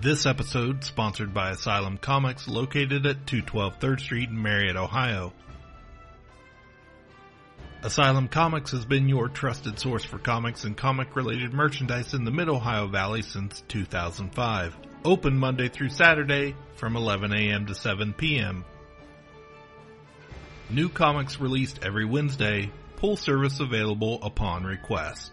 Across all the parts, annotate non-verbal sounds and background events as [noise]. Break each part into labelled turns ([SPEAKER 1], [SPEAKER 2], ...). [SPEAKER 1] This episode, sponsored by Asylum Comics, located at 212 3rd Street in Marietta, Ohio. Asylum Comics has been your trusted source for comics and comic related merchandise in the Mid Ohio Valley since 2005. Open Monday through Saturday from 11 a.m. to 7 p.m. New comics released every Wednesday, pull service available upon request.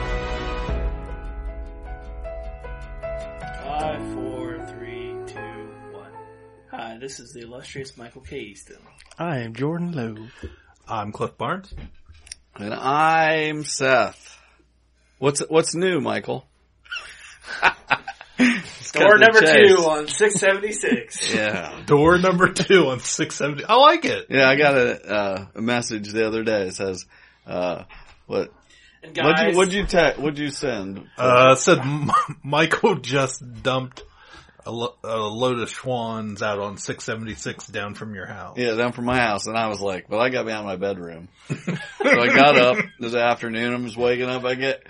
[SPEAKER 2] Five, four, three, two, one. Hi, this is the illustrious Michael K. Easton.
[SPEAKER 3] I am Jordan Lowe.
[SPEAKER 1] I'm Cliff Barnes.
[SPEAKER 4] And I'm Seth. What's what's new, Michael?
[SPEAKER 2] [laughs] Door number
[SPEAKER 4] chase.
[SPEAKER 2] two on
[SPEAKER 4] [laughs]
[SPEAKER 2] 676.
[SPEAKER 4] Yeah,
[SPEAKER 1] Door number two on 670. I like it.
[SPEAKER 4] yeah. I got a uh, a message the other day. It says, uh, "What?
[SPEAKER 2] and
[SPEAKER 4] What'd
[SPEAKER 2] guys,
[SPEAKER 4] you what'd you te- what'd you send?"
[SPEAKER 1] Uh, said [laughs] M- Michael just dumped a, lo- a load of Schwans out on 676 down from your house.
[SPEAKER 4] Yeah, down from my house, and I was like, "Well, I got to be out of my bedroom." so I got up this afternoon. I'm just waking up. I get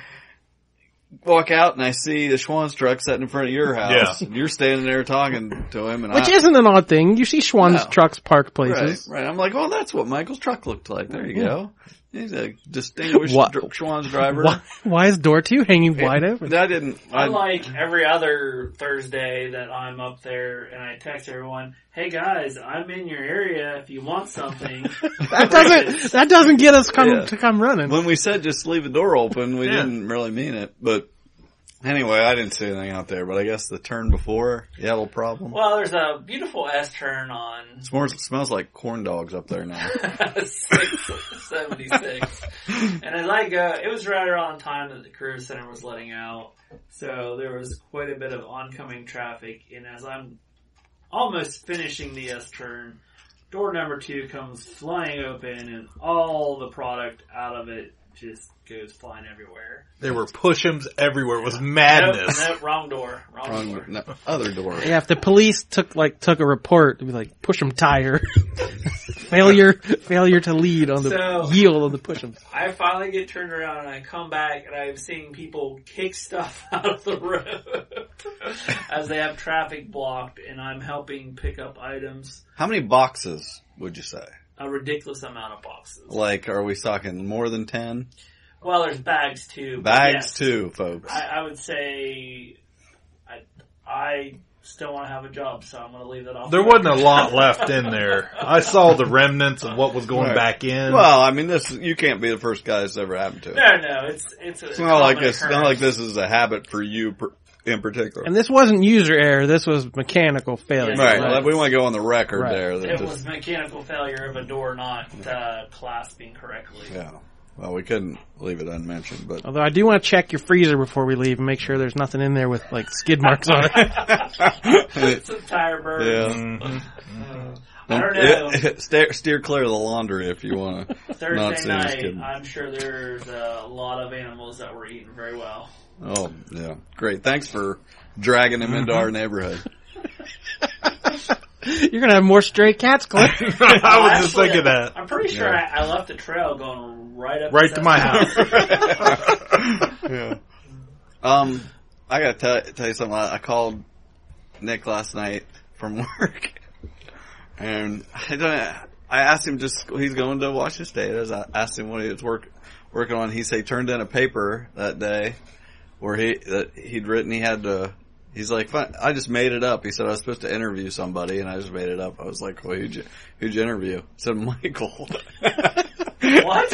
[SPEAKER 4] walk out, and I see the Schwann's truck sitting in front of your house.
[SPEAKER 1] Yeah.
[SPEAKER 4] You're standing there talking to him, and
[SPEAKER 3] Which
[SPEAKER 4] I,
[SPEAKER 3] isn't an odd thing. You see Schwann's
[SPEAKER 4] No.
[SPEAKER 3] trucks parked
[SPEAKER 4] Right,
[SPEAKER 3] places.
[SPEAKER 4] right. I'm like, oh, that's what Michael's truck looked like. There you go. He's a distinguished
[SPEAKER 3] What-
[SPEAKER 4] dr- Schwann's driver.
[SPEAKER 3] Why, why is door two hanging [laughs] wide open?
[SPEAKER 4] That didn't. I,
[SPEAKER 2] unlike every other Thursday that I'm up there and I text everyone, hey guys, I'm in your area if you want
[SPEAKER 4] [laughs]
[SPEAKER 2] something.
[SPEAKER 3] That [laughs] doesn't, that doesn't get us come,
[SPEAKER 4] Yeah.
[SPEAKER 3] to come running.
[SPEAKER 4] when we said just leave the door open, we
[SPEAKER 1] Yeah.
[SPEAKER 4] didn't really mean it. But anyway, I didn't see anything out there. But I guess the turn before, you had a little problem.
[SPEAKER 2] well, there's a beautiful S turn on
[SPEAKER 4] It's more, it smells like corn dogs up
[SPEAKER 2] [laughs]
[SPEAKER 4] there now.
[SPEAKER 2] 676. and as I go, it was right around the time that the career center was letting out, so there was quite a bit of oncoming traffic. And as I'm almost finishing the S turn, door number two comes flying open, and all the product out of it just goes flying everywhere.
[SPEAKER 1] There were push-ums everywhere. It was
[SPEAKER 2] Nope,
[SPEAKER 1] madness.
[SPEAKER 2] nope, wrong door, wrong,
[SPEAKER 4] Wrong,
[SPEAKER 2] door.
[SPEAKER 4] no, other door.
[SPEAKER 3] yeah, if the police took like took a report, it'd be like push 'em tire, [laughs] failure, failure to lead on the
[SPEAKER 2] So-
[SPEAKER 3] yield on the push 'em.
[SPEAKER 2] I finally get turned around and I come back and I'm seeing people kick stuff [laughs] out of the road as they have traffic blocked and I'm helping pick up items,
[SPEAKER 4] How many boxes would you say?
[SPEAKER 2] a ridiculous amount of boxes.
[SPEAKER 4] Like, are we talking more than 10?
[SPEAKER 2] Well, there's bags too. but
[SPEAKER 4] Bags
[SPEAKER 2] yes.
[SPEAKER 4] too, folks.
[SPEAKER 2] I, I would say I, I still want to have a job, so I'm going to leave that off.
[SPEAKER 1] There wasn't a lot left in there. I saw the remnants of what was going
[SPEAKER 4] Right.
[SPEAKER 1] back in.
[SPEAKER 4] Well, I mean, this, you can't be the first guy this ever happened to.
[SPEAKER 2] No, no, it's it's, a
[SPEAKER 4] It's not like
[SPEAKER 2] common
[SPEAKER 4] this. Not
[SPEAKER 2] occurrence.
[SPEAKER 4] like this is a habit for you per, in particular.
[SPEAKER 3] And this wasn't user error. This was mechanical failure.
[SPEAKER 4] right.
[SPEAKER 2] Right.
[SPEAKER 4] like, We want to go on the record
[SPEAKER 3] Right.
[SPEAKER 4] there. That
[SPEAKER 2] It
[SPEAKER 4] this-
[SPEAKER 2] was mechanical failure of a door not uh, clasping correctly.
[SPEAKER 4] yeah. Well, we couldn't leave it unmentioned,
[SPEAKER 2] Oh,
[SPEAKER 4] but
[SPEAKER 3] Although I do want to check your freezer before we leave and make sure there's nothing in there with like skid marks on
[SPEAKER 2] [laughs]
[SPEAKER 3] it. [laughs]
[SPEAKER 2] Some tire Mm. burns.
[SPEAKER 4] yeah.
[SPEAKER 1] Mhm.
[SPEAKER 2] I don't know.
[SPEAKER 4] [laughs] steer, steer clear of the laundry if you want to. Not
[SPEAKER 2] Thursday
[SPEAKER 4] saying it's
[SPEAKER 2] night,
[SPEAKER 4] good.
[SPEAKER 2] I'm sure there's a lot of animals that were eaten very well.
[SPEAKER 4] Oh, yeah. Great. Thanks for dragging him into our neighborhood.
[SPEAKER 3] You're gonna have more stray cats, Cliff.
[SPEAKER 1] [laughs] I was just
[SPEAKER 2] Actually,
[SPEAKER 1] thinking that.
[SPEAKER 2] I'm pretty sure
[SPEAKER 4] Yeah.
[SPEAKER 2] I, I left the trail going right up
[SPEAKER 1] Right to my house.
[SPEAKER 4] yeah. Um, I gotta tell, tell you something. I, I called Nick last night from [laughs] work, and I don't. I asked him just he's going to Washington State. As I asked him what he was work, working on, he said he turned in a paper that day where he that he'd written he had to. He's like, "Fine, I just made it up. He said I was supposed to interview somebody, and I just made it up. I was like, well, who'd you, who'd you interview? He said Michael. [laughs]
[SPEAKER 2] What?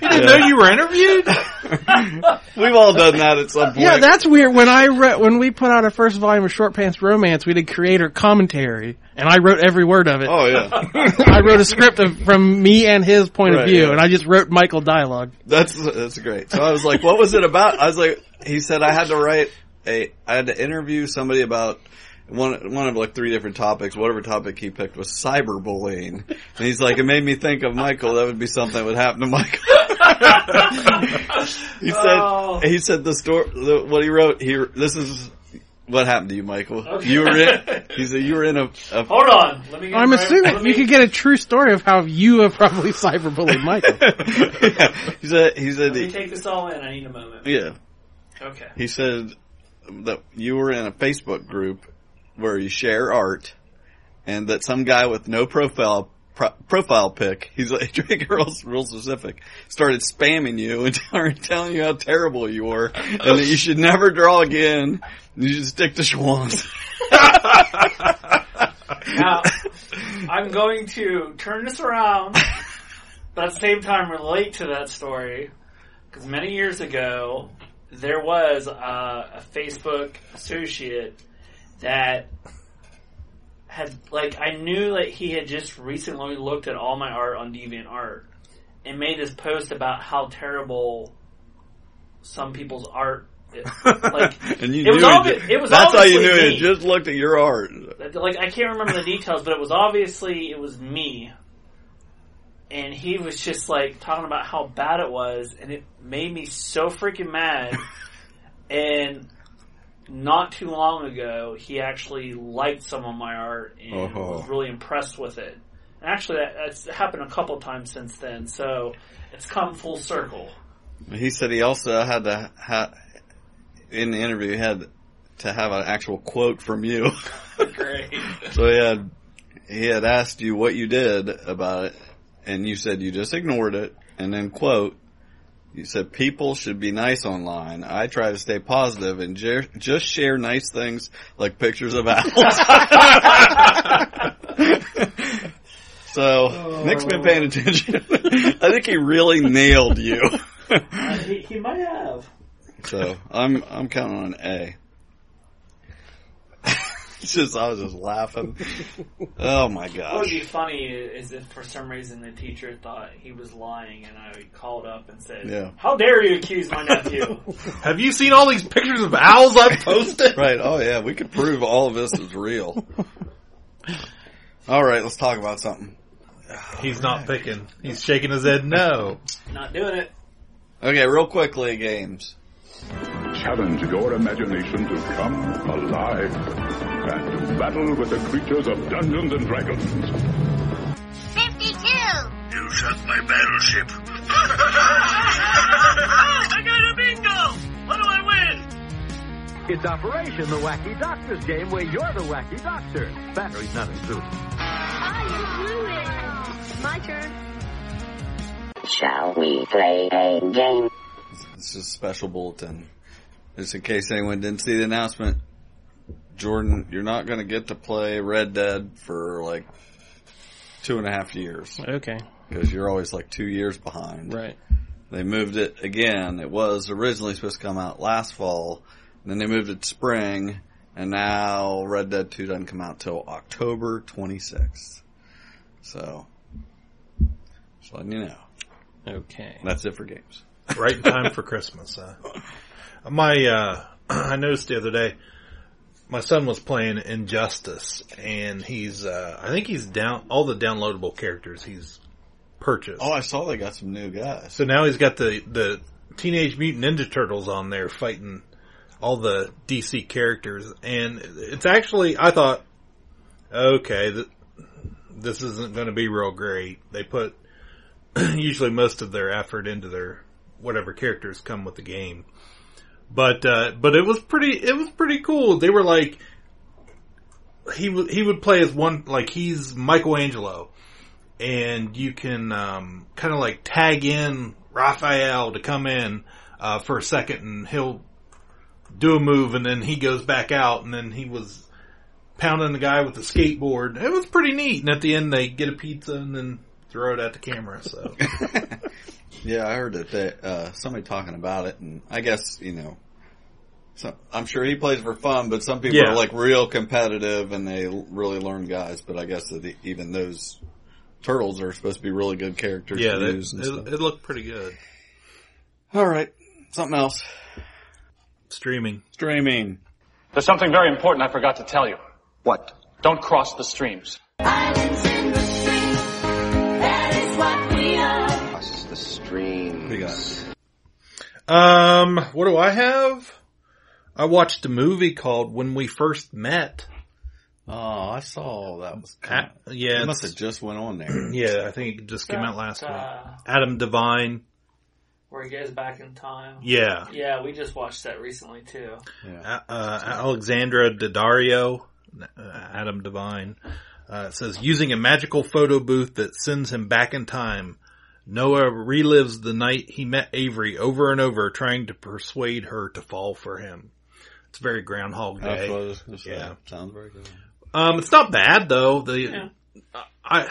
[SPEAKER 1] You didn't know you were interviewed?
[SPEAKER 4] [laughs] We've all done that at some point.
[SPEAKER 3] [laughs] Yeah, that's weird. When I re- when we put out our first volume of Short Pants Romance, we did creator commentary, and I wrote every word of it.
[SPEAKER 4] oh yeah.
[SPEAKER 3] [laughs] I wrote a script of, from me and his point
[SPEAKER 4] Right,
[SPEAKER 3] of view,
[SPEAKER 4] yeah.
[SPEAKER 3] and I just wrote Michael dialogue.
[SPEAKER 4] That's that's great. So I was like, "What was it about?" I was like, "He said I had to write a, I had to interview somebody about one one of like three different topics. Whatever topic he picked was cyberbullying, and he's like, it made me think of Michael. That would be something that would happen to Michael. [laughs]
[SPEAKER 2] [laughs]
[SPEAKER 4] he said
[SPEAKER 2] Oh.
[SPEAKER 4] he said the story. The, what he wrote here. This is what happened to you, Michael.
[SPEAKER 2] Okay. Oh.
[SPEAKER 4] You
[SPEAKER 2] [laughs]
[SPEAKER 4] were in. He said you were in a. a [laughs]
[SPEAKER 2] Hold on. Let me. Get
[SPEAKER 3] I'm
[SPEAKER 2] right-
[SPEAKER 3] assuming
[SPEAKER 2] let
[SPEAKER 3] you
[SPEAKER 2] me-
[SPEAKER 3] could get a true story of how you have probably [laughs] cyberbullied Michael.
[SPEAKER 4] he said he said
[SPEAKER 2] Let me
[SPEAKER 4] he,
[SPEAKER 2] take this all in. I need a moment.
[SPEAKER 4] yeah.
[SPEAKER 2] Okay.
[SPEAKER 4] He said that you were in a Facebook group where you share art, and that some guy with no profile pro, profile pic, he's like [laughs] Drake Earl's real specific, started spamming you and [laughs] started telling you how terrible you were, and that you should never draw again. You should stick to Schwans.
[SPEAKER 2] Now, I'm going to turn this around, but at the same time relate to that story. Because many years ago, there was uh, a Facebook associate that had, like, I knew that he had just recently looked at all my art on DeviantArt and made this post about how terrible some people's art like
[SPEAKER 4] [laughs] and you
[SPEAKER 2] It was
[SPEAKER 4] knew
[SPEAKER 2] obvi-
[SPEAKER 4] ju-
[SPEAKER 2] it was
[SPEAKER 4] that's how you knew
[SPEAKER 2] obviously
[SPEAKER 4] it.
[SPEAKER 2] me.
[SPEAKER 4] Just looked at your art.
[SPEAKER 2] like I can't remember the details, but it was obviously it was me. And he was just like talking about how bad it was, and it made me so freaking mad. and not too long ago, he actually liked some of my art and
[SPEAKER 4] Uh-huh.
[SPEAKER 2] was really impressed with it. And actually, that, that's happened a couple times since then, so it's come full circle.
[SPEAKER 4] He said he also had to ha- in the interview he had to have an actual quote from you. [laughs]
[SPEAKER 2] [laughs] Great.
[SPEAKER 4] so he had he had asked you what you did about it, and you said you just ignored it. And then quote, you said people should be nice online. I try to stay positive and jer- just share nice things like pictures of apples. [laughs] so Nick's been paying attention. [laughs] I think he really nailed you. [laughs]
[SPEAKER 2] Uh, he, he might have.
[SPEAKER 4] So I'm I'm counting on A. [laughs] it's just I was just laughing. Oh my
[SPEAKER 2] What would
[SPEAKER 4] gosh.
[SPEAKER 2] be funny is if for some reason the teacher thought he was lying and I called up and said,
[SPEAKER 4] Yeah.
[SPEAKER 2] How dare you accuse
[SPEAKER 1] [laughs]
[SPEAKER 2] my nephew?
[SPEAKER 1] Have you seen all these pictures of owls I've
[SPEAKER 4] [laughs]
[SPEAKER 1] posted?
[SPEAKER 4] Right, oh yeah, we could prove all of this is real. Alright, let's talk about something.
[SPEAKER 1] He's not picking. He's shaking his head no.
[SPEAKER 2] Not doing it.
[SPEAKER 4] Okay, real quickly games.
[SPEAKER 5] Challenge your imagination to come alive and to battle with the creatures of Dungeons and Dragons.
[SPEAKER 6] 52.
[SPEAKER 5] You shut my battleship.
[SPEAKER 6] I got a bingo! What do I win?
[SPEAKER 7] It's Operation The Wacky Doctor's game where you're the wacky doctor. Batteries not included.
[SPEAKER 6] I am it. My turn.
[SPEAKER 8] Shall we play a game?
[SPEAKER 4] This is a special bulletin. Just in case anyone didn't see the announcement. Jordan, you're not gonna get to play Red Dead for like two and a half years.
[SPEAKER 3] Okay,
[SPEAKER 4] Because you're always like two years behind.
[SPEAKER 3] right.
[SPEAKER 4] They moved it again. It was originally supposed to come out last fall, and then they moved it to spring, and now Red Dead 2 doesn't come out till October 26th. So, just letting you know.
[SPEAKER 3] Okay.
[SPEAKER 4] That's it for games.
[SPEAKER 1] Right in time for Christmas. Huh? My, uh, [clears throat] I noticed the other day, my son was playing Injustice, and he's, uh, I think he's down all the downloadable characters he's purchased.
[SPEAKER 4] Oh, I saw they got some new guys.
[SPEAKER 1] So now he's got the the Teenage Mutant Ninja Turtles on there fighting all the DC characters, and it's actually I thought, okay, th- this isn't going to be real great. They put [clears throat] usually most of their effort into their whatever characters come with the game, but uh, but it was pretty it was pretty cool. They were like. He would he would play as one like he's Michelangelo, and you can um, kind of like tag in Raphael to come in uh, for a second, and he'll do a move, and then he goes back out, and then he was pounding the guy with the skateboard. It was pretty neat, and at the end they get a pizza and then throw it at the camera.
[SPEAKER 4] [laughs]
[SPEAKER 1] So
[SPEAKER 4] Yeah, I heard that they, uh, somebody talking about it, and I guess, you know, so I'm sure he plays for fun, but some people
[SPEAKER 1] Yeah.
[SPEAKER 4] are like real competitive and they l- really learn guys, but I guess that e- even those turtles are supposed to be really good characters
[SPEAKER 1] yeah,
[SPEAKER 4] to
[SPEAKER 1] that,
[SPEAKER 4] use and stuff.
[SPEAKER 1] it, it looked pretty good.
[SPEAKER 4] All right, something else.
[SPEAKER 1] Streaming.
[SPEAKER 4] Streaming.
[SPEAKER 9] There's something very important I forgot to tell you. What? Don't cross the streams.
[SPEAKER 6] Islands in the stream, that is what we are.
[SPEAKER 9] Cross the streams.
[SPEAKER 4] We got.
[SPEAKER 1] Um, what do I have? I watched a movie called When We First Met.
[SPEAKER 4] Oh, I saw that was.
[SPEAKER 1] A- yeah,
[SPEAKER 4] It must
[SPEAKER 1] it's-
[SPEAKER 4] have just went
[SPEAKER 1] [clears throat]
[SPEAKER 4] on there.
[SPEAKER 1] yeah, I think it just came out last
[SPEAKER 2] That,
[SPEAKER 1] week.
[SPEAKER 2] uh,
[SPEAKER 1] Adam Devine.
[SPEAKER 2] Where he goes back in time.
[SPEAKER 1] Yeah.
[SPEAKER 2] Yeah, we just watched that recently too.
[SPEAKER 4] Yeah.
[SPEAKER 1] uh, Alexandra Daddario, uh, Adam Devine, uh, says using a magical photo booth that sends him back in time. Noah relives the night he met Avery over and over, trying to persuade her to fall for him. It's very Groundhog
[SPEAKER 4] That's what I
[SPEAKER 1] Day.
[SPEAKER 4] was gonna say.
[SPEAKER 1] Yeah.
[SPEAKER 4] Sounds very good.
[SPEAKER 1] Um, it's not bad though. The
[SPEAKER 2] Yeah.
[SPEAKER 1] I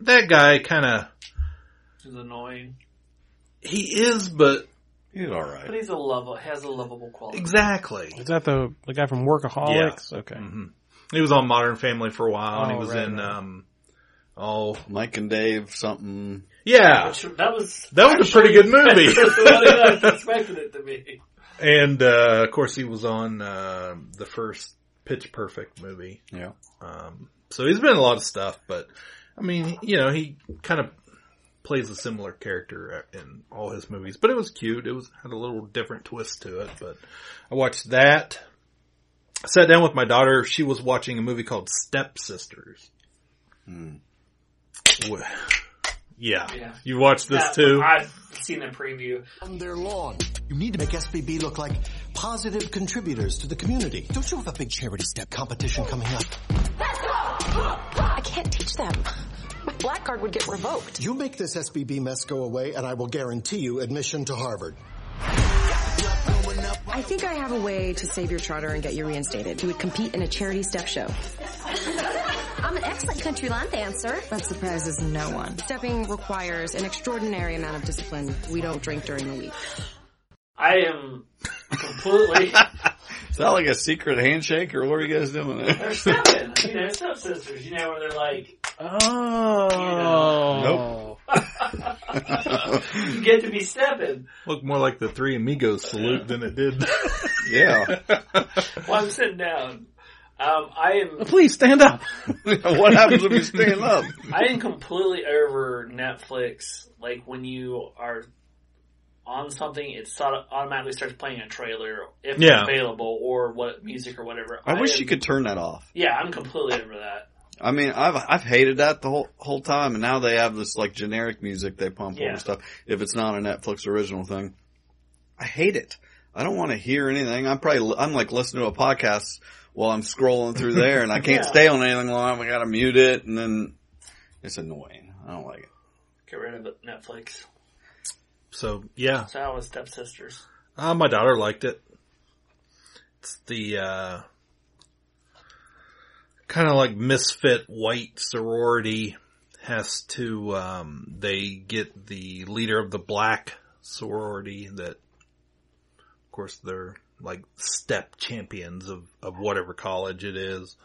[SPEAKER 1] that guy kind of
[SPEAKER 2] Which is annoying,
[SPEAKER 1] he is, but
[SPEAKER 4] He's all
[SPEAKER 2] but
[SPEAKER 4] right.
[SPEAKER 2] he's a lovable. Has a lovable quality.
[SPEAKER 1] exactly.
[SPEAKER 3] Is that the the guy from Workaholics? Okay.
[SPEAKER 1] hmm He was on Modern Family for a while, and he
[SPEAKER 3] Oh,
[SPEAKER 1] was
[SPEAKER 3] right,
[SPEAKER 1] in
[SPEAKER 3] right.
[SPEAKER 1] um, oh
[SPEAKER 4] Mike and Dave, something.
[SPEAKER 1] yeah,
[SPEAKER 2] Which, that was
[SPEAKER 1] That was a pretty good
[SPEAKER 2] [laughs]
[SPEAKER 1] movie.
[SPEAKER 2] what I expected it to be.
[SPEAKER 1] and uh, of course, he was on uh, the first Pitch Perfect movie.
[SPEAKER 4] Yeah.
[SPEAKER 1] Um, so he's been in a lot of stuff, but I mean, you know, he kind of plays a similar character uh, in all his movies. But it was cute. It was had a little different twist to it. But I watched that. I sat down with my daughter. She was watching a movie called Step Sisters. Yeah.
[SPEAKER 2] Yeah.
[SPEAKER 1] you watched this
[SPEAKER 2] That-
[SPEAKER 1] too.
[SPEAKER 2] I've seen the preview.
[SPEAKER 10] on their lawn. You need to make SBB look like positive contributors to the community. Don't you have a big charity step competition coming up?
[SPEAKER 6] I can't teach them. My black card would get revoked.
[SPEAKER 10] You make this SBB mess go away and I will guarantee you admission to Harvard.
[SPEAKER 6] I think I have a way to save your charter and get you reinstated. You would compete in a charity step show. [laughs] I'm an excellent country line dancer. That surprises no one. Stepping requires an extraordinary amount of discipline. We don't drink during the week.
[SPEAKER 2] I am
[SPEAKER 1] [laughs]
[SPEAKER 2] completely.
[SPEAKER 4] Is that like a secret handshake, or what are you guys doing? [laughs] There?
[SPEAKER 2] They're seven. You know, stepsisters. You know where they're like,
[SPEAKER 3] Oh.
[SPEAKER 2] you get to be seven.
[SPEAKER 1] Looked more like the Three Amigos salute than it did. [laughs]
[SPEAKER 4] yeah.
[SPEAKER 2] Well, I'm sitting down. Um, I am.
[SPEAKER 3] Please stand up.
[SPEAKER 4] [laughs] what happens
[SPEAKER 1] [laughs]
[SPEAKER 4] if you stand up?
[SPEAKER 2] I am completely over Netflix. Like when you are on something, it sort- automatically starts playing a trailer if it's
[SPEAKER 1] Yeah.
[SPEAKER 2] available or what music or whatever.
[SPEAKER 4] I wish
[SPEAKER 2] am-
[SPEAKER 4] you could turn that off.
[SPEAKER 2] Yeah, I'm completely over that.
[SPEAKER 4] I mean, I've I've hated that the whole whole time, and now they have this like generic music they pump
[SPEAKER 2] Yeah.
[SPEAKER 4] on stuff. If it's not a Netflix original thing, I hate it. I don't want to hear anything. I'm probably I'm like listening to a podcast while I'm scrolling through there, and I
[SPEAKER 1] [laughs]
[SPEAKER 4] can't
[SPEAKER 2] Yeah.
[SPEAKER 4] stay on anything long. I gotta mute it, and then it's annoying. I don't like it. [laughs]
[SPEAKER 2] Get rid of it, Netflix.
[SPEAKER 1] So yeah,
[SPEAKER 2] So I was stepsisters.
[SPEAKER 1] uh, my daughter liked it. It's the uh, kind of like misfit white sorority has to. Um, they get the leader of the black sorority that, of course, they're like step champions of of whatever college it is,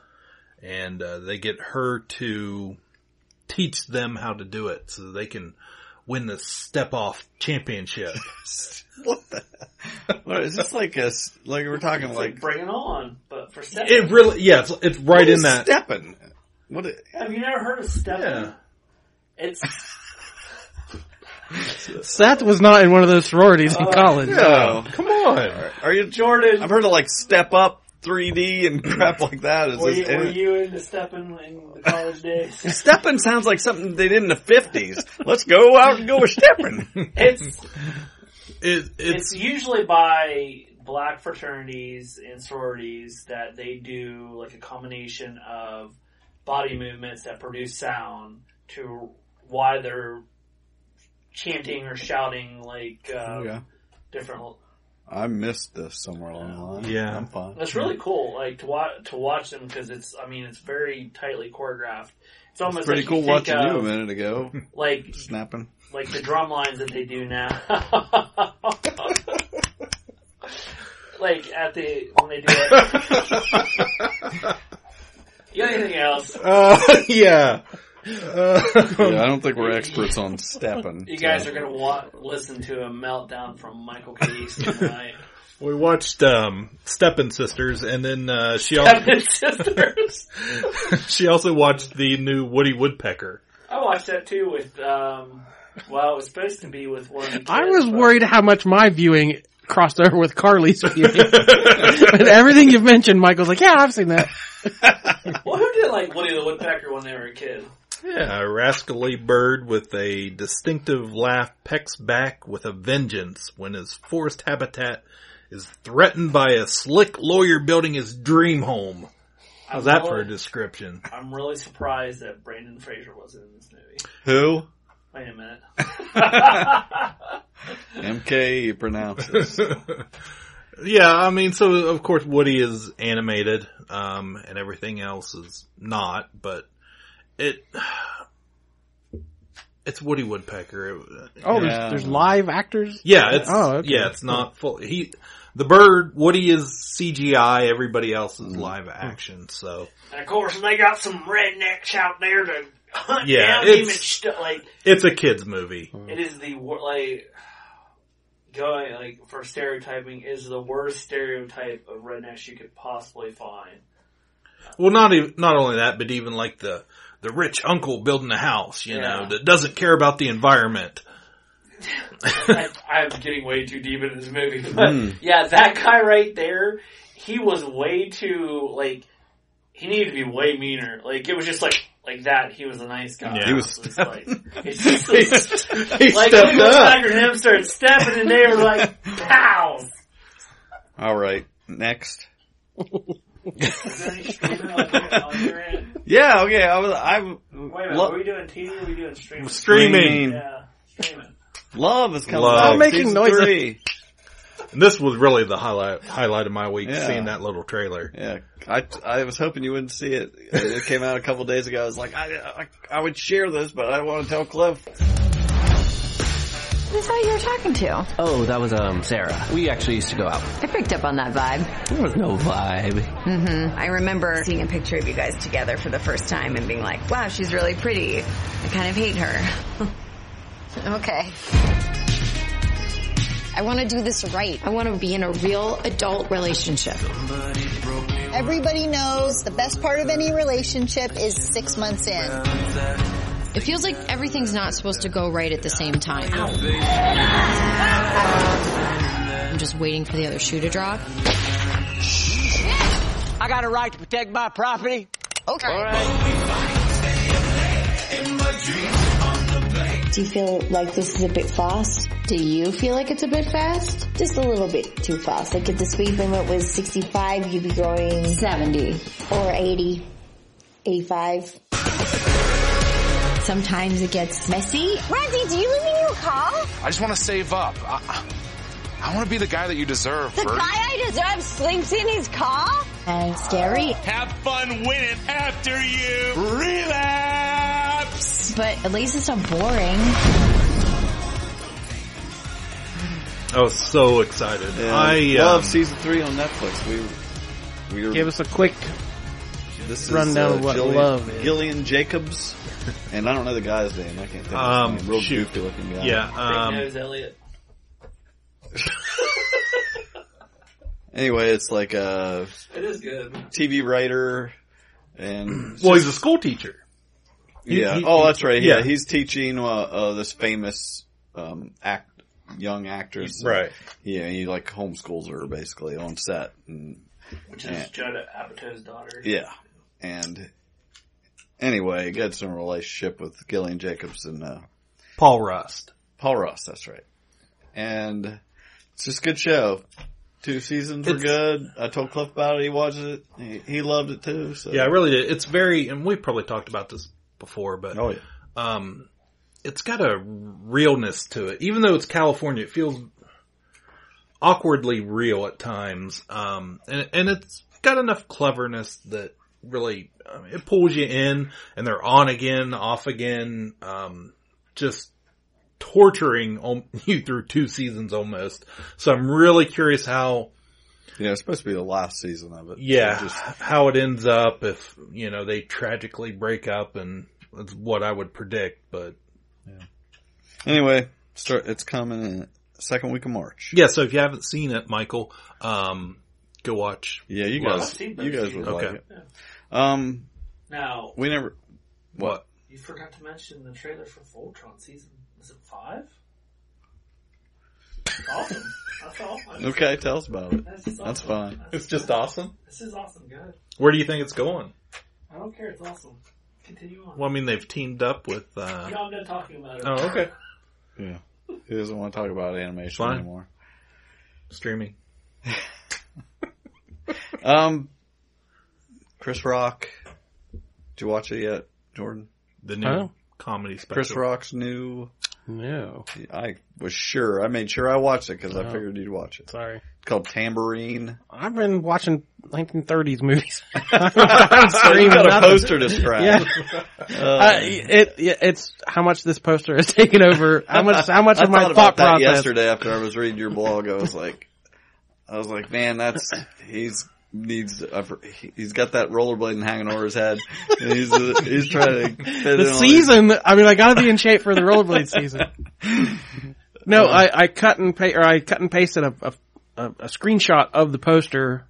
[SPEAKER 1] and uh, they get her to teach them how to do it so they can win the step off championship.
[SPEAKER 4] What the? hell? What, is this like a s- like we're talking
[SPEAKER 2] It's like,
[SPEAKER 4] like
[SPEAKER 2] bring it on, but for seven.
[SPEAKER 1] It really, yeah, it's, it's right in that.
[SPEAKER 4] stepping? What? i-
[SPEAKER 2] Have you never heard of stepping?
[SPEAKER 1] Yeah.
[SPEAKER 2] It's
[SPEAKER 3] Seth was not in one of those sororities in college.
[SPEAKER 4] No,
[SPEAKER 1] Come on.
[SPEAKER 4] are you
[SPEAKER 2] Jordan.
[SPEAKER 4] I've heard of like Step Up 3D and crap like that. Is
[SPEAKER 2] were,
[SPEAKER 4] this,
[SPEAKER 2] you, were you into stepping in the college days?
[SPEAKER 4] Steppin' sounds like something they did in the 50s. Let's go out and go a steppin'.
[SPEAKER 2] [laughs] It's
[SPEAKER 1] It,
[SPEAKER 2] it's
[SPEAKER 1] it's,
[SPEAKER 2] usually by black fraternities and sororities that they do like a combination of body movements that produce sound to why they're chanting or shouting like uh, different.
[SPEAKER 4] I missed this somewhere along the line.
[SPEAKER 1] Yeah.
[SPEAKER 4] I'm fine.
[SPEAKER 2] That's really cool, like to watch to watch them because it's. I mean, it's very tightly choreographed. It's almost
[SPEAKER 4] Pretty
[SPEAKER 2] like
[SPEAKER 4] cool
[SPEAKER 2] you think
[SPEAKER 4] watching you a
[SPEAKER 2] of,
[SPEAKER 4] minute ago.
[SPEAKER 2] Like
[SPEAKER 4] Snapping.
[SPEAKER 2] like the drum lines that they
[SPEAKER 1] [laughs]
[SPEAKER 2] do now. like at the when they do it.
[SPEAKER 1] [laughs]
[SPEAKER 2] You got anything
[SPEAKER 1] [laughs]
[SPEAKER 2] else?
[SPEAKER 1] uh, yeah. Uh, [laughs]
[SPEAKER 4] Yeah, I don't think we're experts
[SPEAKER 2] [laughs]
[SPEAKER 4] on stepping.
[SPEAKER 2] You guys are gonna want listen to a meltdown from Michael Cadiz tonight. [laughs]
[SPEAKER 1] We watched um, Steppen Sisters, and then uh, she
[SPEAKER 2] Steppen
[SPEAKER 1] Sisters. [laughs] she also watched the new Woody Woodpecker.
[SPEAKER 2] I watched that too with, um, well, it was supposed to be with one of the kids,
[SPEAKER 3] I was
[SPEAKER 2] but-
[SPEAKER 3] worried how much my viewing crossed over
[SPEAKER 4] [laughs]
[SPEAKER 3] with Carly's viewing. but everything you've mentioned, Michael's like, yeah, I've seen that.
[SPEAKER 2] Well, who did like Woody the Woodpecker when they were a kid?
[SPEAKER 1] Yeah, a rascally bird with a distinctive laugh pecks back with a vengeance when his forest habitat is threatened by a slick lawyer building his dream home. How's that for a description?
[SPEAKER 2] I'm really surprised that Brandon Fraser wasn't in this movie.
[SPEAKER 1] Who?
[SPEAKER 2] Wait a minute.
[SPEAKER 4] MK you pronounce it.
[SPEAKER 1] yeah, I mean, so of course Woody is animated, um, and everything else is not, but it, [sighs] it's Woody Woodpecker. It- Yeah.
[SPEAKER 3] Oh, there's, there's live actors.
[SPEAKER 1] Yeah, it's
[SPEAKER 3] oh, okay.
[SPEAKER 1] yeah, it's not full. He, the bird, Woody is CGI. Everybody else
[SPEAKER 3] Mm-hmm.
[SPEAKER 1] is live action. So
[SPEAKER 2] And of course, they got some rednecks out there to hunt
[SPEAKER 1] Yeah,
[SPEAKER 2] down
[SPEAKER 1] it's-
[SPEAKER 2] him and stuff. Like
[SPEAKER 1] it's a kids movie.
[SPEAKER 2] it is the wor- like going like for stereotyping is the worst stereotype of rednecks you could possibly
[SPEAKER 1] [laughs]
[SPEAKER 2] find.
[SPEAKER 1] Well, not even not only that, but even like the the rich uncle building a house, you know,
[SPEAKER 2] Yeah.
[SPEAKER 1] that doesn't care about the environment.
[SPEAKER 2] I, I'm getting way too deep into this movie, but
[SPEAKER 1] Hmm.
[SPEAKER 2] yeah, that guy right there, he was way too like he needed to be way meaner. Like it was just like like that. He was a nice guy.
[SPEAKER 1] Yeah. He was [laughs]
[SPEAKER 2] It like it's just like,
[SPEAKER 1] He
[SPEAKER 2] like
[SPEAKER 1] stepped
[SPEAKER 2] Little
[SPEAKER 1] up.
[SPEAKER 2] Tiger and him started stepping, and they
[SPEAKER 1] [laughs]
[SPEAKER 2] were like pow.
[SPEAKER 4] All right, next.
[SPEAKER 2] Is there any streamer on, on your end?
[SPEAKER 4] Yeah, okay. I was I
[SPEAKER 2] Wait a minute,
[SPEAKER 4] Lo-
[SPEAKER 2] are we doing TV or are we doing streaming?
[SPEAKER 1] Streaming.
[SPEAKER 2] Yeah, streaming.
[SPEAKER 4] love is coming
[SPEAKER 1] Love.
[SPEAKER 4] out.
[SPEAKER 1] Stop
[SPEAKER 3] making
[SPEAKER 4] season
[SPEAKER 3] noises.
[SPEAKER 4] three.
[SPEAKER 1] And this was really the highlight highlight of my week,
[SPEAKER 4] Yeah.
[SPEAKER 1] seeing that little trailer.
[SPEAKER 4] Yeah, I, I was hoping you wouldn't see it. It came out a couple days ago. I was like, I, I I would share this, but I want to tell Cliff.
[SPEAKER 11] Who's that you were talking to?
[SPEAKER 12] Oh, that was um Sarah. We actually used to go out.
[SPEAKER 11] I picked up on that vibe.
[SPEAKER 12] There was no vibe.
[SPEAKER 11] Mm-hmm. I remember seeing a picture of you guys together for the first time and being like, wow, she's really pretty. I kind of hate her. [laughs]
[SPEAKER 13] Okay. I want to do this right. I want to be in a real adult relationship.
[SPEAKER 14] Everybody knows the best part of any relationship is six months in.
[SPEAKER 13] It feels like everything's not supposed to go right at the same time. I'm just waiting for the other shoe to drop.
[SPEAKER 12] I got a right to protect my property.
[SPEAKER 13] Okay.
[SPEAKER 15] Do you feel like this is a bit fast? Do you feel like it's a bit fast? Just a little bit too fast. Like if the speed limit was 65, you'd be going 70 or 80, 85. Sometimes it gets messy.
[SPEAKER 14] Randy, do you live in your car?
[SPEAKER 16] I just want to save up. I, I want to be the guy that you deserve, Bert.
[SPEAKER 14] I deserve sleeps in his car?
[SPEAKER 15] And scary.
[SPEAKER 16] Have fun winning after you.
[SPEAKER 15] Relapse! But at least it's not boring.
[SPEAKER 1] I was so excited.
[SPEAKER 4] And
[SPEAKER 1] I
[SPEAKER 4] love
[SPEAKER 1] um,
[SPEAKER 4] season three on Netflix. We we
[SPEAKER 3] Give us a quick
[SPEAKER 4] this
[SPEAKER 3] rundown
[SPEAKER 4] is, uh,
[SPEAKER 3] of what
[SPEAKER 4] Gillian,
[SPEAKER 3] love is.
[SPEAKER 4] Gillian Jacobs, and I don't know the guy's name. I can't think. of
[SPEAKER 1] Um,
[SPEAKER 4] his name. Real
[SPEAKER 1] shoot.
[SPEAKER 4] goofy looking guy.
[SPEAKER 1] Yeah, um,
[SPEAKER 2] Big nose Elliot.
[SPEAKER 4] Anyway, it's like a
[SPEAKER 2] It is good.
[SPEAKER 4] TV writer, and
[SPEAKER 1] well, he's a school teacher. He-
[SPEAKER 4] yeah.
[SPEAKER 1] he-
[SPEAKER 4] oh, that's right. Yeah,
[SPEAKER 1] yeah.
[SPEAKER 4] he's teaching uh, uh, this famous um, act young actress.
[SPEAKER 1] Right.
[SPEAKER 4] Yeah, he like homeschools her basically on set. And,
[SPEAKER 2] Which is Judd Apatow's daughter.
[SPEAKER 4] yeah, and anyway, gets in a relationship with Gillian Jacobs and uh,
[SPEAKER 1] Paul Rust.
[SPEAKER 4] Paul Rust. That's right. And it's just a good show. Two seasons were
[SPEAKER 1] It's-
[SPEAKER 4] good. I told Cliff about it. He watched it. He, he loved it too. So
[SPEAKER 1] Yeah, I really did. It's very, and we probably talked about this before, but
[SPEAKER 4] Oh, yeah.
[SPEAKER 1] um, it's got a realness to it. Even though it's California, it feels awkwardly real at times. Um, and, and it's got enough cleverness that really I mean, it pulls you in, and they're on again, off again, um, just torturing om- [laughs] you through two seasons almost. So I'm really curious how.
[SPEAKER 4] Yeah, it's supposed to be the last season of it.
[SPEAKER 1] Yeah,
[SPEAKER 4] So just-
[SPEAKER 1] how it ends up if you know they tragically break up, and that's what I would predict. But
[SPEAKER 4] Anyway, start. It's coming. And second week of March.
[SPEAKER 1] Yeah, so if you haven't seen it, Michael, um, go watch.
[SPEAKER 4] Yeah, you
[SPEAKER 2] Well, I've
[SPEAKER 4] guys,
[SPEAKER 2] seen
[SPEAKER 4] you
[SPEAKER 2] both
[SPEAKER 4] guys would
[SPEAKER 1] Okay.
[SPEAKER 4] like it. Um,
[SPEAKER 2] Now,
[SPEAKER 4] we never. What?
[SPEAKER 2] you forgot to mention the trailer for Voltron season. Is it five? It's awesome. That's
[SPEAKER 4] [laughs]
[SPEAKER 2] all.
[SPEAKER 4] Okay, tell us about it.
[SPEAKER 2] That's, just
[SPEAKER 4] That's
[SPEAKER 2] awesome.
[SPEAKER 4] fine.
[SPEAKER 1] It's just awesome.
[SPEAKER 2] This is awesome, guys.
[SPEAKER 1] Where do you think it's going?
[SPEAKER 2] I don't care. It's awesome. Continue on.
[SPEAKER 1] Well, I mean, they've teamed up with. Uh,
[SPEAKER 2] no, I'm done talking about it.
[SPEAKER 1] oh, okay.
[SPEAKER 4] Yeah, he doesn't want to talk about animation
[SPEAKER 1] Fine.
[SPEAKER 4] anymore.
[SPEAKER 1] Streaming.
[SPEAKER 4] Um, Chris Rock. Did you watch it yet, Jordan?
[SPEAKER 1] The new
[SPEAKER 4] Oh.
[SPEAKER 1] comedy special.
[SPEAKER 4] Chris Rock's new.
[SPEAKER 3] No.
[SPEAKER 4] I was sure. I made sure I watched it because I
[SPEAKER 3] Oh.
[SPEAKER 4] figured you'd watch it.
[SPEAKER 3] Sorry.
[SPEAKER 4] It's called
[SPEAKER 3] [laughs]
[SPEAKER 4] Tambourine.
[SPEAKER 3] I've been watching
[SPEAKER 4] [laughs]
[SPEAKER 3] 1930s movies. [laughs]
[SPEAKER 4] So you
[SPEAKER 3] Screaming
[SPEAKER 4] got a
[SPEAKER 3] nothing.
[SPEAKER 4] poster to scratch.
[SPEAKER 3] Yeah. [laughs]
[SPEAKER 4] Uh,
[SPEAKER 3] Uh, it, it- it's how much this poster has taken over. How much? How much
[SPEAKER 4] I
[SPEAKER 3] of my
[SPEAKER 4] thought
[SPEAKER 3] thought
[SPEAKER 4] about that
[SPEAKER 3] process?
[SPEAKER 4] yesterday after I was reading your blog? I was like, I was like, man, that's he's needs. I've, he's got that rollerblading hanging over his head. And he's he's trying to fit in
[SPEAKER 3] the
[SPEAKER 4] all these-
[SPEAKER 3] season. I mean, I gotta be in shape for the rollerblade season. No, I, I cut and pa- or I cut and pasted a, a, a, a screenshot of the poster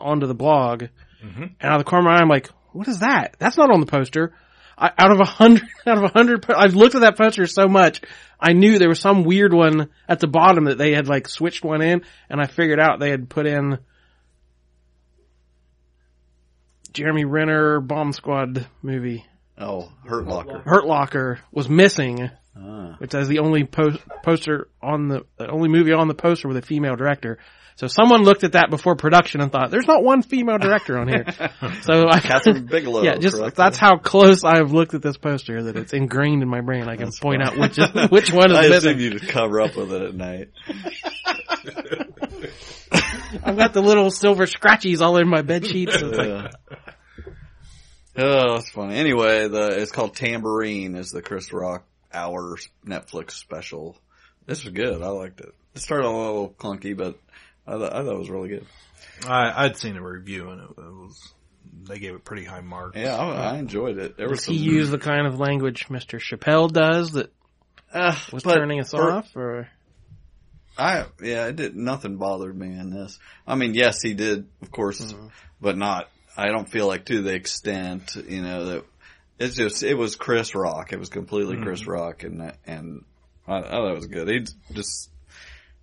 [SPEAKER 3] onto the blog,
[SPEAKER 1] Mhm.
[SPEAKER 3] and out of the corner of my eye, I'm like, "What is that? That's not on the poster." I, out of a hundred, [laughs] out of a hundred, po- I've looked at that poster so much, I knew there was some weird one at the bottom that they had like switched one in, and I figured out they had put in Jeremy Renner Bomb Squad movie.
[SPEAKER 4] Oh, Hurt Locker.
[SPEAKER 3] Hurt Locker was missing,
[SPEAKER 4] Ah.
[SPEAKER 3] which is the only po- poster on the, the only movie on the poster with a female director. So someone looked at that before production and thought, "There's not one female
[SPEAKER 4] [laughs]
[SPEAKER 3] director on here." so I, [laughs]
[SPEAKER 4] Catherine Bigelow,
[SPEAKER 3] yeah, just
[SPEAKER 4] correct?
[SPEAKER 3] that's how close I've looked at this poster that it's ingrained in my brain. I can point out which [laughs] is,
[SPEAKER 4] [laughs]
[SPEAKER 3] which one
[SPEAKER 4] I
[SPEAKER 3] is
[SPEAKER 4] assume
[SPEAKER 3] missing.
[SPEAKER 4] you to cover up with it at night.
[SPEAKER 3] I've got the little silver scratchies all in my bed sheets.
[SPEAKER 4] [laughs]
[SPEAKER 3] It's like,
[SPEAKER 4] Yeah. Oh, that's funny. Anyway, the it's called Tambourine. Is the Chris Rock hour Netflix special? This was good. I liked it. It started a little clunky, but I, th- I thought it was really good.
[SPEAKER 1] I, I'd seen a review and it, it was. They gave it pretty high marks.
[SPEAKER 4] Yeah, I, I enjoyed it. There was
[SPEAKER 3] does
[SPEAKER 4] some,
[SPEAKER 3] he use the kind of language Mr. Chappelle does that
[SPEAKER 4] uh,
[SPEAKER 3] was
[SPEAKER 4] but
[SPEAKER 3] turning us
[SPEAKER 4] for-
[SPEAKER 3] off? Or
[SPEAKER 4] I yeah, it did nothing bothered me in this. I mean, yes, he did, of course, but not. I don't feel like to the extent you know that it's just it was Chris Rock. It was completely Chris Rock, and that- and I, I thought it was good. He's just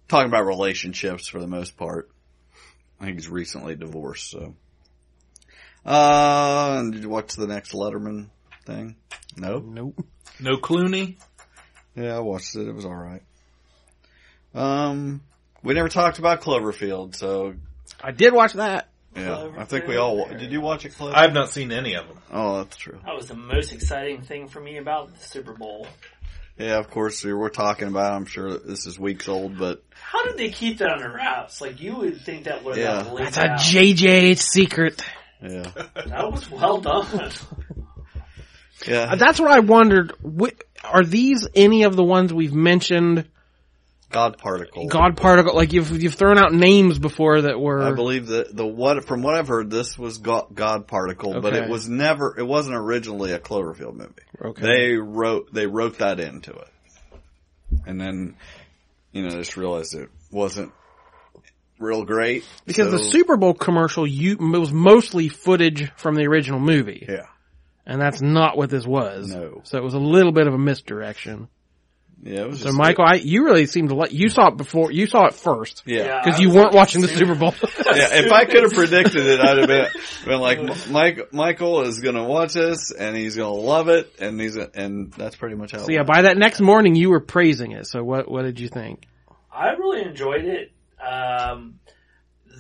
[SPEAKER 4] talking about relationships for the most part. I think he's recently divorced, so. Uh, and did you watch the next Letterman thing? Nope.
[SPEAKER 3] Nope.
[SPEAKER 1] No Clooney.
[SPEAKER 4] Yeah, I watched it. It was all right. Um, we never talked about Cloverfield, so
[SPEAKER 3] I did watch that.
[SPEAKER 4] yeah, I think we all. Did you watch it, Cliff?
[SPEAKER 1] I've not seen any of them.
[SPEAKER 4] Oh, that's true.
[SPEAKER 2] That was the most exciting thing for me about the Super Bowl.
[SPEAKER 4] Yeah, of course we we're talking about. it. I'm sure that this is weeks old, but
[SPEAKER 2] How did they keep that under wraps? Like you would think that would
[SPEAKER 4] Yeah.
[SPEAKER 2] have got leaked
[SPEAKER 3] It's a
[SPEAKER 2] out.
[SPEAKER 3] JJ secret. [laughs]
[SPEAKER 4] yeah,
[SPEAKER 2] that was well done. [laughs]
[SPEAKER 4] yeah.
[SPEAKER 3] Uh, That's what I wondered. wh- Are these any of the ones we've mentioned?
[SPEAKER 4] God particle.
[SPEAKER 3] God particle, like you've you've thrown out names before that were.
[SPEAKER 4] I believe that the what from what I've heard, this was God, God particle, but it
[SPEAKER 3] Okay.
[SPEAKER 4] was never. It wasn't originally a Cloverfield movie.
[SPEAKER 3] Okay.
[SPEAKER 4] They wrote they wrote that into it, and then you know just realized it wasn't real great
[SPEAKER 3] because the
[SPEAKER 4] so-
[SPEAKER 3] Super Bowl commercial you it was mostly footage from the original movie,
[SPEAKER 4] Yeah.
[SPEAKER 3] and that's not what this was.
[SPEAKER 4] No.
[SPEAKER 3] So it was a little bit of a misdirection.
[SPEAKER 4] Yeah. It was
[SPEAKER 3] So
[SPEAKER 4] just-
[SPEAKER 3] Michael, I, you really seemed to like you saw it before you saw it first
[SPEAKER 4] Yeah.
[SPEAKER 3] because you weren't watching the Super Bowl. [laughs]
[SPEAKER 4] Yeah, if I could have predicted it, I'd have been, been like, "M- Mike, Michael is gonna watch this and he's gonna love it and he's, gonna- and that's pretty much how
[SPEAKER 3] so
[SPEAKER 4] it
[SPEAKER 3] yeah,
[SPEAKER 4] went.
[SPEAKER 3] by that next morning you were praising it. So what what did you think?
[SPEAKER 2] I really enjoyed it. Um,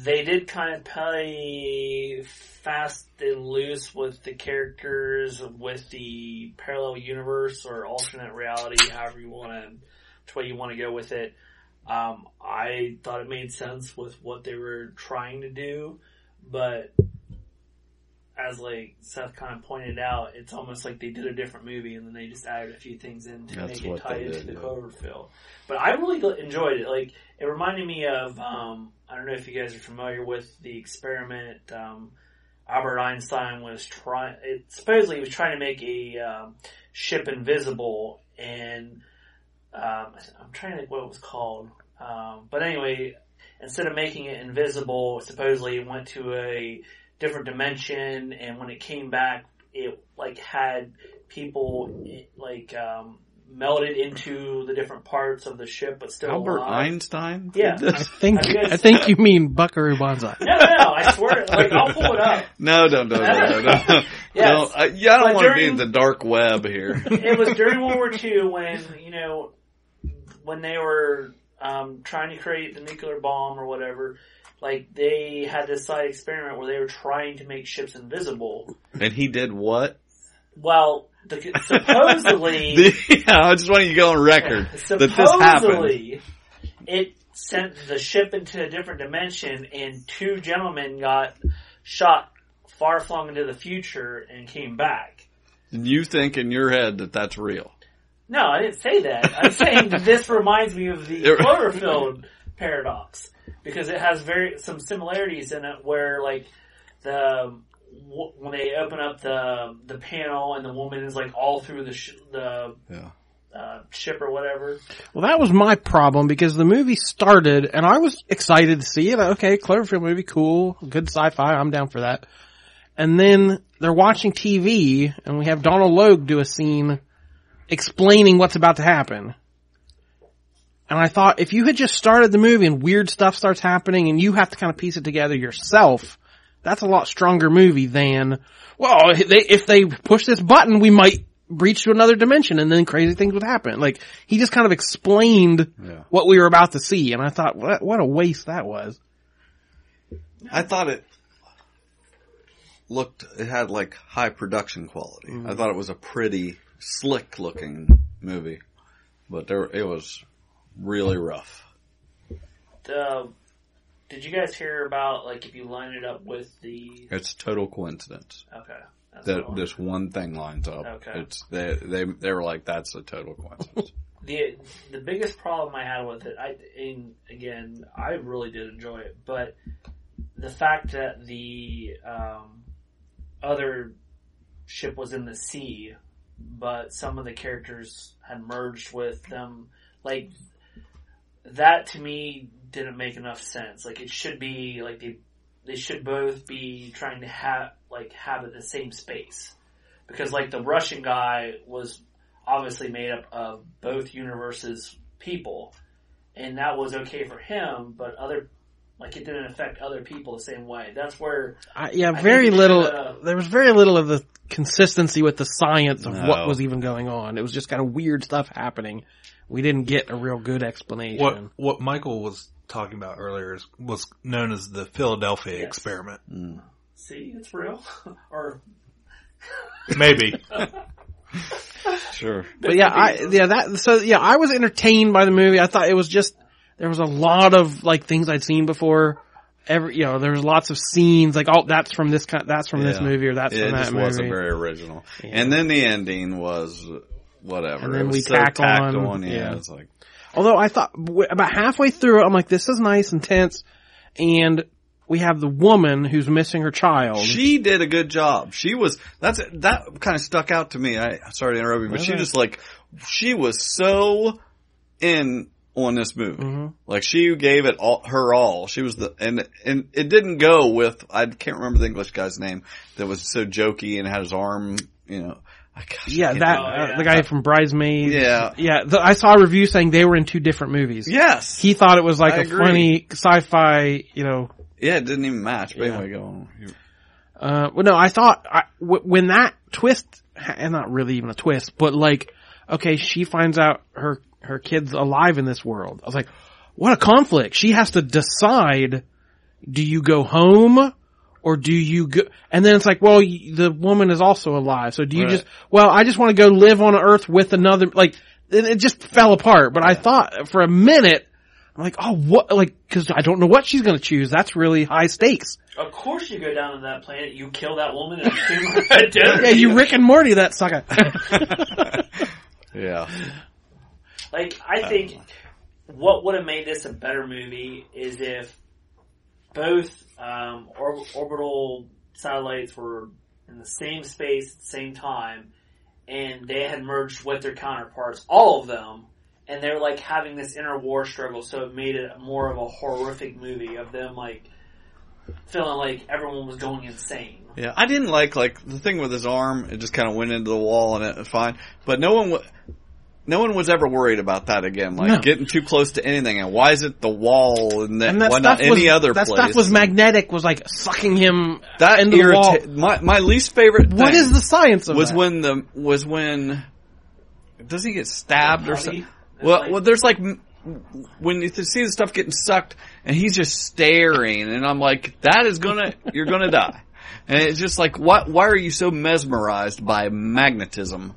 [SPEAKER 2] they did kind of play fast and loose with the characters, with the parallel universe or alternate reality, however you want to, which way you want to go with it. Um, I thought it made sense with what they were trying to do, but as like Seth kind of pointed out, it's almost like they did a different movie and then they just added a few things in to
[SPEAKER 4] That's
[SPEAKER 2] make it
[SPEAKER 4] what
[SPEAKER 2] tie
[SPEAKER 4] they
[SPEAKER 2] into
[SPEAKER 4] did,
[SPEAKER 2] the
[SPEAKER 4] yeah.
[SPEAKER 2] Cloverfield. But I really gl- enjoyed it. Like it reminded me of um, I don't know if you guys are familiar with the experiment. Um, Albert Einstein was trying. Supposedly, he was trying to make a um, ship invisible, and um, I'm trying to think what it was called. Um, but anyway, instead of making it invisible, supposedly it went to a different dimension, and when it came back, it like had people it, like um, melted into the different parts of the ship, but still
[SPEAKER 4] Albert
[SPEAKER 2] alive.
[SPEAKER 4] Einstein?
[SPEAKER 2] Yeah,
[SPEAKER 3] I think
[SPEAKER 2] guess-
[SPEAKER 3] I think you mean Buckaroo Banzai.
[SPEAKER 2] No, no, no, I swear, like I'll pull it up.
[SPEAKER 4] No, no, no,
[SPEAKER 3] [laughs]
[SPEAKER 4] no, no. no.
[SPEAKER 2] Yes.
[SPEAKER 4] No, I, yeah, I don't
[SPEAKER 2] But
[SPEAKER 4] want to be
[SPEAKER 2] during-
[SPEAKER 4] in the dark web here.
[SPEAKER 3] [laughs]
[SPEAKER 2] it was during World War II when you know when they were um, trying to create the nuclear bomb or whatever. Like they had this side experiment where they were trying to make ships invisible.
[SPEAKER 4] and he did
[SPEAKER 3] [laughs]
[SPEAKER 4] what? [laughs]
[SPEAKER 2] Well, the, supposedly,
[SPEAKER 4] The- yeah, I just want you to go on
[SPEAKER 3] [laughs]
[SPEAKER 4] record
[SPEAKER 2] supposedly,
[SPEAKER 4] that this happened.
[SPEAKER 2] it sent the ship into a different dimension, and two gentlemen got shot far flung into the future and came back.
[SPEAKER 4] And you think in your head that that's real.
[SPEAKER 2] No, I didn't say that. I'm saying that this reminds me of the
[SPEAKER 4] It-
[SPEAKER 2] Cloverfield paradox because it has very some similarities in it where like the w- when they open up the the panel and the woman is like all through the sh- the uh, ship or whatever.
[SPEAKER 3] Well, that was my problem because the movie started and I was excited to see it. Okay, Cloverfield movie, cool, good sci-fi, I'm down for that. And then they're watching TV and we have Donald Logue do a scene explaining what's about to happen. And I thought if you had just started the movie and weird stuff starts happening and you have to kind of piece it together yourself, that's a lot stronger movie than, well, they, if they push this button, we might breach to another dimension and then crazy things would happen. Like he just kind of explained what we were about to see. And I thought, what, what a waste that was.
[SPEAKER 4] I thought it looked, it had like high production quality. I thought it was a pretty slick looking movie, but there, it was really rough.
[SPEAKER 2] The did you guys hear about like if you line it up with the
[SPEAKER 4] It's total coincidence
[SPEAKER 2] okay that's what I
[SPEAKER 4] that
[SPEAKER 16] Oh.
[SPEAKER 2] wanted.
[SPEAKER 4] this one thing lines up.
[SPEAKER 2] Okay.
[SPEAKER 4] It's they they they were like that's a total coincidence.
[SPEAKER 2] the the biggest problem I had with it, I and again, I really did enjoy it, but the fact that the um, other ship was in the sea, but some of the characters had merged with them, like that to me didn't make enough sense. Like it should be like they they should both be trying to have like have it the same space because like the Russian guy was obviously made up of both universes people, and that was okay for him, but other like it didn't affect other people the same way. That's where
[SPEAKER 3] I, yeah,
[SPEAKER 2] think
[SPEAKER 3] very
[SPEAKER 2] it should,
[SPEAKER 3] little,
[SPEAKER 2] uh,
[SPEAKER 3] there was very little of the consistency with the science of
[SPEAKER 4] No.
[SPEAKER 3] what was even going on. It was just kind of weird stuff happening. We didn't get a real good explanation.
[SPEAKER 1] What what Michael was talking about earlier is, was known as the Philadelphia experiment.
[SPEAKER 2] see it's real [laughs] or
[SPEAKER 1] Maybe.
[SPEAKER 4] sure.
[SPEAKER 3] But yeah, I yeah that so yeah, I was entertained by the movie. I thought it was just there was a lot of like things I'd seen before. Every you know, there was lots of scenes like oh that's from this kind, that's from this
[SPEAKER 4] Yeah.
[SPEAKER 3] movie or that's
[SPEAKER 4] it
[SPEAKER 3] from that
[SPEAKER 4] just
[SPEAKER 3] movie.
[SPEAKER 4] wasn't very original. And then the ending was whatever.
[SPEAKER 3] And then
[SPEAKER 4] it was
[SPEAKER 3] we
[SPEAKER 4] so
[SPEAKER 3] tack
[SPEAKER 4] tacked
[SPEAKER 3] on,
[SPEAKER 4] on. Yeah,
[SPEAKER 3] yeah.
[SPEAKER 4] it's like
[SPEAKER 3] Although I thought w- about halfway through, I'm like this is nice and tense, and we have the woman who's missing her child.
[SPEAKER 4] she did a good job. She was that's that kind of stuck out to me. I sorry to interrupt you, but she
[SPEAKER 3] Okay.
[SPEAKER 4] just like she was so in on this movie. Like she gave it all her all. She was the and and it didn't go with I can't remember the English guy's name that was so jokey and had his arm. You know,
[SPEAKER 3] yeah, that
[SPEAKER 4] Oh, yeah.
[SPEAKER 3] Uh, the guy from Bridesmaids.
[SPEAKER 4] Yeah.
[SPEAKER 3] yeah. The, I saw a review saying they were in two different movies.
[SPEAKER 4] Yes.
[SPEAKER 3] he thought it was like
[SPEAKER 4] I
[SPEAKER 3] a
[SPEAKER 4] agree.
[SPEAKER 3] funny sci-fi. You know,
[SPEAKER 4] yeah, it didn't even match. But anyway, go on.
[SPEAKER 3] Uh, well, no, I thought I, w- when that twist, and not really even a twist, but like, okay, she finds out her her kid's alive in this world. I was like, what a conflict! She has to decide: do you go home, or do you go? And then it's like, well, y- the woman is also alive, so do you
[SPEAKER 4] Right.
[SPEAKER 3] just? Well, I just want to go live on Earth with another. Like, it, it just fell apart. But I thought for a minute. I'm like, oh, what? Like, because I don't know what she's going to choose. That's really high stakes.
[SPEAKER 2] of course you go down to that planet, you kill that woman and [laughs] assume her identity.
[SPEAKER 3] Yeah, you Rick and Morty that sucker.
[SPEAKER 4] [laughs] Yeah.
[SPEAKER 2] Like, I think what would have made this a better movie is if both um, or- orbital satellites were in the same space at the same time, and they had merged with their counterparts, all of them, and they're like having this inner war struggle, so it made it more of a horrific movie of them like feeling like everyone was going insane.
[SPEAKER 4] Yeah, I didn't like like the thing with his arm. It just kind of went into the wall, and it was fine. But no one, w- no one was ever worried about that again. Like
[SPEAKER 3] No.
[SPEAKER 4] getting too close to anything. And why is it the wall and, then
[SPEAKER 3] And that
[SPEAKER 4] why not
[SPEAKER 3] stuff was,
[SPEAKER 4] any other
[SPEAKER 3] that
[SPEAKER 4] place?
[SPEAKER 3] stuff was magnetic, was like sucking him
[SPEAKER 4] that
[SPEAKER 3] into the wall.
[SPEAKER 4] irrita- My my least favorite.
[SPEAKER 3] What
[SPEAKER 4] thing
[SPEAKER 3] is the science of
[SPEAKER 4] was
[SPEAKER 3] that?
[SPEAKER 4] when the was when does he get stabbed or
[SPEAKER 3] Body?
[SPEAKER 4] something?
[SPEAKER 3] That's
[SPEAKER 4] Well,
[SPEAKER 3] like-
[SPEAKER 4] well, there's like m- when you see the stuff getting sucked and he's just staring, and I'm like, that is gonna you're gonna die, and it's just like, what? Why are you so mesmerized by magnetism?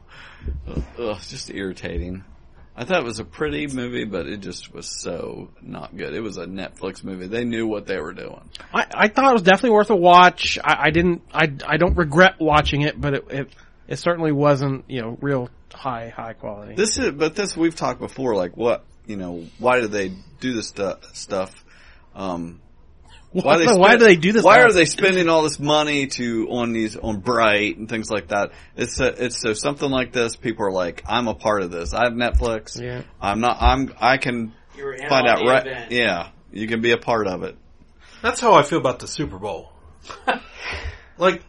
[SPEAKER 4] Ugh, it's just irritating. I thought it was a pretty movie, but it just was so not good. It was a Netflix movie. They knew what they were doing.
[SPEAKER 3] I, I thought it was definitely worth a watch. I, I didn't. I, I don't regret watching it, but it, it it certainly wasn't you know real high high quality.
[SPEAKER 4] This is, but this we've talked before. Like, what you know? Why do they do this stu- stuff? Um,
[SPEAKER 3] What the- [laughs] why do they do this
[SPEAKER 4] Why
[SPEAKER 3] stuff?
[SPEAKER 4] are they spending all this money to on these on Bright and things like that? It's a, it's so something like this. People are like, I'm a part of this. I have Netflix.
[SPEAKER 3] Yeah.
[SPEAKER 4] I'm not. I'm. I can
[SPEAKER 2] You're in on
[SPEAKER 4] find out
[SPEAKER 2] the
[SPEAKER 4] right.
[SPEAKER 2] event.
[SPEAKER 4] Yeah, you can be a part of it.
[SPEAKER 1] That's how I feel about the Super Bowl. like,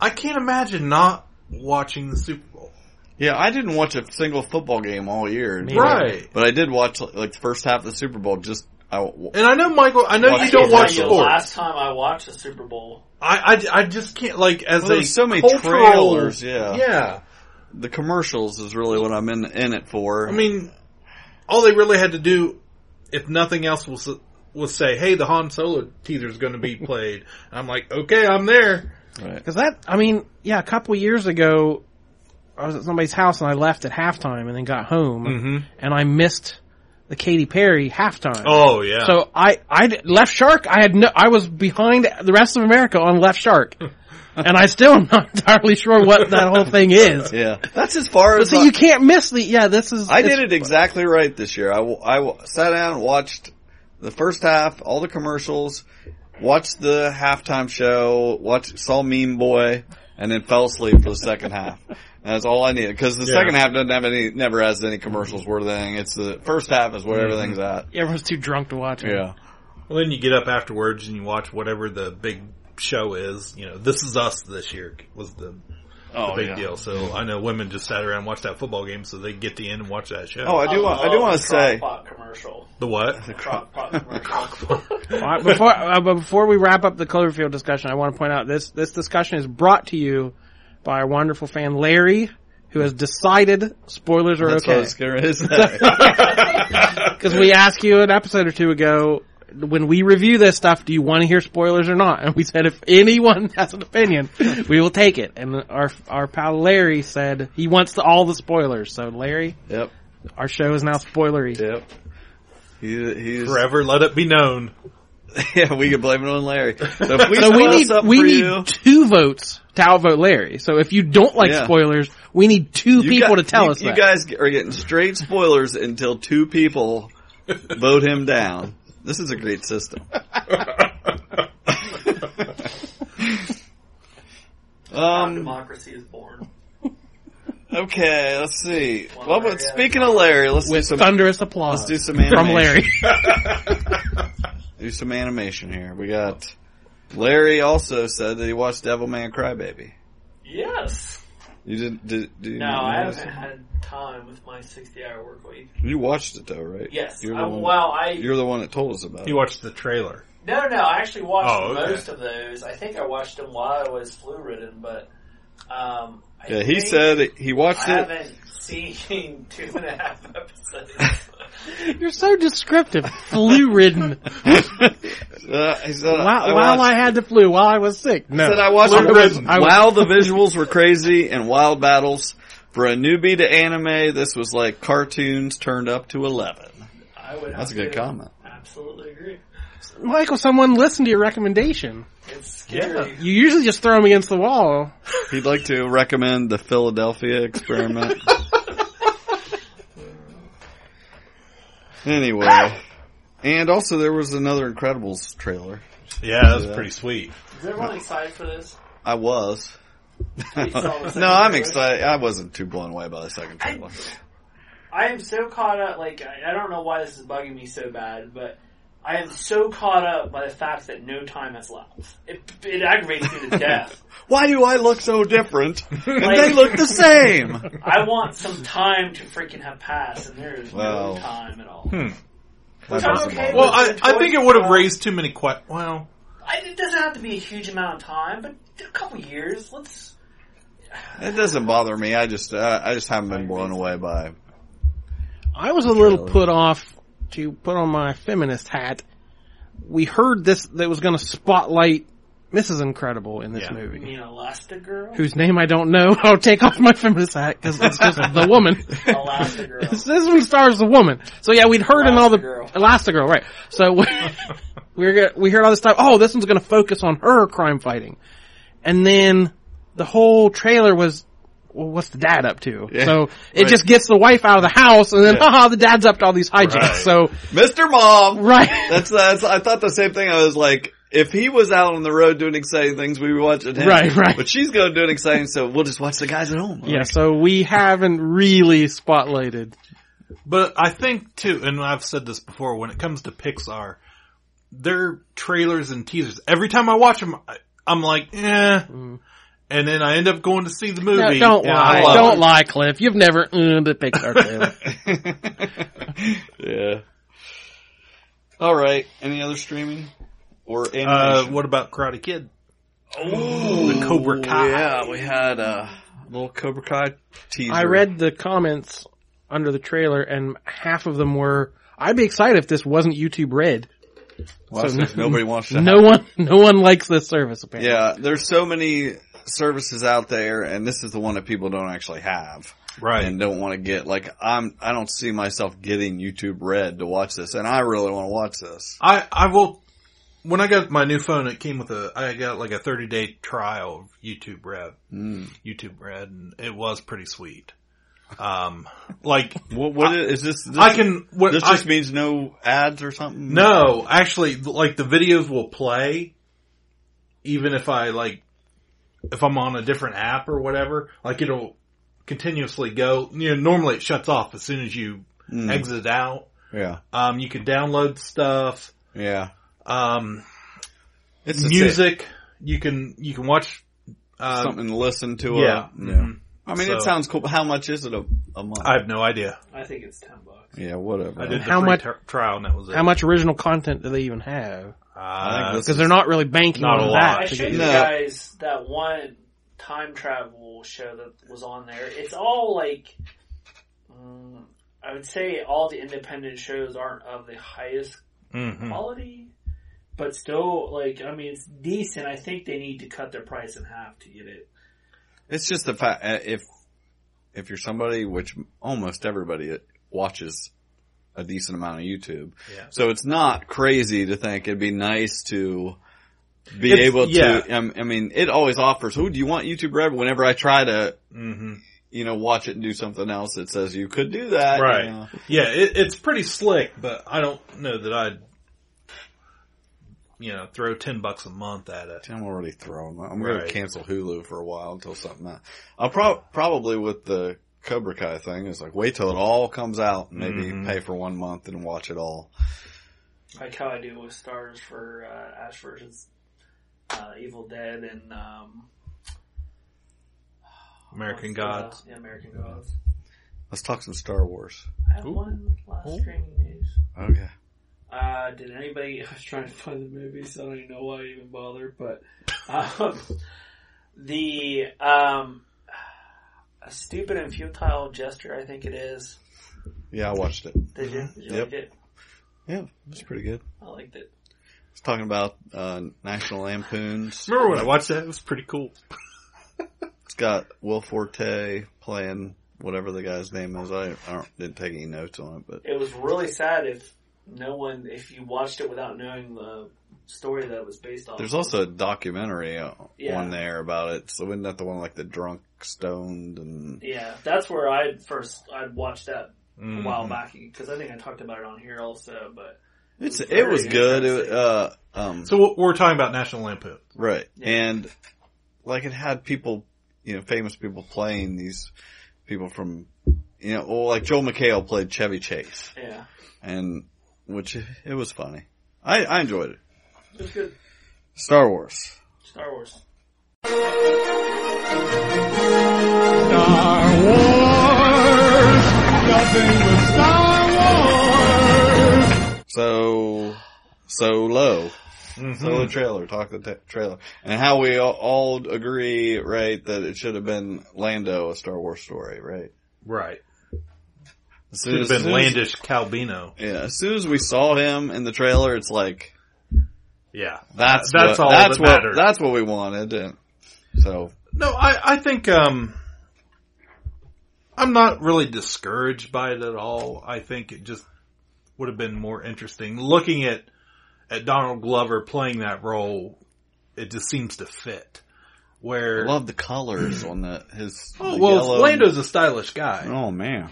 [SPEAKER 1] I can't imagine not watching the Super Bowl.
[SPEAKER 4] Yeah, I didn't watch a single football game all year.
[SPEAKER 1] Me Right.
[SPEAKER 4] But I did watch like the first half of the Super Bowl. Just I. And
[SPEAKER 1] And I know Michael. I know you don't watch
[SPEAKER 2] the
[SPEAKER 1] sports.
[SPEAKER 2] last time I watched the Super Bowl.
[SPEAKER 1] I, I, I just can't like as
[SPEAKER 4] Well,
[SPEAKER 1] a
[SPEAKER 4] there's so many
[SPEAKER 1] cultural-
[SPEAKER 4] trailers, yeah.
[SPEAKER 1] yeah.
[SPEAKER 4] the commercials is really what I'm in in it for.
[SPEAKER 1] I mean, all they really had to do, if nothing else, was was say, "Hey, the Han Solo teaser is going to
[SPEAKER 4] [laughs]
[SPEAKER 1] be played." I'm like, okay, I'm there.
[SPEAKER 3] Because that, I mean, yeah, a couple years ago, I was at somebody's house and I left at halftime and then got home
[SPEAKER 4] Mm-hmm.
[SPEAKER 3] and I missed the Katy Perry halftime.
[SPEAKER 1] Oh, yeah.
[SPEAKER 3] So I, I d- left Shark. I had no, I was behind the rest of America on
[SPEAKER 4] [laughs]
[SPEAKER 3] Left Shark, and I still am not [laughs] entirely sure what that whole
[SPEAKER 4] [laughs]
[SPEAKER 3] thing is.
[SPEAKER 4] Yeah, that's as far
[SPEAKER 3] But
[SPEAKER 4] as
[SPEAKER 3] see, you can't miss the. Yeah, this is.
[SPEAKER 4] I did it
[SPEAKER 3] it's-
[SPEAKER 4] exactly right this year. I, w- I w- sat down and watched the first half, all the commercials, watched the halftime show, watched saw Mean Boy, and then fell asleep for the second half. And That's all I needed because the
[SPEAKER 1] Yeah.
[SPEAKER 4] second half doesn't have any, never has any commercials worth anything. It's the first half is where
[SPEAKER 1] Mhm.
[SPEAKER 4] everything's at.
[SPEAKER 3] Everyone's too drunk to watch it.
[SPEAKER 4] Yeah.
[SPEAKER 1] Well, then you get up afterwards and you watch whatever the big show is. You know, this is us this year was the.
[SPEAKER 4] Oh,
[SPEAKER 1] the big
[SPEAKER 4] yeah.
[SPEAKER 1] deal. So I know women just sat around and watched that football game, so they get the end and watch that show.
[SPEAKER 4] Oh, I do want, I do want to say
[SPEAKER 2] Crock-Pot commercial.
[SPEAKER 1] the what?
[SPEAKER 4] [laughs]
[SPEAKER 2] [laughs]
[SPEAKER 4] The
[SPEAKER 3] All right, before uh, but before we wrap up the Cloverfield discussion, I want to point out this this discussion is brought to you by our wonderful fan Larry, who has decided spoilers are
[SPEAKER 4] That's what I was gonna
[SPEAKER 3] okay.
[SPEAKER 4] [laughs] say.
[SPEAKER 3] Because we asked you an episode or two ago when we review this stuff, do you want to hear spoilers or not? And we said if anyone [laughs] has an opinion, we will take it. And our our pal Larry said he wants the, all the spoilers. So Larry,
[SPEAKER 4] Yep.
[SPEAKER 3] our show is now spoilery.
[SPEAKER 4] Yep. He, he's,
[SPEAKER 1] Forever, let it be known.
[SPEAKER 4] [laughs] yeah, we can blame it on Larry. So if we,
[SPEAKER 3] so we
[SPEAKER 4] screw
[SPEAKER 3] need
[SPEAKER 4] this up
[SPEAKER 3] we
[SPEAKER 4] for
[SPEAKER 3] need
[SPEAKER 4] you-
[SPEAKER 3] two votes to outvote Larry. So if you don't like
[SPEAKER 4] Yeah.
[SPEAKER 3] spoilers, we need two
[SPEAKER 4] You
[SPEAKER 3] people
[SPEAKER 4] got-
[SPEAKER 3] to tell
[SPEAKER 4] you-
[SPEAKER 3] us
[SPEAKER 4] You
[SPEAKER 3] that.
[SPEAKER 4] guys are getting straight spoilers until two people vote him down. This is a great system.
[SPEAKER 2] How
[SPEAKER 4] um.
[SPEAKER 2] democracy is born.
[SPEAKER 4] Okay. Let's see. Well, but speaking of Larry, let's do
[SPEAKER 3] With
[SPEAKER 4] some
[SPEAKER 3] thunderous applause
[SPEAKER 4] Let's do some
[SPEAKER 3] from
[SPEAKER 4] animation. [laughs]
[SPEAKER 3] Larry.
[SPEAKER 4] do some animation here. We got Larry also said that he watched Devilman Crybaby.
[SPEAKER 2] Yes.
[SPEAKER 4] You didn't? Did, did you
[SPEAKER 2] No,
[SPEAKER 4] not
[SPEAKER 2] I
[SPEAKER 4] notice
[SPEAKER 2] haven't
[SPEAKER 4] it?
[SPEAKER 2] had time with my 60 hour work week.
[SPEAKER 4] You watched it though, right?
[SPEAKER 2] Yes.
[SPEAKER 4] You're the,
[SPEAKER 2] I-
[SPEAKER 4] one,
[SPEAKER 2] well, I-
[SPEAKER 4] you're the one that told us about it.
[SPEAKER 1] You watched the trailer.
[SPEAKER 2] No, no, I actually watched
[SPEAKER 1] Oh, okay.
[SPEAKER 2] most of those. I think I watched them while I was flu ridden, but. Um, I
[SPEAKER 4] Yeah, he
[SPEAKER 2] think
[SPEAKER 4] said he watched
[SPEAKER 2] I
[SPEAKER 4] it.
[SPEAKER 2] haven't seen [laughs] two and a half episodes.
[SPEAKER 4] [laughs]
[SPEAKER 3] You're so descriptive, flu ridden.
[SPEAKER 4] [laughs] Uh, he said,
[SPEAKER 3] While,
[SPEAKER 4] [laughs] I
[SPEAKER 3] while
[SPEAKER 4] watched-
[SPEAKER 3] I had the flu, while I was sick. No,
[SPEAKER 4] said I watched
[SPEAKER 3] Flu
[SPEAKER 4] it
[SPEAKER 3] ridden. I was-
[SPEAKER 4] while the visuals were crazy and wild battles. For a newbie to anime, this was like cartoons turned up to eleven.
[SPEAKER 2] I would
[SPEAKER 4] That's a good
[SPEAKER 2] absolutely-
[SPEAKER 4] comment.
[SPEAKER 2] Absolutely agree.
[SPEAKER 3] Michael, someone listened to your recommendation.
[SPEAKER 2] It's scary.
[SPEAKER 3] You usually just throw him against the wall.
[SPEAKER 4] He'd like to recommend the Philadelphia experiment. [laughs] anyway, and also there was another Incredibles trailer.
[SPEAKER 1] Yeah, that was pretty sweet.
[SPEAKER 2] Is everyone excited for this?
[SPEAKER 4] I was.
[SPEAKER 2] saw the second
[SPEAKER 4] no, I'm
[SPEAKER 2] trailer?
[SPEAKER 3] [laughs]
[SPEAKER 4] excited. I wasn't too blown away by the second trailer.
[SPEAKER 2] I am so caught up. Like I, I don't know why this is bugging me so bad, but I am so caught up by the fact that no time has lapsed. It, it aggravates me
[SPEAKER 4] [laughs]
[SPEAKER 2] to death.
[SPEAKER 4] Why do I look so
[SPEAKER 2] [laughs]
[SPEAKER 4] different? And
[SPEAKER 2] Like-
[SPEAKER 4] they look the
[SPEAKER 3] [laughs]
[SPEAKER 4] same.
[SPEAKER 2] I want some time to freaking have passed, and there is
[SPEAKER 4] Well.
[SPEAKER 2] no time at all.
[SPEAKER 1] Hmm.
[SPEAKER 2] Which I'm okay
[SPEAKER 1] Well,
[SPEAKER 2] with.
[SPEAKER 1] I, I think it would have raised too many questions. Well,
[SPEAKER 2] I, it doesn't have to be a huge amount of time, but a couple years. Let's.
[SPEAKER 4] It doesn't bother me. I just uh, I just haven't been blown away by.
[SPEAKER 3] I was a little put off to put on my feminist hat. We heard this that was going to spotlight Mrs. Incredible in this
[SPEAKER 2] You
[SPEAKER 3] movie,
[SPEAKER 2] mean Elastigirl?
[SPEAKER 3] whose name I don't know. [laughs] I'll take off my feminist hat because it's just the woman.
[SPEAKER 2] Elastigirl.
[SPEAKER 3] this one stars the woman. So yeah, we'd heard in all the Elastigirl, right? So we [laughs] we, were, we heard all this stuff. Oh, this one's going to focus on her crime fighting, and then the whole trailer was. Well, what's the dad up to?
[SPEAKER 4] Yeah.
[SPEAKER 3] so it
[SPEAKER 4] Right.
[SPEAKER 3] just gets the wife out of the house, and then
[SPEAKER 4] Yeah.
[SPEAKER 3] haha, the dad's up to all these hijinks.
[SPEAKER 4] Right.
[SPEAKER 3] So
[SPEAKER 4] Mr. Mom.
[SPEAKER 3] Right.
[SPEAKER 4] That's that's. I thought the same thing. I was like, if he was out on the road doing exciting things, we'd be watching him.
[SPEAKER 3] Right, right.
[SPEAKER 4] But she's going to do an exciting, so we'll just watch the guys at home.
[SPEAKER 3] Yeah, so we haven't really spotlighted.
[SPEAKER 1] But I think too, and I've said this before, when it comes to Pixar, their trailers and teasers, every time I watch them, I, I'm like, eh. And then I end up going to see the
[SPEAKER 3] Mm. No,
[SPEAKER 1] movie.
[SPEAKER 3] don't
[SPEAKER 1] and
[SPEAKER 3] lie,
[SPEAKER 1] I love
[SPEAKER 3] don't
[SPEAKER 1] it.
[SPEAKER 3] lie, Cliff. You've never uh, the Pixar trailer.
[SPEAKER 4] [laughs] yeah. All right. Any other streaming or animation?
[SPEAKER 1] Uh, what about Karate Kid?
[SPEAKER 4] Oh,
[SPEAKER 1] the Cobra Kai.
[SPEAKER 4] Yeah, we had uh, a little Cobra Kai teaser.
[SPEAKER 3] I read the comments under the trailer, and half of them were, "I'd be excited if this wasn't YouTube Red."
[SPEAKER 4] Well, so nobody wants to
[SPEAKER 3] No
[SPEAKER 4] have-
[SPEAKER 3] one, [laughs] no one likes this service. Apparently,
[SPEAKER 4] Yeah, there's so many services out there, and this is the one that people don't actually have.
[SPEAKER 1] Right.
[SPEAKER 4] And don't want to get, like, I'm, I don't see myself getting YouTube Red to watch this, and I really want to watch this.
[SPEAKER 1] I, I will, when I got my new phone, it came with a, I got like a 30 day trial of YouTube Red.
[SPEAKER 4] Mm.
[SPEAKER 1] YouTube Red, and it was pretty
[SPEAKER 4] [laughs]
[SPEAKER 1] sweet. Um, like,
[SPEAKER 4] What, what is this, this?
[SPEAKER 1] I can- what
[SPEAKER 4] this
[SPEAKER 1] I-
[SPEAKER 4] just means no ads or something?
[SPEAKER 1] No, actually, like the videos will play, even if I like, if I'm on a different app or whatever, like it'll continuously go, you know, normally it shuts off as soon as you
[SPEAKER 4] Mm.
[SPEAKER 1] exit out.
[SPEAKER 4] Yeah.
[SPEAKER 1] Um, you can download stuff,
[SPEAKER 4] Yeah.
[SPEAKER 1] um,
[SPEAKER 4] It's the same.
[SPEAKER 1] music, you can, you can watch, uh,
[SPEAKER 4] something to listen to.
[SPEAKER 1] yeah.
[SPEAKER 4] Yeah. yeah.
[SPEAKER 1] Mhm.
[SPEAKER 4] I mean, it
[SPEAKER 1] So-
[SPEAKER 4] sounds cool. but How much is it a, a month?
[SPEAKER 1] I have no idea.
[SPEAKER 2] I think it's ten bucks.
[SPEAKER 4] yeah, whatever.
[SPEAKER 1] I did the
[SPEAKER 3] How
[SPEAKER 1] free
[SPEAKER 3] much-
[SPEAKER 1] ter- trial and that was it.
[SPEAKER 3] How much original content do they even have?
[SPEAKER 1] Uh,
[SPEAKER 4] this
[SPEAKER 3] Because they're not really banking
[SPEAKER 1] Not
[SPEAKER 3] on
[SPEAKER 1] a
[SPEAKER 3] that.
[SPEAKER 1] lot.
[SPEAKER 2] I
[SPEAKER 3] to
[SPEAKER 2] showed
[SPEAKER 3] get-
[SPEAKER 2] you
[SPEAKER 4] No.
[SPEAKER 2] guys that one time travel show that was on there. It's all like, mm, I would say all the independent shows aren't of the highest
[SPEAKER 1] Mhm.
[SPEAKER 2] quality, but still, like, I mean, it's decent. I think they need to cut their price in half to get it.
[SPEAKER 4] It's just the fact uh, if if you're somebody which almost everybody watches a decent amount of YouTube,
[SPEAKER 1] Yeah.
[SPEAKER 4] so it's not crazy to think it'd be nice to be
[SPEAKER 1] It's-
[SPEAKER 4] able
[SPEAKER 1] yeah.
[SPEAKER 4] to. Um, I mean, it always offers. Who do you want YouTube Red? Whenever I try to,
[SPEAKER 1] hmm
[SPEAKER 4] you know, watch it and do something else, it says you could do that. you
[SPEAKER 1] Right.
[SPEAKER 4] know.
[SPEAKER 1] Yeah, it, it's pretty slick, but I don't know that I'd, you know, throw ten bucks a month at it.
[SPEAKER 4] I'm already throwing. I'm going
[SPEAKER 1] Right.
[SPEAKER 4] to cancel Hulu for a while until something. else. I'll prob probably with the Cobra Kai thing is like wait till it all comes out, and maybe
[SPEAKER 1] Mhm.
[SPEAKER 4] pay for one month and watch it all.
[SPEAKER 2] Like how I do with stars for uh, Ash versus uh, Evil Dead and um,
[SPEAKER 1] American
[SPEAKER 2] what's, uh,
[SPEAKER 1] Gods.
[SPEAKER 2] yeah, American Gods.
[SPEAKER 4] Let's talk some Star Wars.
[SPEAKER 2] I have one last streaming news.
[SPEAKER 4] Okay.
[SPEAKER 2] Uh, did anybody? [laughs] I was trying to find the movie, so I don't even know why I even bothered. But um, [laughs] the um, a stupid and futile gesture, I think it is.
[SPEAKER 4] Yeah, I watched it.
[SPEAKER 2] Did you? Did you
[SPEAKER 4] Mm-hmm. Yep.
[SPEAKER 2] like it?
[SPEAKER 4] Yeah, it was pretty good.
[SPEAKER 2] I liked it.
[SPEAKER 4] It's talking about uh, National Lampoons.
[SPEAKER 1] Remember when I watched that? It was pretty cool.
[SPEAKER 4] It's got Will Forte playing whatever the guy's name is. I, I don't, didn't take any notes on it, but
[SPEAKER 2] It was really sad if no one, if you watched it without knowing the story that it was based on.
[SPEAKER 4] there's also a documentary uh,
[SPEAKER 2] Yeah.
[SPEAKER 4] on there about it. So isn't that the one like the drunk, stoned, and
[SPEAKER 2] yeah, that's where I first I'd watched that
[SPEAKER 1] Mm-hmm.
[SPEAKER 2] a while
[SPEAKER 4] Mhm.
[SPEAKER 2] back because I think I talked about it on here also, but.
[SPEAKER 4] It's
[SPEAKER 2] was
[SPEAKER 4] it was
[SPEAKER 2] very
[SPEAKER 4] good. It,
[SPEAKER 2] interesting.
[SPEAKER 4] uh, um,
[SPEAKER 1] So we're- we're talking about National Lampoon.
[SPEAKER 4] right, and like it had people, you know, famous people playing these people from you know, well, like Joel McHale played Chevy Chase,
[SPEAKER 2] Yeah.
[SPEAKER 4] and which it was funny. I I enjoyed it.
[SPEAKER 2] It was good.
[SPEAKER 4] Star Wars.
[SPEAKER 2] Star Wars.
[SPEAKER 17] Star Wars. Nothing but Star Wars.
[SPEAKER 4] so so low.
[SPEAKER 1] Mm-hmm.
[SPEAKER 4] So the trailer, talk the ta trailer, and how we all, all agree, right, that it should have been Lando, a Star Wars story, right?
[SPEAKER 1] Right.
[SPEAKER 4] As
[SPEAKER 1] Should have
[SPEAKER 4] as
[SPEAKER 1] been
[SPEAKER 4] as-
[SPEAKER 1] Landish Calbino.
[SPEAKER 4] Yeah, as soon as we saw him in the trailer, it's like
[SPEAKER 1] Yeah.
[SPEAKER 4] that's
[SPEAKER 1] Uh, that's
[SPEAKER 4] what,
[SPEAKER 1] all
[SPEAKER 4] that's
[SPEAKER 1] that
[SPEAKER 4] what
[SPEAKER 1] mattered.
[SPEAKER 4] that's what we wanted, and so
[SPEAKER 1] No, I, I think um, I'm not really discouraged by it at all. I think it just would have been more interesting looking at at Donald Glover playing that role. It just seems to fit. Where
[SPEAKER 4] I love the colors on the his.
[SPEAKER 1] oh
[SPEAKER 4] the
[SPEAKER 1] well,
[SPEAKER 4] yellow-
[SPEAKER 1] Lando's a stylish guy,
[SPEAKER 4] Oh man,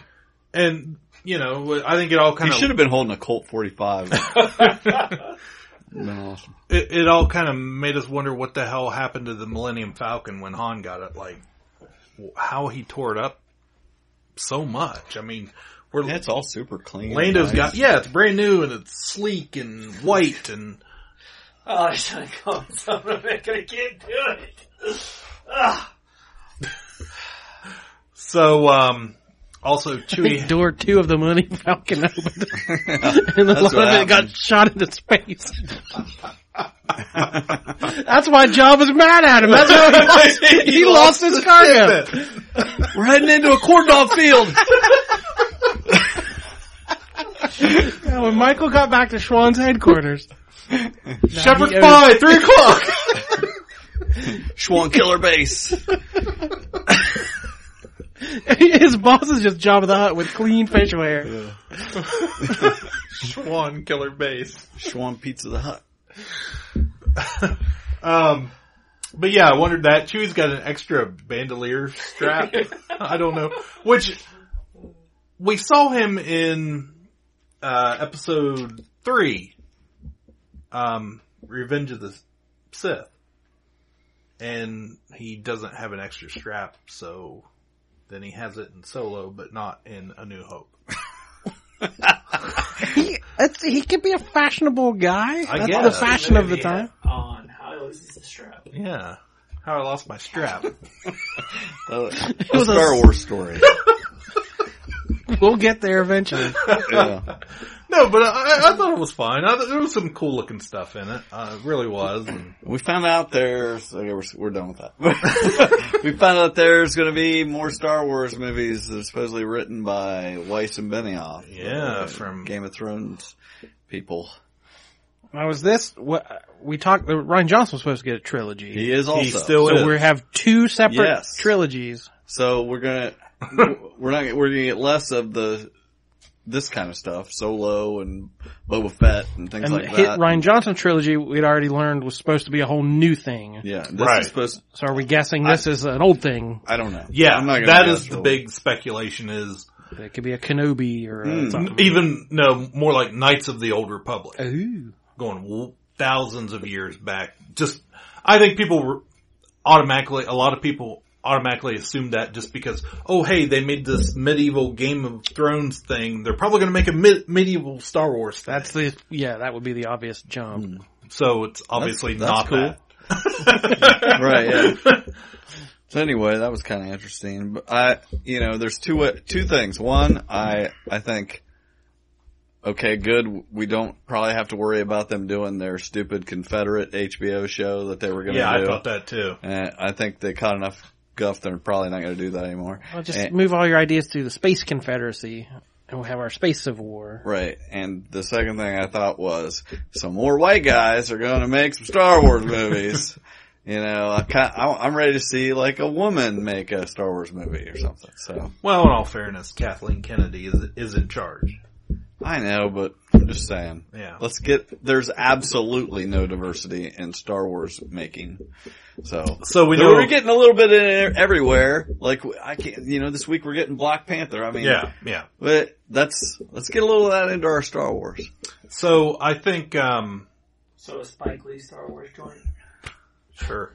[SPEAKER 1] and you know I think it all kind
[SPEAKER 4] he
[SPEAKER 1] of
[SPEAKER 4] should have been holding a Colt forty [laughs] five.
[SPEAKER 1] it, it all kind of made us wonder what the hell happened to the Millennium Falcon when Han got it. Like how he tore it up so much. I mean, we're
[SPEAKER 4] it's all super clean.
[SPEAKER 1] Lando's
[SPEAKER 4] nice.
[SPEAKER 1] got yeah, it's brand new and it's sleek and white and
[SPEAKER 2] Oh, [laughs] I should have gone with something, but I can't do it. Ah.
[SPEAKER 1] so. um [laughs] Also, Chewie
[SPEAKER 3] door two of the Money [laughs] Falcon opened, and a
[SPEAKER 1] That's
[SPEAKER 3] lot
[SPEAKER 1] what
[SPEAKER 3] of it got
[SPEAKER 1] happened.
[SPEAKER 3] shot into space. That's why Job was mad at him. That's why he lost, he lost his cargo.
[SPEAKER 4] We're heading into a cordon off field.
[SPEAKER 3] Yeah, when Michael got back to Schwann's headquarters,
[SPEAKER 4] Shepherd's
[SPEAKER 3] he owed-
[SPEAKER 4] Pie, three o'clock. Schwan Killer Base.
[SPEAKER 3] [laughs]
[SPEAKER 4] [laughs]
[SPEAKER 3] his boss is just Jabba the Hutt with clean facial hair.
[SPEAKER 1] Schwan Killer Base.
[SPEAKER 4] Schwan Pizza the Hut.
[SPEAKER 1] Um, but yeah, I wondered that. Chewie's got an extra bandolier strap. I don't know. Which, we saw him in, uh, episode three, um, Revenge of the Sith. And he doesn't have an extra strap, so then he has it in Solo, but not in A New Hope.
[SPEAKER 3] He, that's, he could be a fashionable guy.
[SPEAKER 1] I
[SPEAKER 3] That's
[SPEAKER 1] guess.
[SPEAKER 3] the fashion of the time.
[SPEAKER 2] On how it was the strap.
[SPEAKER 1] Yeah. How I lost my strap. [laughs]
[SPEAKER 4] Uh,
[SPEAKER 3] was
[SPEAKER 4] a
[SPEAKER 3] a
[SPEAKER 4] Star
[SPEAKER 3] s-
[SPEAKER 4] Wars story.
[SPEAKER 3] We'll get there eventually.
[SPEAKER 4] [laughs] Yeah.
[SPEAKER 1] No, but I, I thought it was fine. I, th- there was some cool looking stuff in it. Uh, it really was. And
[SPEAKER 4] We found out there's. Okay, we're, we're done with that. [laughs] we found out there's going to be more Star Wars movies that are supposedly written by Weiss and Benioff.
[SPEAKER 1] Yeah,
[SPEAKER 4] uh,
[SPEAKER 1] from-
[SPEAKER 4] Game of Thrones people.
[SPEAKER 3] [laughs] Now, was this what we talked? uh, Ryan Johnson was supposed to get a trilogy.
[SPEAKER 4] He is also.
[SPEAKER 1] He still
[SPEAKER 3] so
[SPEAKER 1] is.
[SPEAKER 3] we have two separate
[SPEAKER 4] Yes.
[SPEAKER 3] trilogies.
[SPEAKER 4] So we're
[SPEAKER 1] [laughs]
[SPEAKER 4] gonna we're not we're gonna get less of the this kind of stuff, Solo and Boba Fett and things
[SPEAKER 3] And
[SPEAKER 4] like
[SPEAKER 3] the hit
[SPEAKER 4] that.
[SPEAKER 3] Ryan Johnson trilogy we'd already learned was supposed to be a whole new thing.
[SPEAKER 4] Yeah, this
[SPEAKER 1] Right.
[SPEAKER 4] is supposed.
[SPEAKER 3] So are we guessing this is an old thing?
[SPEAKER 4] I don't know.
[SPEAKER 1] yeah,
[SPEAKER 4] I'm not gonna
[SPEAKER 1] that
[SPEAKER 4] guess
[SPEAKER 1] is
[SPEAKER 4] till-
[SPEAKER 1] the big speculation is
[SPEAKER 3] It could be a Kenobi or a
[SPEAKER 4] Hmm.
[SPEAKER 3] something.
[SPEAKER 1] even no more like Knights of the Old Republic
[SPEAKER 4] Uh,
[SPEAKER 3] Ooh.
[SPEAKER 1] going w- thousands of years back. Just I think people were automatically a lot of people automatically assume that just because oh hey they made this medieval Game of Thrones thing they're probably going to make a mid- medieval Star Wars thing.
[SPEAKER 3] That's the yeah. That would be the obvious jump.
[SPEAKER 4] Hmm.
[SPEAKER 1] so it's obviously
[SPEAKER 4] that's
[SPEAKER 1] not
[SPEAKER 4] cool.
[SPEAKER 1] that.
[SPEAKER 4] [laughs] right. Yeah. So anyway, that was kind of interesting. But I, you know, there's two wa- two things. One, I I think, okay, good. We don't probably have to worry about them doing their stupid Confederate HBO show that they were going
[SPEAKER 1] [laughs]
[SPEAKER 4] to
[SPEAKER 1] Yeah,
[SPEAKER 4] do.
[SPEAKER 1] I thought that too.
[SPEAKER 4] And I think they caught enough guff. They're probably not going to do that anymore.
[SPEAKER 3] Well, just
[SPEAKER 4] And-
[SPEAKER 3] move all your ideas to the Space Confederacy, and we'll have our Space Civil War.
[SPEAKER 4] Right. And the second thing I thought was some more white guys are going to make some Star
[SPEAKER 1] [laughs]
[SPEAKER 4] Wars movies. you know, I kind I'm ready to see like a woman make a Star Wars movie or something. So
[SPEAKER 1] Well, in all fairness, Kathleen Kennedy is is in charge.
[SPEAKER 4] I know, but I'm just saying.
[SPEAKER 1] Yeah.
[SPEAKER 4] Let's get, there's absolutely no diversity in Star Wars making. So,
[SPEAKER 1] So we
[SPEAKER 4] Though
[SPEAKER 1] know-
[SPEAKER 4] we're getting a little bit in everywhere. Like I can't, you know, this week we're getting Black Panther. I mean,
[SPEAKER 1] Yeah, yeah.
[SPEAKER 4] but that's, let's get a little of that into our Star Wars.
[SPEAKER 1] So I think, um,
[SPEAKER 2] So a Spike Lee Star Wars joint.
[SPEAKER 1] sure,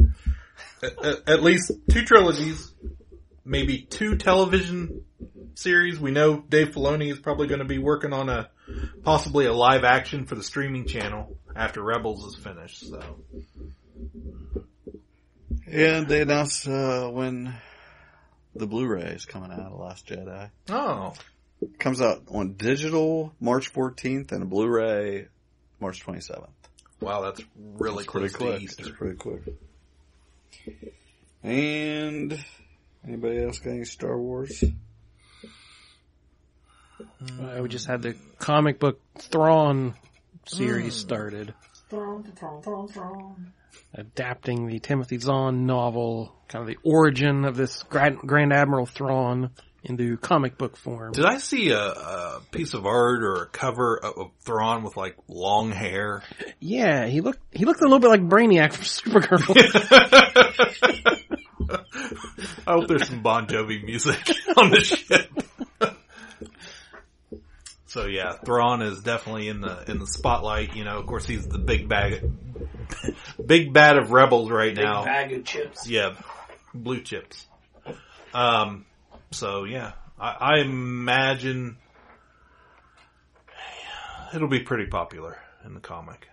[SPEAKER 1] at, at- at least two trilogies, maybe two television series. We know Dave Filoni is probably going to be working on a possibly a live action for the streaming channel after Rebels is finished. So
[SPEAKER 4] Yeah, they announced uh, when the Blu-ray is coming out of Last Jedi.
[SPEAKER 1] Oh.
[SPEAKER 4] Comes out on digital March 14th and a Blu-ray March 27th.
[SPEAKER 1] wow, that's really
[SPEAKER 4] It's
[SPEAKER 1] close
[SPEAKER 4] pretty
[SPEAKER 1] to
[SPEAKER 4] quick.
[SPEAKER 1] Easter.
[SPEAKER 4] It's pretty quick. And anybody else got any Star Wars?
[SPEAKER 3] Uh, we just had the comic book Thrawn series started, adapting the Timothy Zahn novel, kind of the origin of this Grand, Grand Admiral Thrawn into comic book form.
[SPEAKER 1] Did I see a, a piece of art or a cover of of Thrawn with like long hair?
[SPEAKER 3] Yeah, he looked he looked a little bit like Brainiac from [laughs] Supergirl.
[SPEAKER 1] [laughs] I hope there's some Bon Jovi music [laughs] on the ship. so yeah, Thrawn is definitely in the in the spotlight. You know, of course he's the big bag, [laughs] big bat of rebels right
[SPEAKER 2] Big
[SPEAKER 1] now.
[SPEAKER 2] bag of chips.
[SPEAKER 1] Yeah, blue chips. Um, so yeah, I, I imagine it'll be pretty popular in the comic.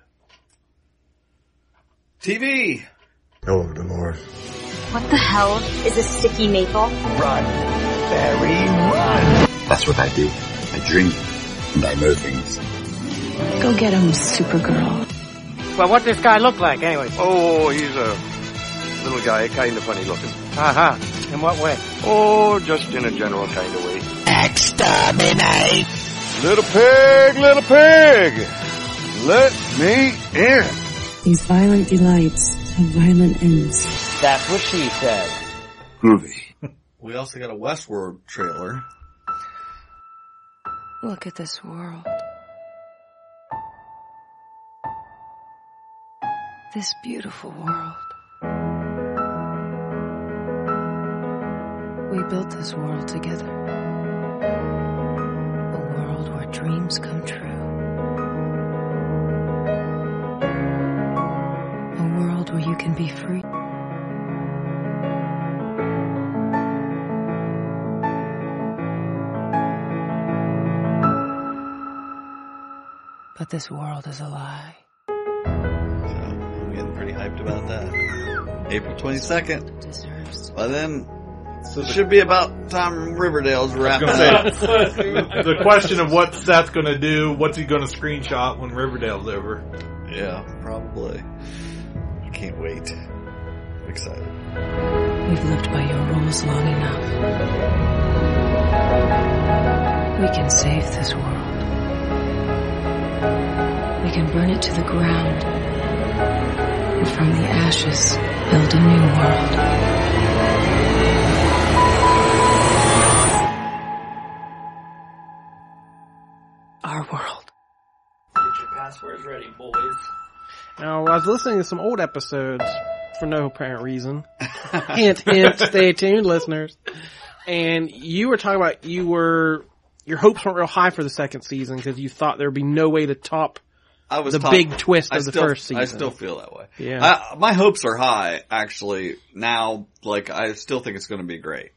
[SPEAKER 4] TV.
[SPEAKER 18] Oh, the Lord.
[SPEAKER 19] What the hell is a sticky maple?
[SPEAKER 18] Run, Barry, run! That's what I do. I dream, and I know things.
[SPEAKER 19] Go get him, Supergirl. Well, what does this guy look like, anyway?
[SPEAKER 20] Oh, he's a little guy, kind of funny looking.
[SPEAKER 19] Uh huh. In what way?
[SPEAKER 20] Oh, just in a general kind of way.
[SPEAKER 19] Exterminate.
[SPEAKER 20] Little pig, little pig, let me in.
[SPEAKER 21] These violent delights have violent ends.
[SPEAKER 12] That's what she said.
[SPEAKER 4] Groovy. We also got a Westworld trailer.
[SPEAKER 22] Look at this world. This beautiful world. We built this world together. A world where dreams come true. A world where you can be free. But this world is a lie.
[SPEAKER 4] I'm getting pretty hyped about that. April 22nd. By then, it should be about time Riverdale's wrapping up.
[SPEAKER 1] the question of what Seth's going to do, what's he going to screenshot when Riverdale's over?
[SPEAKER 4] Yeah, probably. I can't wait. I'm excited.
[SPEAKER 22] We've lived by your rules long enough. We can save this world. We can burn it to the ground. And from the ashes, build a new world. [laughs] Our world.
[SPEAKER 2] Get your passwords ready, boys.
[SPEAKER 3] now I was listening to some old episodes for no
[SPEAKER 4] [laughs]
[SPEAKER 3] apparent reason. hint, hint. Stay tuned, listeners. And you were talking about you were your hopes weren't real high for the second season because you thought there'd be no way to top
[SPEAKER 4] I was
[SPEAKER 3] the
[SPEAKER 4] talk-
[SPEAKER 3] big twist
[SPEAKER 4] I
[SPEAKER 3] of the
[SPEAKER 4] still-
[SPEAKER 3] first season.
[SPEAKER 4] I still feel that way.
[SPEAKER 3] Yeah.
[SPEAKER 4] I, my hopes are high, actually. Now, like, I still think it's going to be great.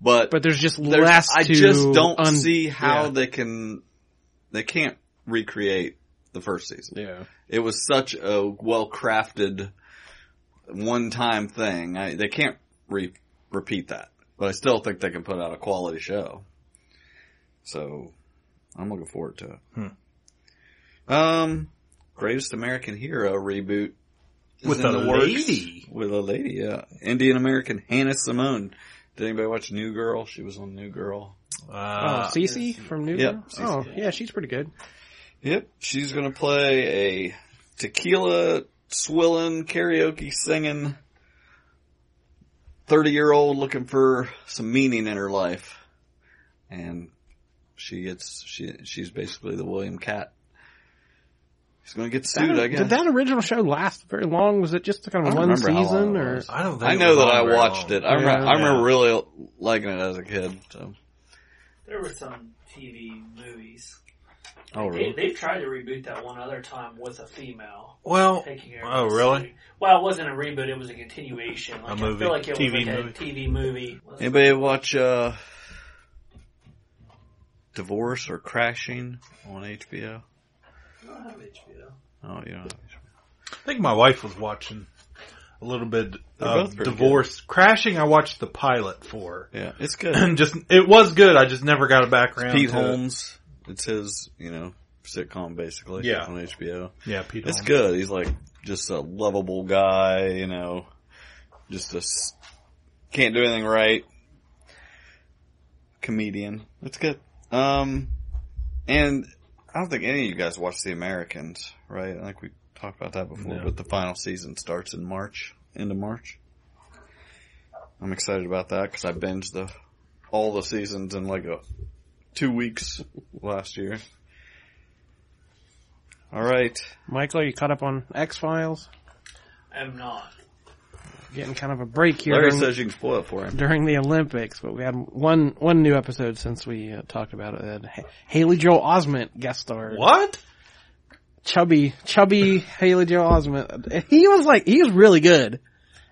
[SPEAKER 4] But
[SPEAKER 3] But there's just
[SPEAKER 4] there's-
[SPEAKER 3] less
[SPEAKER 4] I
[SPEAKER 3] to
[SPEAKER 4] just don't
[SPEAKER 3] un-
[SPEAKER 4] see how
[SPEAKER 3] yeah.
[SPEAKER 4] they can. They can't recreate the first season.
[SPEAKER 3] Yeah,
[SPEAKER 4] it was such a well crafted, one time thing. I, they can't re- repeat that. But I still think they can put out a quality show. So I'm looking forward to it.
[SPEAKER 1] Hmm.
[SPEAKER 4] Um, Greatest American Hero reboot is
[SPEAKER 1] With
[SPEAKER 4] in
[SPEAKER 1] a
[SPEAKER 4] the works.
[SPEAKER 1] lady.
[SPEAKER 4] With a lady, yeah. Indian American Hannah Simone. Did anybody watch New Girl? She was on New Girl.
[SPEAKER 1] Uh,
[SPEAKER 3] oh, Cece from New
[SPEAKER 4] uh, Yep,
[SPEAKER 3] Girl?
[SPEAKER 4] Cece.
[SPEAKER 3] Oh, yeah, she's pretty good.
[SPEAKER 4] Yep, she's gonna play a tequila swilling, karaoke singing, thirty year old looking for some meaning in her life, and she gets she she's basically the William Cat. She's gonna get sued,
[SPEAKER 3] That-
[SPEAKER 4] I guess.
[SPEAKER 3] Did that original show last very long? Was it just kind
[SPEAKER 4] I
[SPEAKER 3] of
[SPEAKER 4] don't
[SPEAKER 3] one
[SPEAKER 4] remember how
[SPEAKER 3] season,
[SPEAKER 4] long it
[SPEAKER 3] or
[SPEAKER 4] was. I know that I watched it. I, remember,
[SPEAKER 3] Yeah.
[SPEAKER 4] I remember really liking it as a kid. So.
[SPEAKER 2] There were some TV movies.
[SPEAKER 4] Oh,
[SPEAKER 2] They,
[SPEAKER 4] really?
[SPEAKER 2] they tried to reboot that one other time with a female.
[SPEAKER 1] Well,
[SPEAKER 2] taking her
[SPEAKER 1] oh, really?
[SPEAKER 2] Well, it wasn't a reboot; it was a continuation. Like,
[SPEAKER 4] movie.
[SPEAKER 2] I feel like it
[SPEAKER 4] TV
[SPEAKER 2] was like a TV movie.
[SPEAKER 4] Anybody watch uh Divorce or Crashing on HBO?
[SPEAKER 2] I don't have HBO.
[SPEAKER 4] Oh, you know.
[SPEAKER 1] I think my wife was watching a little bit
[SPEAKER 4] They're
[SPEAKER 1] of
[SPEAKER 4] both pretty
[SPEAKER 1] Divorce. Crashing, I watched the pilot for. [clears throat]
[SPEAKER 4] Yeah, it's good.
[SPEAKER 1] just, it was good. I just never got a
[SPEAKER 4] It's
[SPEAKER 1] background.
[SPEAKER 4] [clears throat] Pete
[SPEAKER 1] to it.
[SPEAKER 4] Holmes. It's his, you know, sitcom basically.
[SPEAKER 1] Yeah.
[SPEAKER 4] On HBO.
[SPEAKER 1] Yeah, Pete
[SPEAKER 4] It's
[SPEAKER 1] Holmes.
[SPEAKER 4] good. He's like just a lovable guy, you know, just a s- can't do anything right comedian. That's good. Um, and I don't think any of you guys watched The Americans, right? I think we talked about that before,
[SPEAKER 1] No.
[SPEAKER 4] but the final season starts in March, end of March. I'm excited about that because I binged the all the seasons in like a two weeks last year. All right,
[SPEAKER 3] Michael, are you caught up on X Files?
[SPEAKER 2] I'm not.
[SPEAKER 3] Getting kind of a break here.
[SPEAKER 4] Larry
[SPEAKER 3] during-
[SPEAKER 4] says you can spoil it for him.
[SPEAKER 3] during the Olympics, but we had one one new episode since we uh, talked about it. Uh, Ha- Haley Joel Osment guest starred.
[SPEAKER 1] What?
[SPEAKER 3] Chubby, chubby Haley Joel Osment. He was like, he was really good.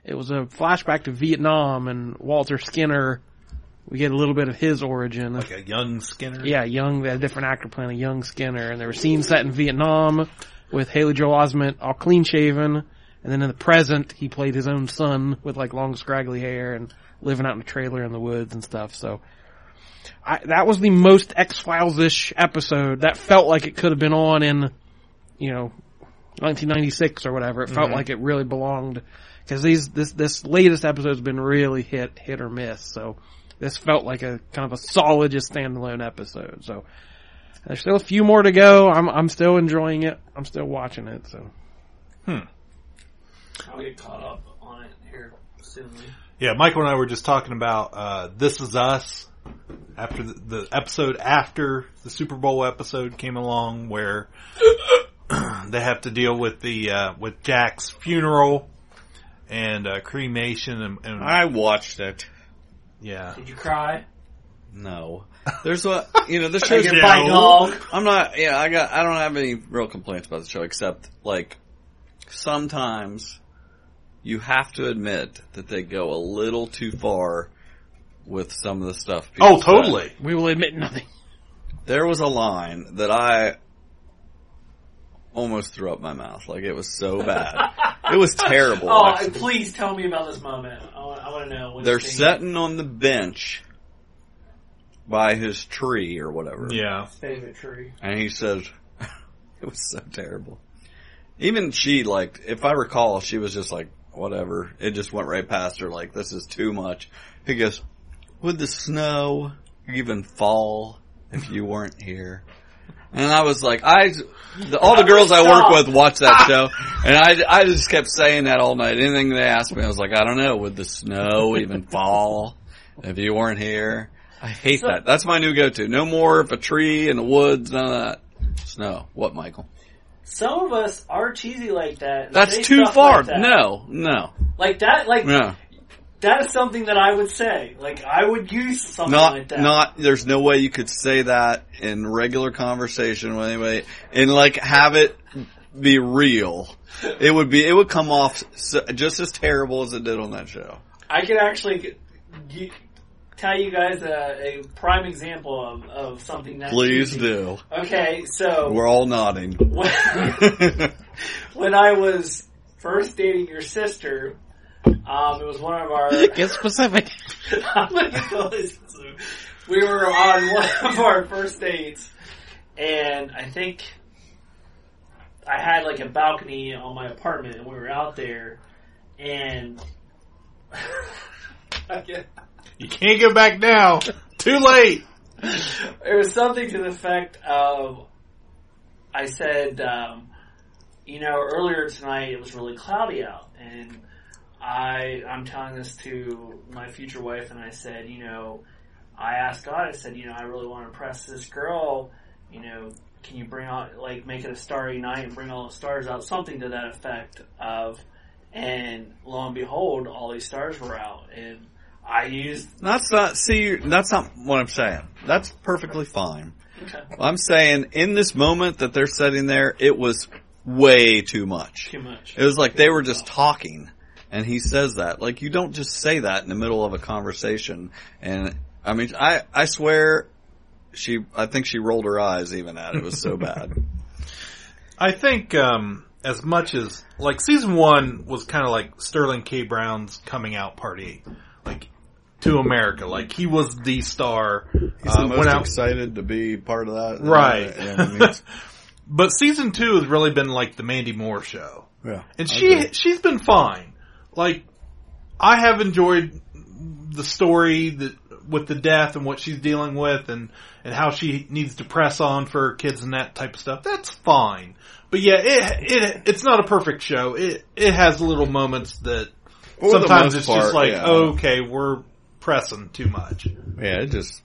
[SPEAKER 3] It was a flashback to Vietnam and Walter Skinner. We get a little bit of his origin.
[SPEAKER 1] Like a young Skinner.
[SPEAKER 3] Yeah, young, they had a different actor playing a young Skinner, and there were scenes set in Vietnam with Haley Joel Osment, all clean shaven, and then in the present, he played his own son with like long scraggly hair and living out in a trailer in the woods and stuff, so. I, that was the most X-Files-ish episode that felt like it could have been on in, you know, 1996 or whatever. It felt
[SPEAKER 1] Mhm.
[SPEAKER 3] like it really belonged because these this this latest episode's been really hit hit or miss. So this felt like a kind of a solid just standalone episode. So there's still a few more to go. I'm I'm still enjoying it. I'm still watching it. So
[SPEAKER 2] I'll get caught up on it here soon.
[SPEAKER 1] Yeah, Michael and I were just talking about uh, "This Is Us" after the, the episode after the Super Bowl episode came along, where [clears throat] they have to deal with the uh, with Jack's funeral and uh, cremation. And, and
[SPEAKER 4] I watched it.
[SPEAKER 1] Yeah,
[SPEAKER 2] Did you cry?
[SPEAKER 4] No. There's what you know. The
[SPEAKER 2] Like
[SPEAKER 4] show's
[SPEAKER 2] your bite dog.
[SPEAKER 4] I'm not. Yeah, I got. I don't have any real complaints about the show except like sometimes you have to admit that they go a little too far with some of the stuff. people
[SPEAKER 1] Oh,
[SPEAKER 4] say.
[SPEAKER 1] totally.
[SPEAKER 3] we will admit nothing.
[SPEAKER 4] There was a line that I almost threw up my mouth. Like it was so bad. it was terrible.
[SPEAKER 2] Oh,
[SPEAKER 4] actually.
[SPEAKER 2] please tell me about this moment. I want, I want to know. What
[SPEAKER 4] They're
[SPEAKER 2] you think.
[SPEAKER 4] sitting on the bench by his tree or whatever.
[SPEAKER 1] Yeah.
[SPEAKER 2] Favorite tree.
[SPEAKER 4] And he says, [laughs] it was so terrible. Even she, like, if I recall, she was just like, whatever. It just went right past her, like, this is too much. He goes, would the snow even fall if you weren't here? And I was like, I, the, all the girls I work with watch that show, and I, I just kept saying that all night. Anything they asked me, I was like, I don't know, would the snow even fall if you weren't here? I hate that. That's my new go-to. No more of a tree in the woods, none of that. Snow. What, Michael?
[SPEAKER 2] Some of us are cheesy like that. and say
[SPEAKER 4] That's too
[SPEAKER 2] stuff
[SPEAKER 4] far.
[SPEAKER 2] Like that.
[SPEAKER 4] No, no,
[SPEAKER 2] like that. Like
[SPEAKER 4] no.
[SPEAKER 2] that is something that I would say. Like I would use something
[SPEAKER 4] not,
[SPEAKER 2] like that.
[SPEAKER 4] not. There's no way you could say that in regular conversation with anybody, and like have it be real. It would be. It would come off so, just as terrible as it did on that show.
[SPEAKER 2] I could actually g- you, tell you guys a, a prime example of, of something that.
[SPEAKER 4] Please do.
[SPEAKER 2] Okay,
[SPEAKER 4] [laughs]
[SPEAKER 2] so
[SPEAKER 4] We're all nodding. [laughs]
[SPEAKER 2] [laughs] when I was first dating your sister, um, it was one of
[SPEAKER 4] [laughs]
[SPEAKER 2] our.
[SPEAKER 3] Get specific.
[SPEAKER 2] I'm gonna go listen. [laughs] we were on one of our first dates, and I think I had like a balcony on my apartment, and we were out there, and [laughs] Okay.
[SPEAKER 1] you can't go back now. Too late.
[SPEAKER 2] It was something to the effect of I said, um, you know, earlier tonight it was really cloudy out, and I I'm telling this to my future wife, and I said, you know, I asked God, I said, you know, I really want to impress this girl, you know. Can you bring out like make it a starry night and bring all the stars out, something to that effect of, and lo and behold, all these stars were out, and I used
[SPEAKER 4] That's not. See, that's not what I'm saying. That's perfectly fine.
[SPEAKER 2] Okay.
[SPEAKER 4] I'm saying in this moment that they're sitting there, it was way too much.
[SPEAKER 2] Too much.
[SPEAKER 4] It was like they were just talking, and he says that. Like you don't just say that in the middle of a conversation. And I mean, I I swear, she, I think she rolled her eyes even at it. It was so bad.
[SPEAKER 1] I think um, as much as like season one was kind of like Sterling K. Brown's coming out party, like to America. Like he was the star. uh,
[SPEAKER 4] He's the most excited to be part of that.
[SPEAKER 1] Right.
[SPEAKER 4] Yeah, I
[SPEAKER 1] [laughs]
[SPEAKER 4] mean, it's-
[SPEAKER 1] but season two has really been like the Mandy Moore show,
[SPEAKER 4] yeah.
[SPEAKER 1] and
[SPEAKER 4] I
[SPEAKER 1] she
[SPEAKER 4] agree.
[SPEAKER 1] she's been fine. Like I have enjoyed the story that with the death and what she's dealing with, and and how she needs to press on for her kids and that type of stuff. That's fine. But yeah, it it it's not a perfect show. It it has little moments that
[SPEAKER 4] For the
[SPEAKER 1] sometimes
[SPEAKER 4] most
[SPEAKER 1] it's
[SPEAKER 4] part,
[SPEAKER 1] just like
[SPEAKER 4] yeah.
[SPEAKER 1] okay, we're pressing too much.
[SPEAKER 4] Yeah, it just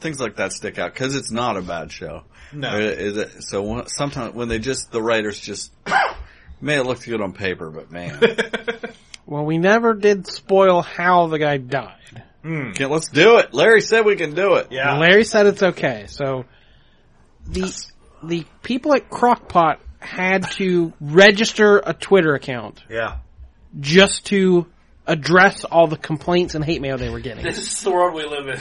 [SPEAKER 4] things like that stick out because it's not a bad show.
[SPEAKER 1] No.
[SPEAKER 4] Or is it- so when, sometimes when they just the writers just [coughs] man, it looks good on paper, but man,
[SPEAKER 3] [laughs]
[SPEAKER 1] [laughs]
[SPEAKER 3] Well, we never did spoil how the guy died.
[SPEAKER 4] Okay, let's do it. Larry said we can do it.
[SPEAKER 1] Yeah.
[SPEAKER 3] Larry said it's okay. So the the people at Crockpot had to register a Twitter account
[SPEAKER 1] Yeah.
[SPEAKER 3] just to address all the complaints and hate mail they were
[SPEAKER 2] [laughs]
[SPEAKER 3] getting.
[SPEAKER 2] This is the world we live in.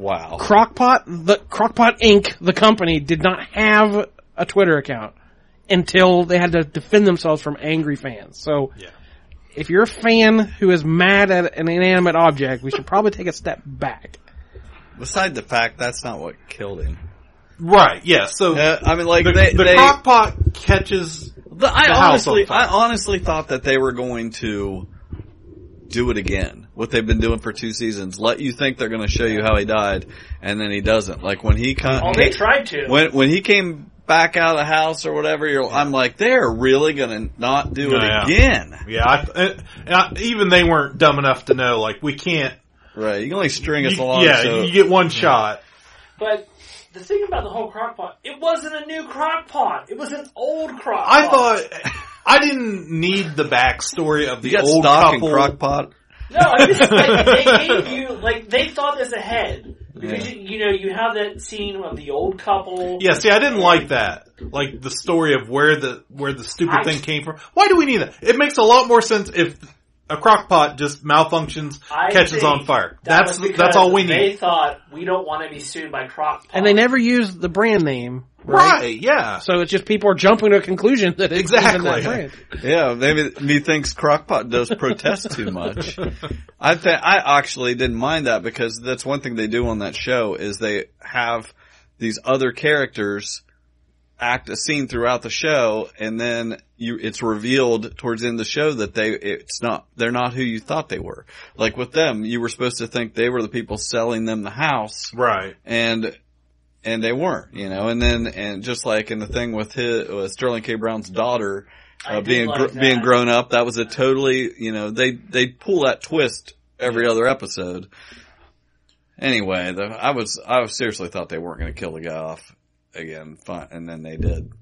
[SPEAKER 4] Wow.
[SPEAKER 3] Crockpot, the Crockpot Inc., the company, did not have a Twitter account until they had to defend themselves from angry fans. So, if you're a fan who is mad at an inanimate object, we should probably take a step back.
[SPEAKER 4] Beside the fact that's not what killed him.
[SPEAKER 1] Right. Yeah. So
[SPEAKER 4] Uh, I mean, like
[SPEAKER 1] the,
[SPEAKER 4] they,
[SPEAKER 1] the
[SPEAKER 4] they
[SPEAKER 1] crockpot catches.
[SPEAKER 4] The, I
[SPEAKER 1] the house on
[SPEAKER 4] honestly,
[SPEAKER 1] fire.
[SPEAKER 4] I honestly thought that they were going to do it again. What they've been doing for two seasons, let you think they're going to show you how he died, and then he doesn't. Like when he come,
[SPEAKER 2] Oh, they tried to.
[SPEAKER 4] When when he came back out of the house or whatever, you're, I'm like, they're really going to not do it
[SPEAKER 1] Oh, Yeah.
[SPEAKER 4] again.
[SPEAKER 1] Yeah, I, and I, even they weren't dumb enough to know. Like we can't.
[SPEAKER 4] Right, you can only string us
[SPEAKER 1] you-
[SPEAKER 4] along.
[SPEAKER 1] Yeah,
[SPEAKER 4] so-
[SPEAKER 1] you get one shot.
[SPEAKER 2] But the thing about the whole crock pot, it wasn't a new crock pot. It was an old crock
[SPEAKER 1] I
[SPEAKER 2] pot.
[SPEAKER 1] thought I didn't need the backstory of the
[SPEAKER 4] You got
[SPEAKER 1] old
[SPEAKER 4] stock
[SPEAKER 1] couple.
[SPEAKER 4] and crock pot.
[SPEAKER 2] No, I'm just
[SPEAKER 1] [laughs]
[SPEAKER 2] saying, they gave you, like, they thought this ahead. Because,
[SPEAKER 1] Yeah.
[SPEAKER 2] you, you know, you have that scene of the old couple.
[SPEAKER 1] Yeah, see, I didn't like that. Like the story of where the where the stupid
[SPEAKER 2] I-
[SPEAKER 1] thing came from. Why do we need that? It makes a lot more sense if a crock pot just malfunctions,
[SPEAKER 2] I
[SPEAKER 1] catches
[SPEAKER 2] think
[SPEAKER 1] on fire.
[SPEAKER 2] that
[SPEAKER 1] That's
[SPEAKER 2] was
[SPEAKER 1] the-
[SPEAKER 2] because
[SPEAKER 1] that's all we
[SPEAKER 2] They
[SPEAKER 1] need.
[SPEAKER 2] thought, we don't want to be sued by crock pot.
[SPEAKER 3] And they never used the brand name,
[SPEAKER 1] Right,
[SPEAKER 3] right?
[SPEAKER 1] yeah.
[SPEAKER 3] So it's just people are jumping to a conclusion that it's exactly. that brand.
[SPEAKER 4] Yeah, maybe methinks Crockpot does protest too much. I think I actually didn't mind that because that's one thing they do on that show is they have these other characters act a scene throughout the show, and then you it's revealed towards the end of the show that they it's not they're not who you thought they were. Like with them, you were supposed to think they were the people selling them the house,
[SPEAKER 1] right?
[SPEAKER 4] And and they weren't, you know. And then and just like in the thing with his with Sterling K. Brown's daughter uh, being
[SPEAKER 1] like
[SPEAKER 4] gr-
[SPEAKER 1] that.
[SPEAKER 4] being grown up, that was a totally you know they they pull that twist every other episode. Anyway, the, I was I was seriously thought they weren't going to kill the guy off again, fine, and then they did.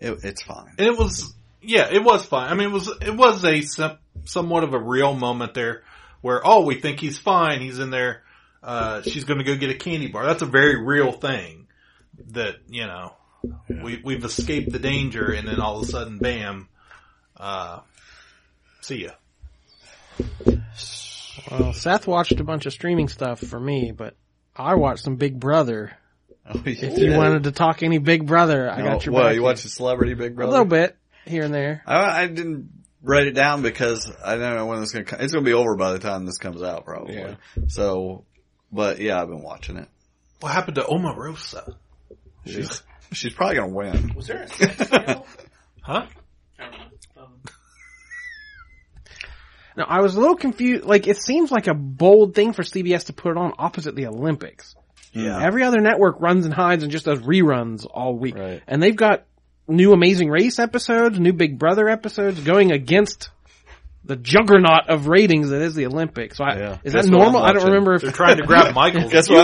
[SPEAKER 4] It, it's fine. [laughs]
[SPEAKER 1] And it was, yeah, it was fine. I mean, it was, it was a some, somewhat of a real moment there where, oh, we think he's fine. He's in there. Uh, she's going to go get a candy bar. That's a very real thing that, you know, we, we've escaped the danger and then all of a sudden, bam, uh, see ya.
[SPEAKER 3] Well, Seth watched a bunch of streaming stuff for me, but I watched some Big Brother. if you
[SPEAKER 4] did.
[SPEAKER 3] wanted to talk any Big Brother, I got your
[SPEAKER 4] Well,
[SPEAKER 3] back
[SPEAKER 4] Oh, you
[SPEAKER 3] here.
[SPEAKER 4] watch the Celebrity Big Brother
[SPEAKER 3] a little bit here and there.
[SPEAKER 4] I, I didn't write it down because I don't know when it's gonna come. It's gonna be over by the time this comes out, probably. So, but yeah, I've been watching it.
[SPEAKER 1] What happened to Omarosa?
[SPEAKER 4] She's she's probably gonna win.
[SPEAKER 2] Was there a sex scandal?
[SPEAKER 1] [laughs] Huh?
[SPEAKER 2] Um,
[SPEAKER 3] Now, I was a little confused. Like, it seems like a bold thing for CBS to put it on opposite the Olympics.
[SPEAKER 4] Yeah.
[SPEAKER 3] Every other network runs and hides and just does reruns all week. And they've got new Amazing Race episodes, new Big Brother episodes going against the juggernaut of ratings that is the Olympics. So I,
[SPEAKER 4] Guess
[SPEAKER 3] is that
[SPEAKER 4] what I'm
[SPEAKER 3] normal? I don't
[SPEAKER 4] watching.
[SPEAKER 3] remember if [laughs]
[SPEAKER 4] Guess what I'm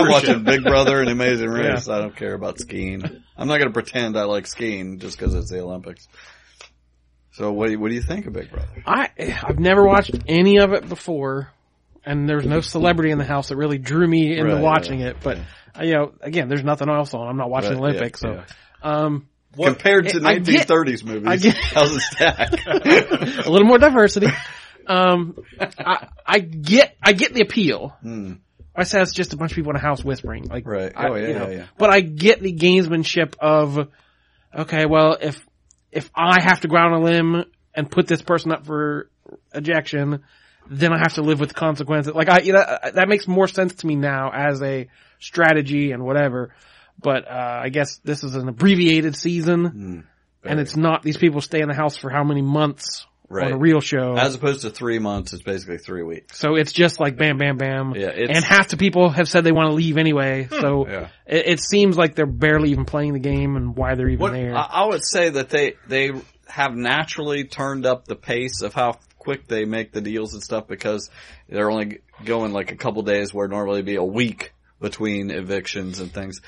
[SPEAKER 3] viewership.
[SPEAKER 4] watching? Big Brother and Amazing
[SPEAKER 3] Yeah.
[SPEAKER 4] Race. I don't care about skiing. I'm not gonna pretend I like skiing just because it's the Olympics. So what do you, what do you think of Big Brother?
[SPEAKER 3] I I've never watched any of it before, and there's no celebrity in the house that really drew me into
[SPEAKER 4] Right,
[SPEAKER 3] watching it. But uh, you know, again, there's nothing else on. I'm not watching
[SPEAKER 4] Right,
[SPEAKER 3] the Olympics,
[SPEAKER 4] yeah,
[SPEAKER 3] so um,
[SPEAKER 4] Compared to
[SPEAKER 3] I- I get-
[SPEAKER 4] 1930s movies,
[SPEAKER 3] I get-
[SPEAKER 4] how's it
[SPEAKER 3] [laughs]
[SPEAKER 4] stack? [laughs]
[SPEAKER 3] a little more diversity. Um, I I get I get the appeal. I said it's just a bunch of people in a house whispering. Like,
[SPEAKER 4] Hmm. right?
[SPEAKER 3] I-
[SPEAKER 4] oh yeah,
[SPEAKER 3] you know.
[SPEAKER 4] yeah, yeah.
[SPEAKER 3] But I get the gamesmanship of, okay, well, if if I have to go out on a limb and put this person up for ejection, then I have to live with the consequences. Like, I you know I- that makes more sense to me now as a strategy and whatever. But uh, I guess this is an abbreviated
[SPEAKER 4] Hmm.
[SPEAKER 3] season, and it's not these people stay in the house for how many months
[SPEAKER 4] Right.
[SPEAKER 3] on a real show.
[SPEAKER 4] As opposed to three months, it's basically three weeks.
[SPEAKER 3] So it's just like bam, bam, bam.
[SPEAKER 4] Yeah, it's- Hmm.
[SPEAKER 3] and half the people have said they want to leave anyway. So
[SPEAKER 4] Yeah.
[SPEAKER 3] it, it seems like they're barely even playing the game and why they're even there.
[SPEAKER 4] I, I would say that they they have naturally turned up the pace of how quick they make the deals and stuff because they're only g- going like a couple days where normally it'd be a week between evictions and things.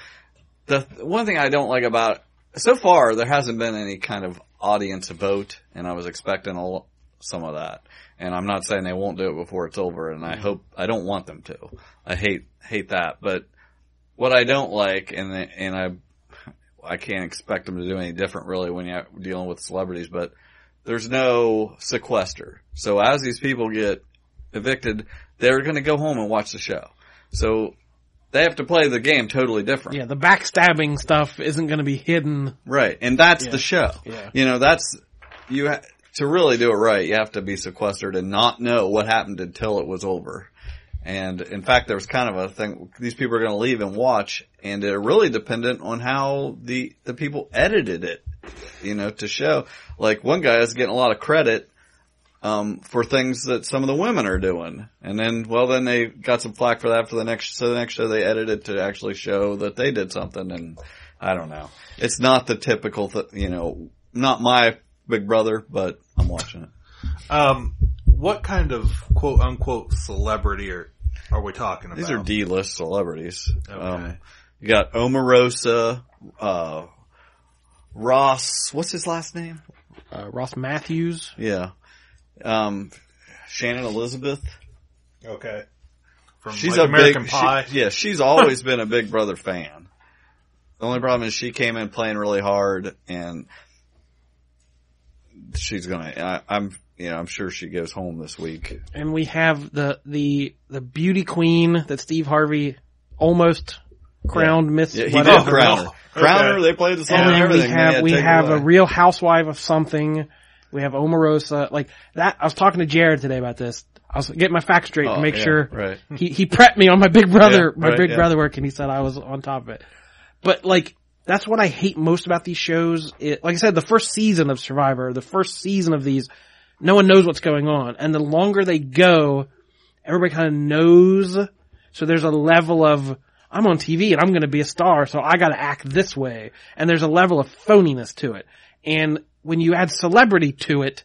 [SPEAKER 4] The th- one thing I don't like about so far there hasn't been any kind of audience vote, and I was expecting a l- some of that. And I'm not saying they won't do it before it's over, and I
[SPEAKER 3] Mm-hmm.
[SPEAKER 4] hope I don't want them to. I hate hate that, but what I don't like, and and I I can't expect them to do any different really when you're dealing with celebrities, but there's no sequester. So as these people get evicted, they're going to go home and watch the show. So they have to play the game totally different.
[SPEAKER 3] yeah, the backstabbing stuff isn't going to be hidden.
[SPEAKER 4] Right. And that's
[SPEAKER 3] Yeah.
[SPEAKER 4] the show.
[SPEAKER 3] Yeah.
[SPEAKER 4] You know, that's, you, ha- to really do it right, you have to be sequestered and not know what happened until it was over. And in fact, there was kind of a thing, these people are going to leave and watch and they're really dependent on how the, the people edited it, you know, to show. Like one guy is getting a lot of credit, um, for things that some of the women are doing. And then, well, then they got some flack for that for the next, so the next show they edited to actually show that they did something and I don't know. It's not the typical, th- you know, not my big brother, but I'm watching it.
[SPEAKER 1] Um, what kind of quote unquote celebrity are, are we talking about?
[SPEAKER 4] These are D-list celebrities. Um, you got Omarosa, uh, Ross, what's his last name?
[SPEAKER 3] Uh, Ross Matthews.
[SPEAKER 4] Yeah. Um, Shannon Elizabeth.
[SPEAKER 1] Okay. From
[SPEAKER 4] she's
[SPEAKER 1] like
[SPEAKER 4] a
[SPEAKER 1] American
[SPEAKER 4] big, she-
[SPEAKER 1] Pie. [laughs]
[SPEAKER 4] yeah, she's always been a Big Brother fan. The only problem is she came in playing really hard, and she's gonna. I, I'm, you know, I'm sure she goes home this week.
[SPEAKER 3] And we have the, the, the beauty queen that Steve Harvey almost crowned
[SPEAKER 4] Yeah.
[SPEAKER 3] Miss.
[SPEAKER 4] Yeah, he
[SPEAKER 3] whatever.
[SPEAKER 4] did crown her. Crown her, they played the song and
[SPEAKER 3] then
[SPEAKER 4] everything,
[SPEAKER 3] We
[SPEAKER 4] they
[SPEAKER 3] have,
[SPEAKER 4] had
[SPEAKER 3] we
[SPEAKER 4] to take it
[SPEAKER 3] have a
[SPEAKER 4] away.
[SPEAKER 3] real housewife of something. We have Omarosa. Like that, I was talking to Jared today about this. I was getting my facts straight to
[SPEAKER 4] Oh,
[SPEAKER 3] make
[SPEAKER 4] yeah,
[SPEAKER 3] sure.
[SPEAKER 4] right.
[SPEAKER 3] He, he prepped me on my big brother,
[SPEAKER 4] Yeah,
[SPEAKER 3] my
[SPEAKER 4] right,
[SPEAKER 3] big
[SPEAKER 4] yeah.
[SPEAKER 3] brother work and he said I was on top of it. But like, that's what I hate most about these shows. It, like I said, the first season of Survivor, the first season of these, no one knows what's going on. And the longer they go, everybody kind of knows. So there's a level of, I'm on TV and I'm going to be a star, so I got to act this way. And there's a level of phoniness to it. And when you add celebrity to it,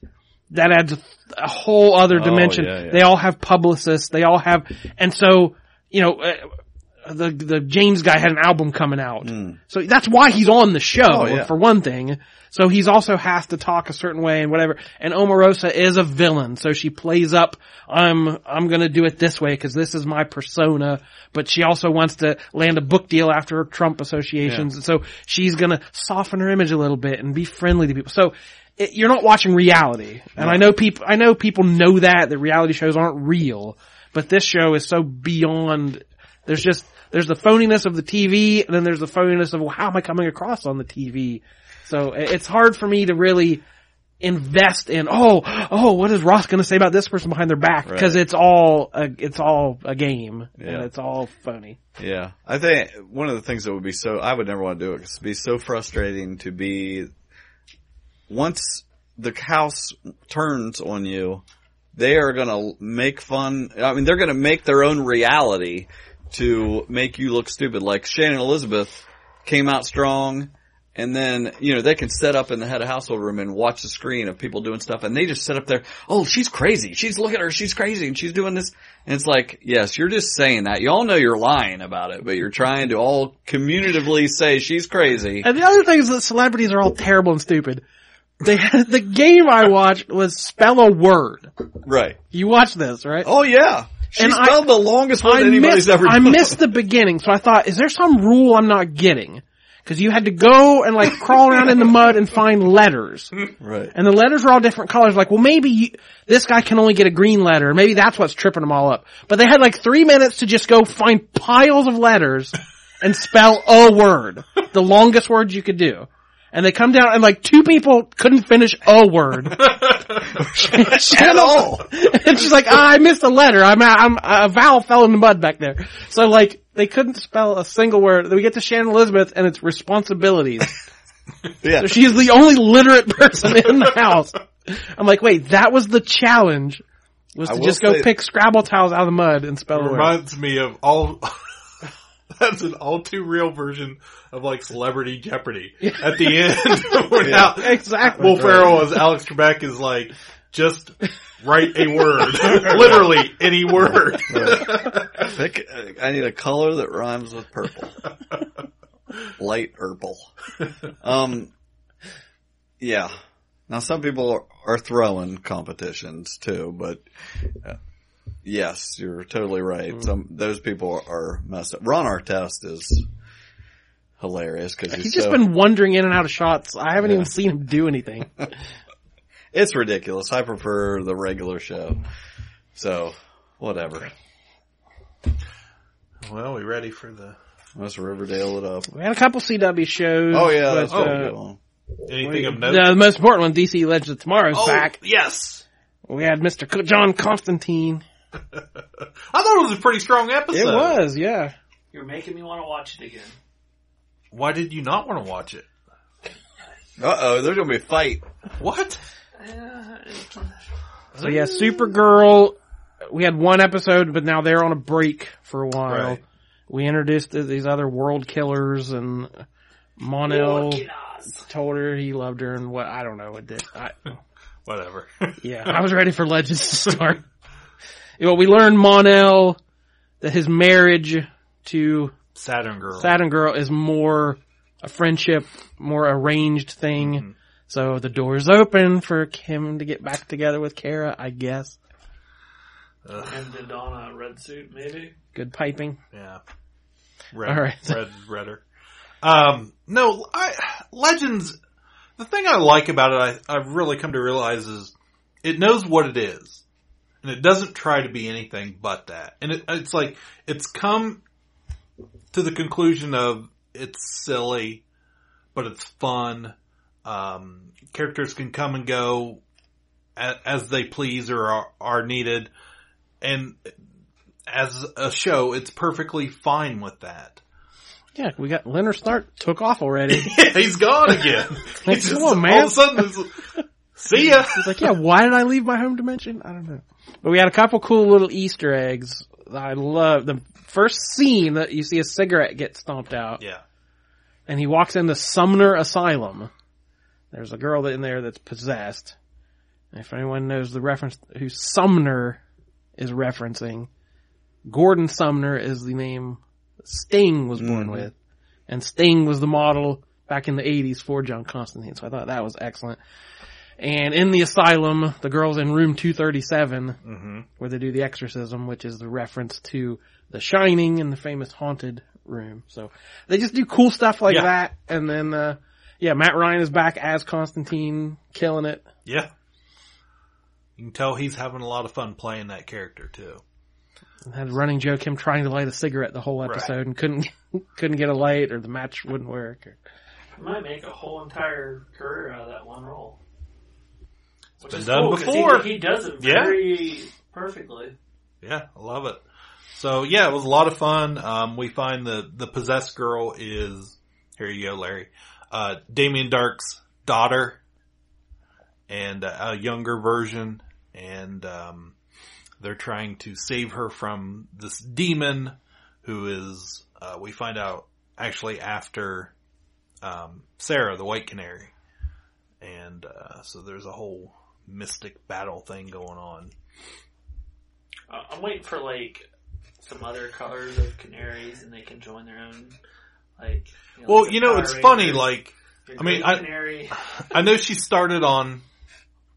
[SPEAKER 3] that adds a, a whole other
[SPEAKER 4] Oh,
[SPEAKER 3] dimension.
[SPEAKER 4] yeah, yeah.
[SPEAKER 3] They all have publicists. They all have, and so, you know, uh, the, the James guy had an album coming out. So that's why he's on the show,
[SPEAKER 4] Oh, yeah.
[SPEAKER 3] for one thing. So he's also has to talk a certain way and whatever. And Omarosa is a villain, so she plays up, I'm, I'm gonna do it this way because this is my persona, but she also wants to land a book deal after her Trump associations.
[SPEAKER 4] Yeah.
[SPEAKER 3] So she's gonna soften her image a little bit and be friendly to people. So it, you're not watching reality. And I know people, I know people know that, that reality shows aren't real, but this show is so beyond, there's just, there's the phoniness of the TV, and then there's the phoniness of well, how am I coming across on the TV? So i- it's hard for me to really invest in, oh, oh, what is Ross gonna say about this person behind their back?
[SPEAKER 4] Right.
[SPEAKER 3] Cause it's all, a, it's all a game, and
[SPEAKER 4] Yeah.
[SPEAKER 3] it's all phony.
[SPEAKER 4] Yeah. I think one of the things that would be so, I would never want to do it 'cause it'd be so frustrating to be, once the house turns on you, they are gonna make fun, I mean, they're gonna make their own reality to make you look stupid. Like Shannon Elizabeth came out strong and then, you know, they can set up in the head of household room and watch the screen of people doing stuff and they just sit up there, oh, she's crazy. She's, look at her. She's crazy and she's doing this. And it's like, yes, you're just saying that. You all know you're lying about it, but you're trying to all communitively say she's crazy.
[SPEAKER 3] And the other thing is that celebrities are all terrible and stupid. They had, the game I watched was spell a word.
[SPEAKER 4] Right.
[SPEAKER 3] You watched this, right?
[SPEAKER 4] Oh yeah. She spelled the longest word
[SPEAKER 3] I
[SPEAKER 4] anybody's
[SPEAKER 3] missed,
[SPEAKER 4] ever
[SPEAKER 3] I
[SPEAKER 4] done.
[SPEAKER 3] missed the beginning, so I thought, is there some rule I'm not getting? Cause you had to go and like crawl around in the mud and find letters.
[SPEAKER 4] [laughs] Right.
[SPEAKER 3] And the letters were all different colors. Like, well, maybe you, this guy can only get a green letter. Maybe that's what's tripping them all up. But they had like three minutes to just go find piles of letters and spell a word. The longest word you could do. And they come down and like two people couldn't finish a word. At [laughs] all. and she's like, ah, I missed a letter. I'm, I'm, a vowel fell in the mud back there. So like, they couldn't spell a single word. Then we get to Shannon Elizabeth and it's responsibilities.
[SPEAKER 4] yeah.
[SPEAKER 3] So she's the only literate person in the house. I'm like, wait, that was the challenge. Was
[SPEAKER 1] I
[SPEAKER 3] to
[SPEAKER 1] will
[SPEAKER 3] just go
[SPEAKER 1] say-
[SPEAKER 3] pick Scrabble tiles out of the mud and spell a word.
[SPEAKER 1] reminds me of all. [laughs] That's an all too real version of like Celebrity Jeopardy. At the end, [laughs] when
[SPEAKER 3] Yeah,
[SPEAKER 1] Al-
[SPEAKER 3] exactly.
[SPEAKER 1] Will Ferrell as Alex Trebek is like, just write a
[SPEAKER 3] [laughs]
[SPEAKER 1] word, literally any word.
[SPEAKER 4] Pick, uh, I need a color that rhymes with
[SPEAKER 3] [laughs]
[SPEAKER 4] purple. Light purple. Um, yeah. Now some people are, are throwing competitions too, but uh, yes, you're totally
[SPEAKER 3] Hmm.
[SPEAKER 4] right. Some those people are messed up. Ron Artest is hilarious because he's,
[SPEAKER 3] He's just
[SPEAKER 4] so-
[SPEAKER 3] been wandering in and out of shots. I haven't even seen him do anything.
[SPEAKER 4] It's ridiculous. I prefer the regular show. So, whatever.
[SPEAKER 1] [laughs] Well, we ready for the
[SPEAKER 4] Let's Riverdale it up.
[SPEAKER 3] We had a couple CW shows.
[SPEAKER 4] Oh yeah, that's
[SPEAKER 3] but,
[SPEAKER 4] what
[SPEAKER 3] uh,
[SPEAKER 4] we want.
[SPEAKER 1] anything of note?
[SPEAKER 3] the, the most important one, DC Legends of Tomorrow's
[SPEAKER 1] Oh,
[SPEAKER 3] back.
[SPEAKER 1] Yes,
[SPEAKER 3] We had Mr. Co- John Constantine.
[SPEAKER 1] I thought it was a pretty strong episode.
[SPEAKER 3] It was, yeah.
[SPEAKER 2] You're making me want to watch it again.
[SPEAKER 1] Why did you not want to watch it?
[SPEAKER 4] Uh oh, there's gonna be a fight.
[SPEAKER 1] What?
[SPEAKER 3] So yeah, Supergirl. We had one episode, but now they're on a break for a while.
[SPEAKER 1] Right.
[SPEAKER 3] We introduced th- these other world killers and Monel told her he loved her and what I don't know what did.
[SPEAKER 4] [laughs]
[SPEAKER 3] I,
[SPEAKER 1] Whatever. [laughs]
[SPEAKER 3] yeah, I was ready for Legends to start. [laughs] you know, we learned Monel that his marriage to
[SPEAKER 1] Saturn Girl.
[SPEAKER 3] Saturn Girl is more a friendship, more arranged thing.
[SPEAKER 1] Mm-hmm.
[SPEAKER 3] So the door's open for him to get back together with Kara, I guess.
[SPEAKER 2] And then Donna red suit, maybe.
[SPEAKER 3] Good piping.
[SPEAKER 1] Yeah. Red,
[SPEAKER 3] All right.
[SPEAKER 1] Red redder. Um, no, I, Legends, the thing I like about it, I, I've really come to realize is it knows what it is. And it doesn't try to be anything but that. And it, it's like, it's come to the conclusion of it's silly, but it's fun. Um, characters can come and go as, as they please or are, are needed. And as a show, it's perfectly fine with that.
[SPEAKER 3] Yeah, we got Leonard Stark took off
[SPEAKER 1] [laughs]
[SPEAKER 3] already.
[SPEAKER 1] He's gone again.
[SPEAKER 3] Like,
[SPEAKER 1] He's
[SPEAKER 3] come
[SPEAKER 1] just-
[SPEAKER 3] on, man.
[SPEAKER 1] All of a sudden, it's- see ya.
[SPEAKER 3] He's like, yeah, why did I leave my home dimension? I don't know. But we had a couple cool little Easter eggs. I love the first scene that you see a cigarette get stomped out.
[SPEAKER 1] Yeah.
[SPEAKER 3] And he walks into Sumner Asylum. There's a girl in there that's possessed. And if anyone knows the reference who Sumner is referencing, Gordon Sumner is the name Sting was born
[SPEAKER 4] Mhm.
[SPEAKER 3] with. And Sting was the model back in the 80s for John Constantine. So I thought that was excellent. And in the asylum, the girl's in room 237
[SPEAKER 1] Mhm.
[SPEAKER 3] where they do the exorcism, which is the reference to The Shining and the famous haunted room. So they just do cool stuff like
[SPEAKER 1] Yeah.
[SPEAKER 3] that. And then, uh, yeah, Matt Ryan is back as Constantine, killing it.
[SPEAKER 1] Yeah. You can tell he's having a lot of fun playing that character too.
[SPEAKER 3] And had a running joke him trying to light a cigarette the whole episode and couldn't [laughs] couldn't get a light or the match wouldn't work. Or,
[SPEAKER 2] I might make a whole entire career out of that one role. Which
[SPEAKER 1] been
[SPEAKER 2] is
[SPEAKER 1] done
[SPEAKER 2] cool, 'cause
[SPEAKER 1] before.
[SPEAKER 2] He, he does it
[SPEAKER 1] Yeah.
[SPEAKER 2] very perfectly.
[SPEAKER 1] Yeah, I love it. So yeah, it was a lot of fun. Um, we find the the possessed girl is here. You go, Larry. Uh, Damien Dark's daughter, and uh, a younger version, and um, they're trying to save her from this demon, who is uh, we find out actually after um, Sarah, the White Canary, and uh, so there's a whole mystic battle thing going on.
[SPEAKER 2] Uh, I'm waiting for like some other colors of canaries, and they can join their own. Like, you
[SPEAKER 1] Well,
[SPEAKER 2] like
[SPEAKER 1] you
[SPEAKER 2] the
[SPEAKER 1] know,
[SPEAKER 2] Power
[SPEAKER 1] it's funny,
[SPEAKER 2] Rangers,
[SPEAKER 1] like,
[SPEAKER 2] your
[SPEAKER 1] I mean,
[SPEAKER 2] Green
[SPEAKER 1] I-
[SPEAKER 2] canary.
[SPEAKER 1] I know she started on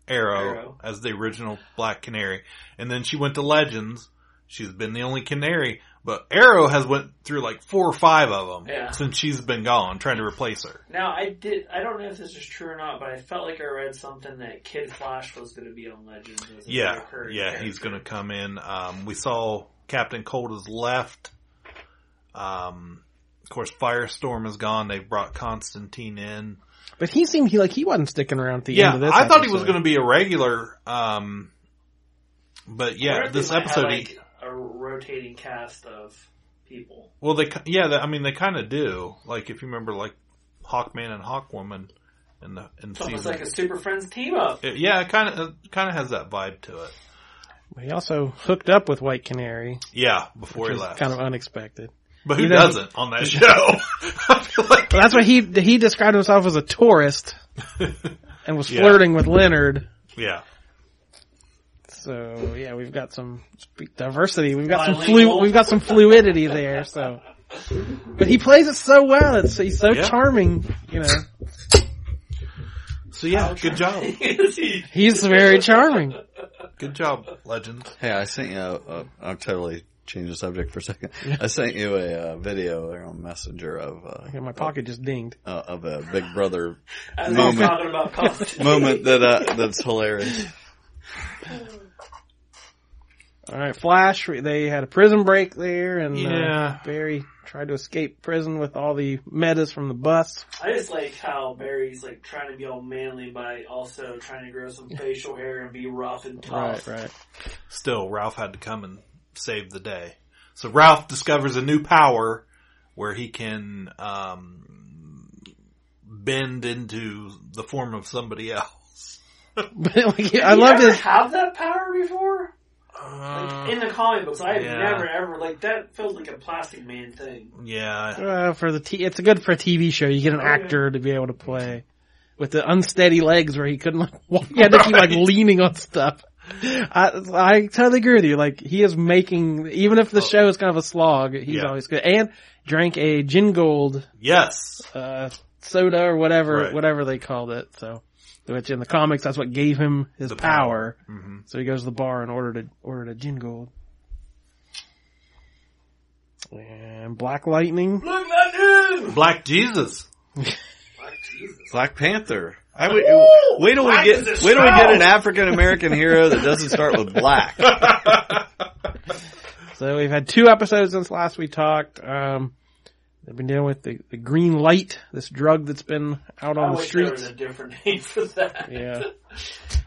[SPEAKER 1] Arrow,
[SPEAKER 2] Arrow.
[SPEAKER 1] as the original Black Canary, and then she went to Legends. She's been the only Canary, But Arrow has went through like four or five of them
[SPEAKER 2] Yeah.
[SPEAKER 1] since she's been gone, trying to replace her.
[SPEAKER 2] Now I did. I don't know if this is true or not, but I felt like I read something that Kid Flash was going to be on Legends. as a
[SPEAKER 1] Yeah,
[SPEAKER 2] recurring
[SPEAKER 1] yeah,
[SPEAKER 2] character.
[SPEAKER 1] he's going to come in. Um, we saw Captain Cold has left. Um, of course, Firestorm is gone. They brought Constantine in.
[SPEAKER 3] But he seemed he like he wasn't sticking around at the
[SPEAKER 1] yeah,
[SPEAKER 3] end of this.
[SPEAKER 1] I thought he was
[SPEAKER 3] episode.
[SPEAKER 1] going to be a regular. Um, but
[SPEAKER 2] I wonder
[SPEAKER 1] yeah,
[SPEAKER 2] if they
[SPEAKER 1] this
[SPEAKER 2] might have,
[SPEAKER 1] episode, he,
[SPEAKER 2] like, a rotating cast of people.
[SPEAKER 1] well, they ki- yeah, they, I mean, they kind of do. Like if you remember, like Hawkman and Hawkwoman in the in
[SPEAKER 2] It's almost
[SPEAKER 1] season.
[SPEAKER 2] like a Super Friends team up.
[SPEAKER 1] It- yeah, it kind of kind of has that vibe to it.
[SPEAKER 3] He also hooked up with White Canary.
[SPEAKER 1] Yeah, before
[SPEAKER 3] which
[SPEAKER 1] he
[SPEAKER 3] was
[SPEAKER 1] left.
[SPEAKER 3] kind of unexpected.
[SPEAKER 1] But who
[SPEAKER 3] You know-
[SPEAKER 1] doesn't on that show? [laughs]
[SPEAKER 3] Well, that's what he he described himself as a
[SPEAKER 1] [laughs]
[SPEAKER 3] tourist, and was
[SPEAKER 1] Yeah.
[SPEAKER 3] flirting with Leonard.
[SPEAKER 1] yeah,
[SPEAKER 3] So yeah, we've got some diversity. We've got some
[SPEAKER 2] Bilingual.
[SPEAKER 3] flu. We've got some fluidity there. So, but he plays it so well. It's he's so
[SPEAKER 1] Yeah.
[SPEAKER 3] charming. You know,
[SPEAKER 1] So yeah, good job.
[SPEAKER 3] he's very charming.
[SPEAKER 1] Good job, legend.
[SPEAKER 4] Hey, I sent you. A, a, I'll totally change the subject for a second. I sent you a, uh video there on Messenger of uh,
[SPEAKER 3] Yeah, my pocket just dinged.
[SPEAKER 4] uh, of a Big Brother
[SPEAKER 3] I love talking about
[SPEAKER 4] moment
[SPEAKER 3] Constantine.
[SPEAKER 4] moment that uh, that's hilarious.
[SPEAKER 3] All right, Flash. we- They had a prison break there, and
[SPEAKER 2] Yeah.
[SPEAKER 3] uh, Barry tried to escape prison with all the metas from the bus.
[SPEAKER 2] I just like how Barry's like trying to be all manly by also trying to grow some facial hair and be rough and tough.
[SPEAKER 3] [laughs] right.
[SPEAKER 1] Still, Ralph had to come and save the day. So Ralph discovers a new power where he can um, bend into the form of somebody else.
[SPEAKER 2] Did
[SPEAKER 3] I
[SPEAKER 2] you
[SPEAKER 3] love
[SPEAKER 2] ever
[SPEAKER 3] his-
[SPEAKER 2] Have that power before?
[SPEAKER 3] Uh,
[SPEAKER 1] Like
[SPEAKER 2] in the comic books, I have
[SPEAKER 1] yeah.
[SPEAKER 2] never ever like that. Feels like a Plastic Man thing.
[SPEAKER 1] Yeah,
[SPEAKER 3] Uh, for the t- it's good for a TV show. You get an
[SPEAKER 2] Oh, yeah.
[SPEAKER 3] actor to be able to play with the unsteady legs where he couldn't like [laughs] walk. He had to keep like leaning on stuff. I I totally agree with you. Like he is making even if the show is kind of a slog, he's
[SPEAKER 1] Yeah.
[SPEAKER 3] always good. And drank a gin gold
[SPEAKER 1] yes,
[SPEAKER 3] uh, soda or whatever
[SPEAKER 1] Right.
[SPEAKER 3] whatever they called it. So which in the comics that's what gave him his power.
[SPEAKER 2] Mm-hmm.
[SPEAKER 3] So he goes to the bar and ordered a ordered a gin gold. And Black Lightning.
[SPEAKER 2] Look at that dude!
[SPEAKER 1] Black Jesus.
[SPEAKER 4] Black Panther. I would, wait till we
[SPEAKER 1] Black
[SPEAKER 4] get
[SPEAKER 1] Oh, is a
[SPEAKER 4] wait till we get
[SPEAKER 1] spell.
[SPEAKER 4] an African American hero that doesn't start
[SPEAKER 1] [laughs]
[SPEAKER 4] with black.
[SPEAKER 3] So we've had two episodes since last we talked. Um, they've been dealing with the, the green light, this drug that's been out
[SPEAKER 2] I
[SPEAKER 3] on the
[SPEAKER 2] wish there was
[SPEAKER 3] streets.
[SPEAKER 2] a different [laughs] name for that.
[SPEAKER 3] Yeah.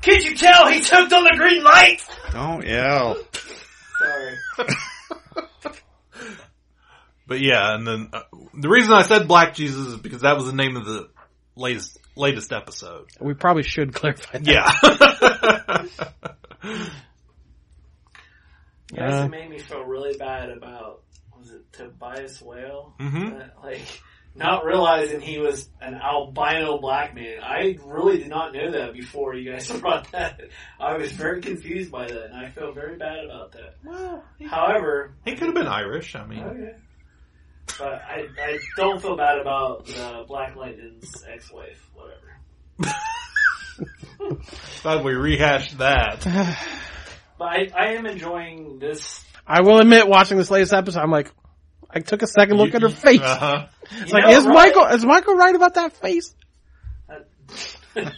[SPEAKER 2] Could you tell he's hooked on the green
[SPEAKER 3] [laughs]
[SPEAKER 2] light?
[SPEAKER 4] Don't yell.
[SPEAKER 2] Sorry.
[SPEAKER 1] But yeah, and then uh, the reason I said Black Jesus is because that was the name of the latest latest episode.
[SPEAKER 3] We probably should clarify that.
[SPEAKER 1] [laughs] Yeah.
[SPEAKER 2] It actually
[SPEAKER 3] Uh,
[SPEAKER 2] made me feel really bad about was it Tobias Whale?
[SPEAKER 1] Mhm.
[SPEAKER 3] Hmm?
[SPEAKER 2] That, Like not realizing he was an albino black man. I really did not know that before you guys [laughs] brought that. I was very confused by that, and I feel very bad about that.
[SPEAKER 1] Well,
[SPEAKER 2] However,
[SPEAKER 1] he could have been Irish. I mean,
[SPEAKER 2] okay. But I, I don't feel bad about the Black Lightning's ex-wife, whatever.
[SPEAKER 1] glad we rehashed that.
[SPEAKER 2] But I, I am enjoying this.
[SPEAKER 3] I will admit, watching this latest episode, I'm like, I took a second [laughs] look at her face.
[SPEAKER 1] Uh-huh.
[SPEAKER 3] It's
[SPEAKER 2] uh, You
[SPEAKER 3] like,
[SPEAKER 2] know,
[SPEAKER 3] is
[SPEAKER 2] right?
[SPEAKER 3] Michael is Michael right about that face?
[SPEAKER 2] [laughs] Never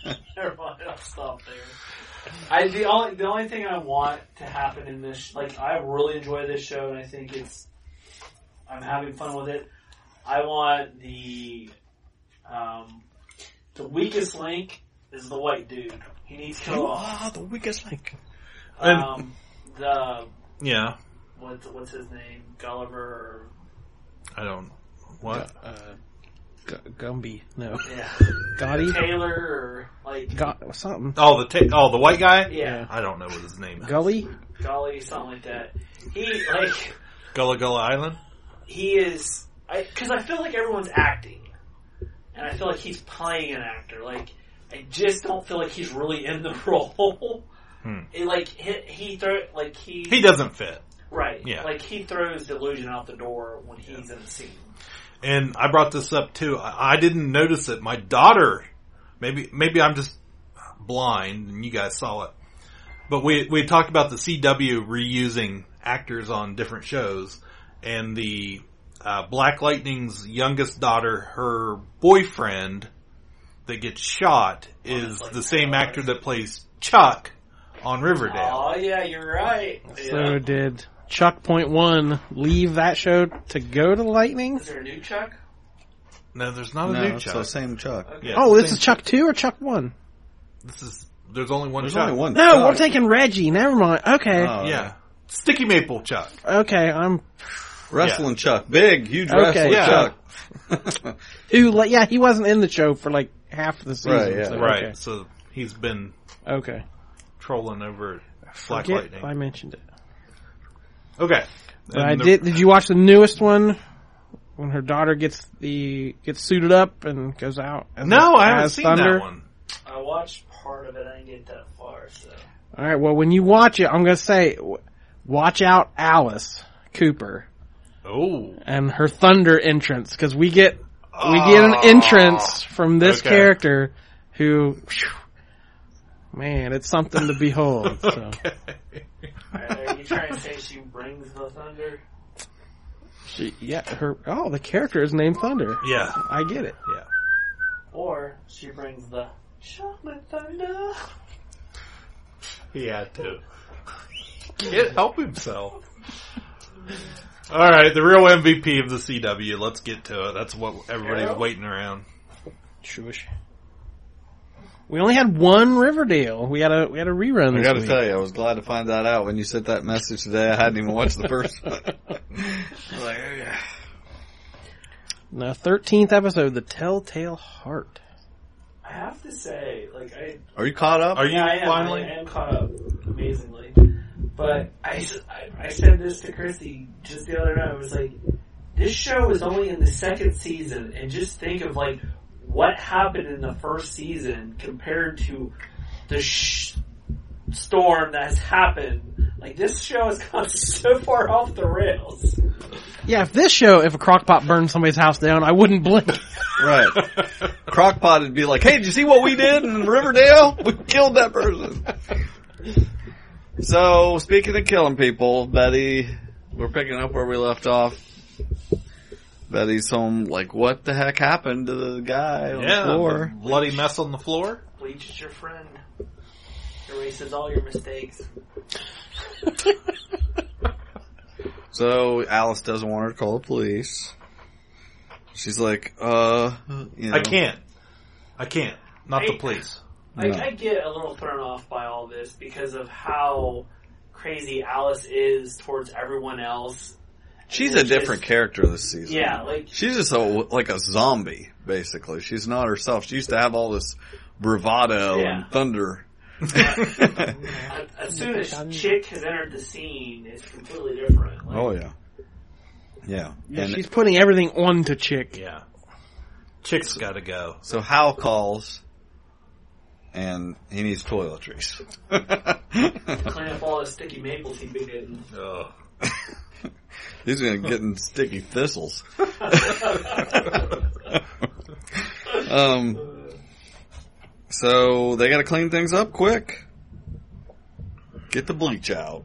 [SPEAKER 2] mind, I'll stop there. I the only the only thing I want to happen in this, like I really enjoy this show, and I think it's I'm having fun with it. I want the um, the weakest link is the white dude. He needs killed off.
[SPEAKER 4] the weakest link.
[SPEAKER 2] Um, the
[SPEAKER 1] Yeah,
[SPEAKER 2] what's what's his name? Gulliver.
[SPEAKER 1] I don't. What?
[SPEAKER 3] Uh, G- Gumby. No.
[SPEAKER 2] Or, yeah.
[SPEAKER 3] Gotti?
[SPEAKER 2] Taylor or like
[SPEAKER 3] Got something.
[SPEAKER 1] Oh, the ta- oh the white guy.
[SPEAKER 2] Yeah.
[SPEAKER 1] I don't know what his name is.
[SPEAKER 3] Gully?
[SPEAKER 2] Golly, something like that. He like.
[SPEAKER 1] Gullah Gullah Island.
[SPEAKER 2] he is because I, feel like everyone's acting, and I feel like he's playing an actor. Like I just don't feel like he's really in the [laughs] role.
[SPEAKER 1] Hmm.
[SPEAKER 2] It, like he, he throw like he
[SPEAKER 1] He doesn't fit.
[SPEAKER 2] right
[SPEAKER 1] Yeah.
[SPEAKER 2] like he throws delusion out the door when he's in the scene.
[SPEAKER 1] And I brought this up too. I, I didn't notice it. My daughter, maybe maybe I'm just blind, and you guys saw it. But we we had talked about the CW reusing actors on different shows, and the uh, Black Lightning's youngest daughter, her boyfriend that gets shot is the same actor that plays Chuck on Riverdale.
[SPEAKER 2] Oh yeah, you're right.
[SPEAKER 3] So did Chuck Point One leave that show to go to Lightning?
[SPEAKER 2] Is there a new Chuck?
[SPEAKER 1] No, there's not a
[SPEAKER 4] No,
[SPEAKER 1] new
[SPEAKER 4] it's
[SPEAKER 1] Chuck. Uh,
[SPEAKER 4] the same Chuck.
[SPEAKER 1] Yeah,
[SPEAKER 3] oh,
[SPEAKER 1] it's
[SPEAKER 3] this
[SPEAKER 1] the
[SPEAKER 3] is Chuck Two or Chuck One?
[SPEAKER 1] same- This is there's only one.
[SPEAKER 4] There's
[SPEAKER 1] Chuck.
[SPEAKER 4] only one Uh,
[SPEAKER 3] No, we're taking Reggie. Never mind. Okay,
[SPEAKER 1] yeah. Sticky Maple Chuck.
[SPEAKER 3] okay, I'm
[SPEAKER 4] Wrestling Chuck. Big, huge
[SPEAKER 3] Okay.
[SPEAKER 4] wrestling
[SPEAKER 3] Yeah.
[SPEAKER 1] [laughs]
[SPEAKER 4] Chuck.
[SPEAKER 3] who? Like, yeah, he wasn't in the show for like half the season.
[SPEAKER 4] Right, yeah.
[SPEAKER 3] so,
[SPEAKER 1] right.
[SPEAKER 3] okay.
[SPEAKER 1] So he's been
[SPEAKER 3] okay
[SPEAKER 1] trolling over Black
[SPEAKER 3] Forget
[SPEAKER 1] Lightning.
[SPEAKER 3] if I mentioned it.
[SPEAKER 1] Okay.
[SPEAKER 3] But
[SPEAKER 1] And
[SPEAKER 3] I
[SPEAKER 1] the-
[SPEAKER 3] did. Did you watch the newest one when her daughter gets the gets suited up and goes out? as-
[SPEAKER 1] No, I haven't
[SPEAKER 3] as
[SPEAKER 1] seen
[SPEAKER 3] Thunder?
[SPEAKER 1] that one.
[SPEAKER 2] I watched part of it. I didn't get that far. So
[SPEAKER 3] All right. Well, when you watch it, I'm gonna say, w- watch out, Alice Cooper
[SPEAKER 1] Oh,
[SPEAKER 3] and her Thunder entrance because we get we get an
[SPEAKER 1] [laughs]
[SPEAKER 3] entrance from this
[SPEAKER 1] Okay.
[SPEAKER 3] character who. phew, Man, it's something to
[SPEAKER 4] [laughs]
[SPEAKER 3] behold. So.
[SPEAKER 2] are you trying to say she brings the thunder?
[SPEAKER 3] she, yeah, her. Oh, the character is named Thunder.
[SPEAKER 1] Yeah.
[SPEAKER 3] I get it.
[SPEAKER 1] Yeah.
[SPEAKER 2] Or she brings the chocolate thunder.
[SPEAKER 1] He had to. Can't help himself. All right, the real MVP of the CW. Let's get to it. That's what everybody's
[SPEAKER 3] Yeah.
[SPEAKER 1] waiting around.
[SPEAKER 3] Shush. We only had one Riverdale. We had a we had a rerun.
[SPEAKER 4] I
[SPEAKER 3] this
[SPEAKER 4] gotta
[SPEAKER 3] week.
[SPEAKER 4] tell you, I was glad to find that out when you sent that message today. I hadn't even watched the first one.
[SPEAKER 3] [laughs] The thirteenth episode, the Telltale Heart.
[SPEAKER 2] I have to say, like I
[SPEAKER 4] Are you caught up?
[SPEAKER 1] Are you
[SPEAKER 2] Yeah, I am.
[SPEAKER 1] finally?
[SPEAKER 2] I am caught up amazingly. But I, s- I- I said this to Christy just the other night. I was like, this show is only in the second season, and just think of like what happened in the first season compared to the sh- storm that has happened. Like this show has [laughs] gone so far off the rails.
[SPEAKER 3] Yeah, if this show, if a crockpot burned somebody's house down, I wouldn't blink.
[SPEAKER 4] Right. Crockpot would be like, hey, did you see what we did in Riverdale? We killed that person. So, speaking of killing people, Betty, we're picking up where we left off. Betty's home, like, what the heck happened to the guy on
[SPEAKER 1] Yeah,
[SPEAKER 4] the floor?
[SPEAKER 1] bloody mess on the floor.
[SPEAKER 2] Bleach is your friend. Erases all your mistakes.
[SPEAKER 4] So, Alice doesn't want her to call the police. She's like, uh, you know.
[SPEAKER 1] I can't. I can't. Not the police.
[SPEAKER 2] Like,
[SPEAKER 4] No.
[SPEAKER 2] I get a little thrown off by all this because of how crazy Alice is towards everyone else.
[SPEAKER 4] She's
[SPEAKER 2] And
[SPEAKER 4] a
[SPEAKER 2] it's just-
[SPEAKER 4] different character this season.
[SPEAKER 2] Yeah, like-
[SPEAKER 4] she's just a, like a zombie, basically. She's not herself. She used to have all this bravado
[SPEAKER 2] Yeah.
[SPEAKER 4] and thunder.
[SPEAKER 2] As soon as Chick has entered the scene, it's completely different. Like,
[SPEAKER 4] [laughs] oh yeah, yeah.
[SPEAKER 3] Yeah,
[SPEAKER 4] [laughs] and
[SPEAKER 3] she's putting everything on to Chick.
[SPEAKER 1] Yeah. Chick's got to go.
[SPEAKER 4] so Hal calls, and he needs toiletries. [laughs]
[SPEAKER 2] Clean up all the sticky maples he bit in.
[SPEAKER 1] Ugh.
[SPEAKER 4] He's gonna get in sticky thistles. [laughs] um, so they gotta clean things up quick. Get the bleach out.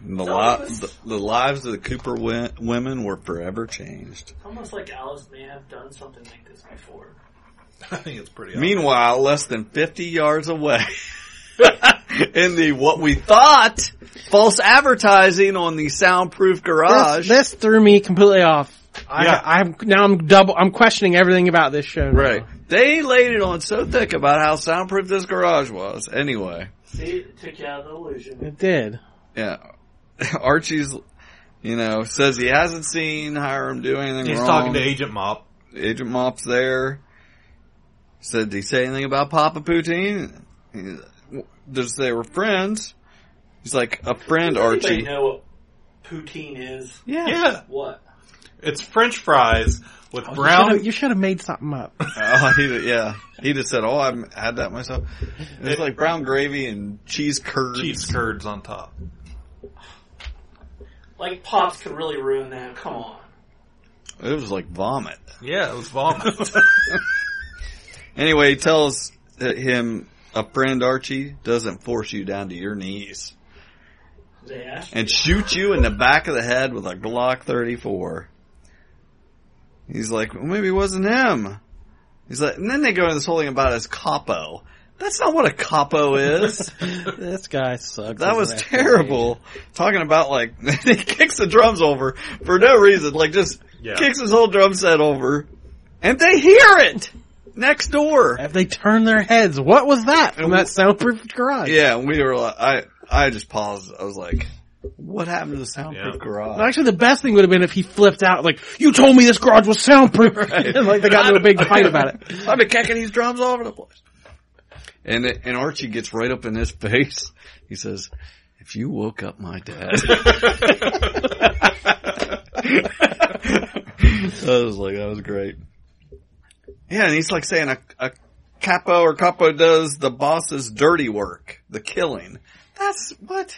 [SPEAKER 4] And the, li- the, the lives of the Cooper wi- women were forever changed.
[SPEAKER 2] Almost like Alice may have done something like this before.
[SPEAKER 1] [laughs] I think it's pretty.
[SPEAKER 4] Meanwhile, less than 50 yards away, [laughs] in the what we thought false advertising on the soundproof
[SPEAKER 3] This,
[SPEAKER 4] garage.
[SPEAKER 3] this threw me completely off. I,
[SPEAKER 4] Yeah.
[SPEAKER 3] I'm now I'm double. I'm questioning everything about this show. now.
[SPEAKER 4] Right. They laid it on so thick about how soundproof this garage was. Anyway,
[SPEAKER 2] See, it took you out of the illusion.
[SPEAKER 3] It did.
[SPEAKER 4] yeah. [laughs] Archie's, you know, says he hasn't seen Hiram do anything
[SPEAKER 1] He's
[SPEAKER 4] wrong.
[SPEAKER 1] talking to Agent Mop.
[SPEAKER 4] Agent Mop's there. Said, did he say anything about Papa Poutine? He- Just they were friends. He's like, a
[SPEAKER 1] [laughs]
[SPEAKER 4] friend,
[SPEAKER 2] Anybody
[SPEAKER 4] Archie.
[SPEAKER 2] know what poutine is?
[SPEAKER 3] Yeah.
[SPEAKER 1] Yeah.
[SPEAKER 2] What?
[SPEAKER 1] It's French fries with
[SPEAKER 3] Oh, you
[SPEAKER 1] brown.
[SPEAKER 3] should've- You should have made something up.
[SPEAKER 4] [laughs] [laughs] Oh, he, yeah. He just said, oh, I've had that myself. It's like brown gravy and cheese curds.
[SPEAKER 1] cheese curds on top.
[SPEAKER 2] Like pops could really ruin that. Come on.
[SPEAKER 4] It was like vomit.
[SPEAKER 1] Yeah, it was [laughs] vomit.
[SPEAKER 4] Anyway, he tells uh, him a friend Archie doesn't force you down to your knees.
[SPEAKER 2] Yeah.
[SPEAKER 4] and shoot you in the back of the head with a Glock 34. He's like, well, maybe it wasn't him. He's like, and then they go into this whole thing about his capo. That's not what a capo is.
[SPEAKER 3] this guy sucks.
[SPEAKER 4] That
[SPEAKER 3] as
[SPEAKER 4] was
[SPEAKER 3] an athlete.
[SPEAKER 4] terrible. Talking about like, [laughs] he kicks the drums over for no reason, like just
[SPEAKER 3] Yeah.
[SPEAKER 4] kicks his whole drum set over and they hear it next door.
[SPEAKER 3] Have they turned their heads? What was that from that soundproof garage?
[SPEAKER 4] Yeah, and we were like, I, I just paused. I was like, what happened to the soundproof garage?
[SPEAKER 3] Actually, the best thing would have been if he flipped out, like, you told me this garage was soundproof! and [laughs] like, they got into
[SPEAKER 4] [laughs]
[SPEAKER 3] a big fight about it.
[SPEAKER 4] I've been kicking these drums all over the place. And and Archie gets right up in his face. He says, "If you woke up my [laughs] dad." I was like, that was great. Yeah, and he's like saying a, a capo or capo does the boss's dirty work, the killing. That's what?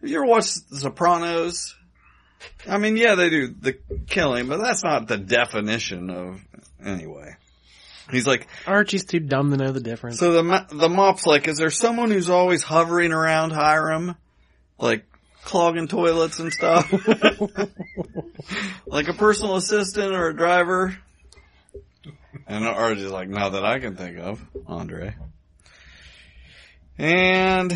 [SPEAKER 4] Have you ever watched The Sopranos? I mean, yeah, they do the killing, but that's not the definition of anyway. He's like,
[SPEAKER 3] Archie's too dumb to know the difference.
[SPEAKER 4] so the mo- the mop's like, is there someone who's always hovering around Hiram, like clogging toilets and stuff, [laughs] like a personal assistant or a driver? And Archie's like, not that I can think of, Andre. And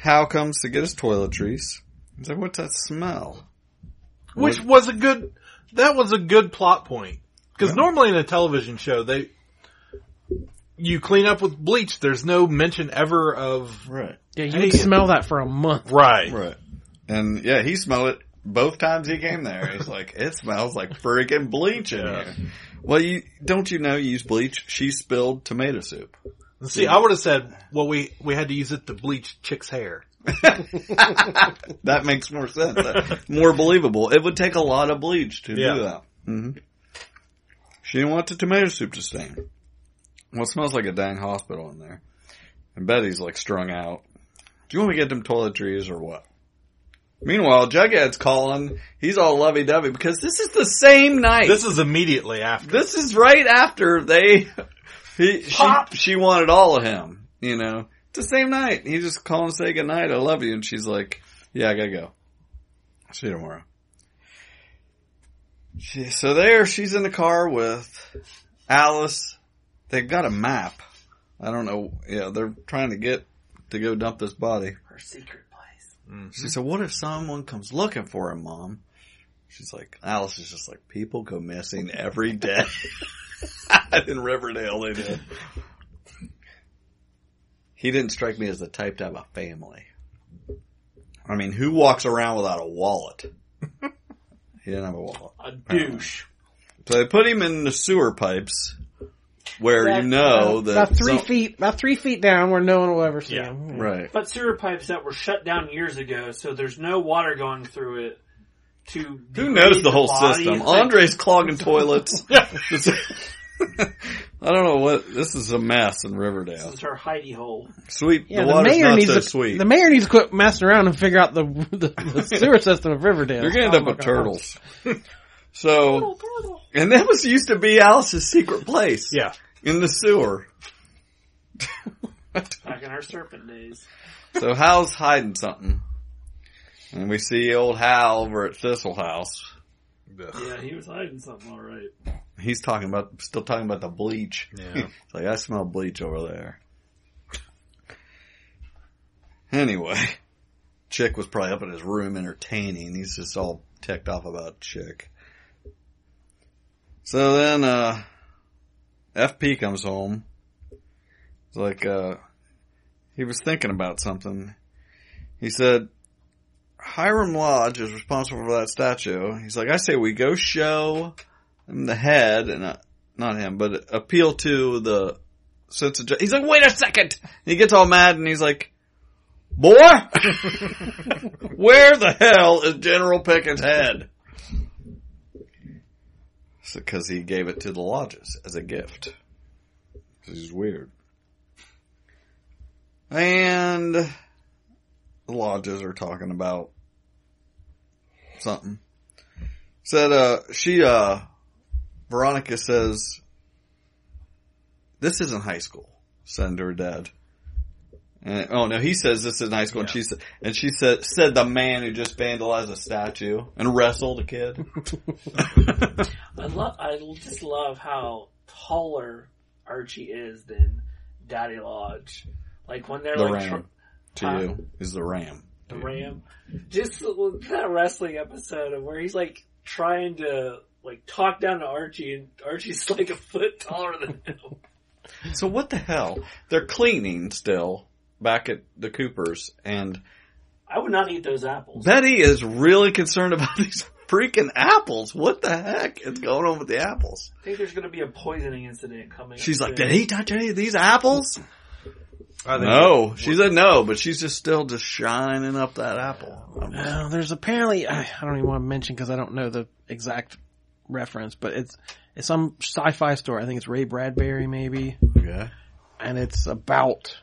[SPEAKER 4] Hal comes to get his toiletries. He's like, what's that smell?
[SPEAKER 1] Which was a good, that was a good plot point. Cause normally in a television show, they, you clean up with bleach, there's no mention ever of.
[SPEAKER 4] Right.
[SPEAKER 3] Yeah, you
[SPEAKER 1] Hey,
[SPEAKER 3] would smell that for a month.
[SPEAKER 1] Right.
[SPEAKER 4] Right. And yeah, he smelled it both times he came there. He's like, it smells like freaking bleach in here. Well, you don't you know you use bleach? She spilled tomato soup.
[SPEAKER 1] See, I would have said, well, we, we had to use it to bleach chick's hair.
[SPEAKER 4] That makes more sense. That- more believable. It would take a lot of bleach to
[SPEAKER 1] Yeah.
[SPEAKER 4] do that. hmm She didn't want the tomato soup to stain. Well, it smells like a dang hospital in there. And Betty's like strung out. Do you want me to get them toiletries or what? Meanwhile, Jughead's calling. He's all lovey-dovey because this is the same night.
[SPEAKER 1] This is immediately after.
[SPEAKER 4] This is right after they, [laughs] he, she, she wanted all of him, you know. It's the same night. He just called and say goodnight, I love you. And she's like, yeah, I gotta go. See you tomorrow. She, so there, she's in the car with Alice. They've got a map. I don't know. Yeah, they're trying to get to go dump this body.
[SPEAKER 2] Her secret place.
[SPEAKER 4] She said, "What if someone comes looking for him, Mom?" She's like, "Alice is just like people go missing every day [laughs] in Riverdale. They do." He didn't strike me as the type to have a family. I mean, who walks around without a wallet? [laughs] he didn't have a wallet.
[SPEAKER 2] A douche.
[SPEAKER 4] So they put him in the sewer pipes, where you know that
[SPEAKER 3] uh, about three
[SPEAKER 4] some-
[SPEAKER 3] feet, about three feet down where no one will ever see him.
[SPEAKER 4] right.
[SPEAKER 2] But sewer pipes that were shut down years ago, so there's no water going through it. To
[SPEAKER 4] Who knows
[SPEAKER 2] degrade
[SPEAKER 4] the whole
[SPEAKER 2] body.
[SPEAKER 4] system?
[SPEAKER 2] [laughs] It's like-
[SPEAKER 4] Andre's
[SPEAKER 2] [laughs]
[SPEAKER 4] clogging toilets. [laughs] I don't know what this is a mess in Riverdale.
[SPEAKER 2] This is her hidey hole.
[SPEAKER 4] Sweet,
[SPEAKER 3] Yeah,
[SPEAKER 4] the water's not
[SPEAKER 3] needs
[SPEAKER 4] so
[SPEAKER 3] to,
[SPEAKER 4] sweet.
[SPEAKER 3] The mayor needs to quit messing around and figure out the, [laughs] the, the sewer system of Riverdale.
[SPEAKER 4] You're gonna end
[SPEAKER 3] Oh
[SPEAKER 4] up
[SPEAKER 3] my
[SPEAKER 4] with
[SPEAKER 3] God.
[SPEAKER 4] turtles. so, and that was used to be Alice's secret place.
[SPEAKER 1] Yeah,
[SPEAKER 4] in the sewer.
[SPEAKER 2] Back in our serpent days.
[SPEAKER 4] So Hal's hiding something, and we see old Hal over at Thistle House.
[SPEAKER 2] Yeah, he was hiding something all right.
[SPEAKER 4] He's talking about still talking about the bleach. [laughs]
[SPEAKER 1] Yeah.
[SPEAKER 4] it's like I smell bleach over there. Anyway, Chick was probably up in his room entertaining. He's just all ticked off about Chick. So then, uh, FP comes home. It's like, uh, he was thinking about something. He said, Hiram Lodge is responsible for that statue. He's like, I say we go show him the head and uh, not him, but appeal to the sense of ju- He's like, wait a second! And he gets all mad and he's like, boy, [laughs] where the hell is General Pickett's head? Because he gave it to the lodges as a gift. This is weird. And the lodges are talking about something. Said, uh, she, uh, Veronica says, this isn't high school. Send her dead. And, oh no, he says this is a nice one. She said, and she said, said the man who just vandalized a statue and wrestled a kid.
[SPEAKER 2] I love. I just love how taller Archie is than Daddy Lodge. Like when they're
[SPEAKER 4] the
[SPEAKER 2] like tr-
[SPEAKER 4] ram to
[SPEAKER 2] Huh?
[SPEAKER 4] you is the ram.
[SPEAKER 2] the Ram, just that wrestling episode of where he's like trying to like talk down to Archie, and Archie's like a foot taller than him.
[SPEAKER 4] So what the hell? They're cleaning still back at the Coopers and [laughs]
[SPEAKER 2] I would not eat those apples.
[SPEAKER 4] Betty is really concerned about these freaking apples. What the heck is going on with the apples?
[SPEAKER 2] I think there's going to be a poisoning incident coming.
[SPEAKER 4] She's
[SPEAKER 2] up
[SPEAKER 4] like,
[SPEAKER 2] soon.
[SPEAKER 4] did he touch any of these apples?
[SPEAKER 2] I think-
[SPEAKER 4] No, she said no, but she's just still just shining up that apple. I'm-
[SPEAKER 3] Uh, there's apparently I, I don't even want to mention because I don't know the exact reference, but it's it's some sci-fi story. I think it's Ray Bradbury maybe.
[SPEAKER 4] Okay.
[SPEAKER 3] And it's about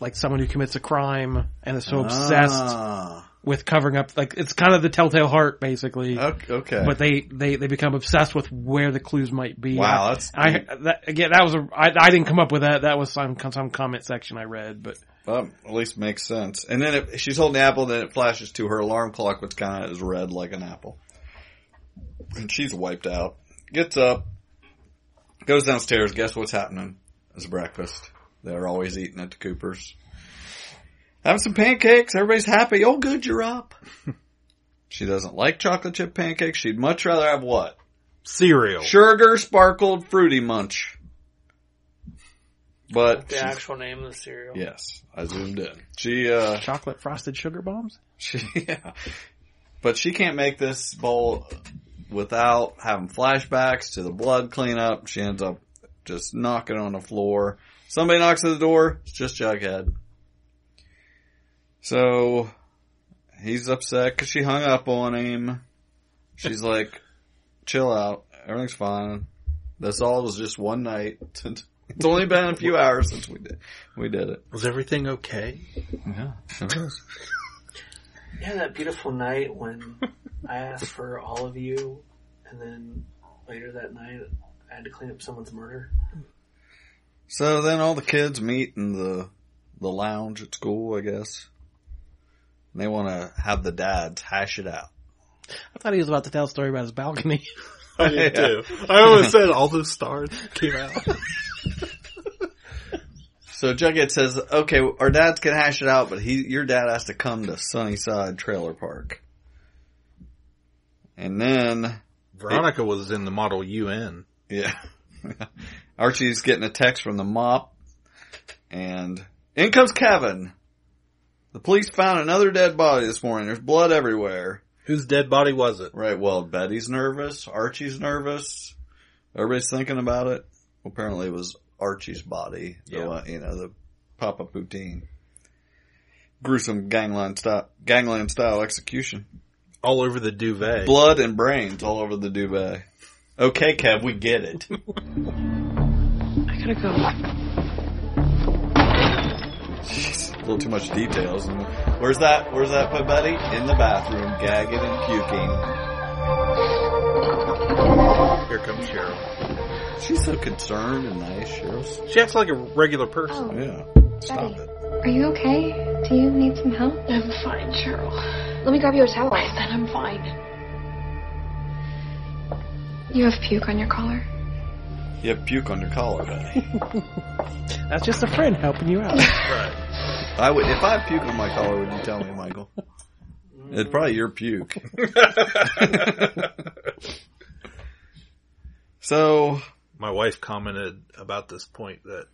[SPEAKER 3] like someone who commits a crime and is
[SPEAKER 4] Ah.
[SPEAKER 3] so obsessed with covering up like it's kind of the telltale heart
[SPEAKER 4] Oh,
[SPEAKER 3] basically.
[SPEAKER 4] Okay.
[SPEAKER 3] But they they they become obsessed with where the clues might be.
[SPEAKER 4] Wow, that's-
[SPEAKER 3] I, that, again that was a I, I didn't come up with that. That was some some comment section I read, but
[SPEAKER 4] Well, at least makes sense. And then it, she's holding the apple, then it flashes to her alarm clock, which kind of is red like an apple. And she's wiped out. Gets up, goes downstairs. Guess what's happening? It's breakfast. They're always eating at the Coopers. Having some pancakes. Everybody's happy. Oh, good, you're up. [laughs] she doesn't like chocolate chip pancakes. She'd much rather have what?
[SPEAKER 1] Cereal.
[SPEAKER 4] Sugar sparkled fruity munch. But
[SPEAKER 2] the actual name of the cereal.
[SPEAKER 4] Yes, I zoomed in. She, uh,
[SPEAKER 3] chocolate frosted sugar bombs.
[SPEAKER 4] [laughs] she, yeah. But she can't make this bowl without having flashbacks to the blood cleanup. She ends up just knocking on the floor. Somebody knocks at the door. It's just Jughead. So he's upset because she hung up on him. She's like, chill out. Everything's fine. This all was just one night. [laughs] It's only been a few hours since we did, we did it.
[SPEAKER 1] Was everything okay? [laughs]
[SPEAKER 4] Yeah.
[SPEAKER 2] Yeah, that beautiful night when I asked for all of you, and then later that night I had to clean up someone's murder.
[SPEAKER 4] So then all the kids meet in the the lounge at school, I guess. And they want to have the dads hash it out.
[SPEAKER 3] I thought he was about to tell a story about his balcony. [laughs]
[SPEAKER 1] I did too. I always said all those stars came out.
[SPEAKER 4] So Jughead says, "Okay, our dads can hash it out, but he, your dad has to come to Sunnyside Trailer Park." And then
[SPEAKER 1] Veronica was in the Model UN.
[SPEAKER 4] Yeah. [laughs] Archie's getting a text from the mop. And in comes Kevin. The police found another dead body this morning. There's blood everywhere.
[SPEAKER 1] Whose dead body was it?
[SPEAKER 4] Right. Well, Betty's nervous. Archie's nervous. Everybody's thinking about it. Apparently it was Archie's body. The
[SPEAKER 1] Yeah.
[SPEAKER 4] one- you know, the Papa Poutine. Gruesome gangland style, gangland style execution.
[SPEAKER 1] All over the duvet.
[SPEAKER 4] Blood and brains all over the duvet. Okay, Kev, we get it. [laughs]
[SPEAKER 22] I gotta go.
[SPEAKER 4] A little too much details. And where's that? Where's that put Betty? In the bathroom, gagging and puking.
[SPEAKER 1] Here comes Cheryl.
[SPEAKER 4] She's so concerned and nice. Cheryl's
[SPEAKER 1] She acts like a regular person.
[SPEAKER 4] yeah. Stop it.
[SPEAKER 23] Are you okay? Do you need some help? I'm fine, Cheryl. Let me grab you a towel. I said I'm fine. You have puke on your collar.
[SPEAKER 4] You have puke on your collar, Betty.
[SPEAKER 3] That's just a friend helping you [laughs] out.
[SPEAKER 4] right. I would if I had puke on my collar. Would you tell me, Michael? It's probably
[SPEAKER 1] [laughs]
[SPEAKER 4] your puke. so
[SPEAKER 1] my wife commented about this point that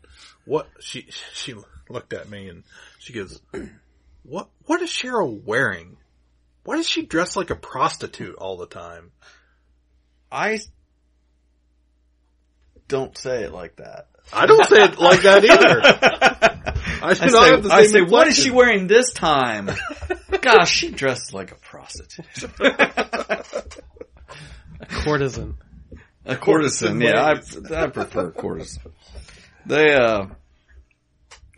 [SPEAKER 1] what she [laughs] she looked at me and she goes, [clears throat] "What what is Cheryl wearing? Why does she dress like a prostitute all the time?"
[SPEAKER 4] I don't say it like that.
[SPEAKER 1] I don't say it like that
[SPEAKER 4] [laughs]
[SPEAKER 1] either.
[SPEAKER 4] I,
[SPEAKER 1] I
[SPEAKER 4] say,
[SPEAKER 1] should not have the
[SPEAKER 4] I
[SPEAKER 1] same
[SPEAKER 4] say, what is
[SPEAKER 1] inflection."
[SPEAKER 4] she wearing
[SPEAKER 1] [laughs]
[SPEAKER 4] this time? Gosh, she dressed like a prostitute.
[SPEAKER 3] Courtesan.
[SPEAKER 4] A courtesan, yeah, I, I prefer courtesan. They, uh,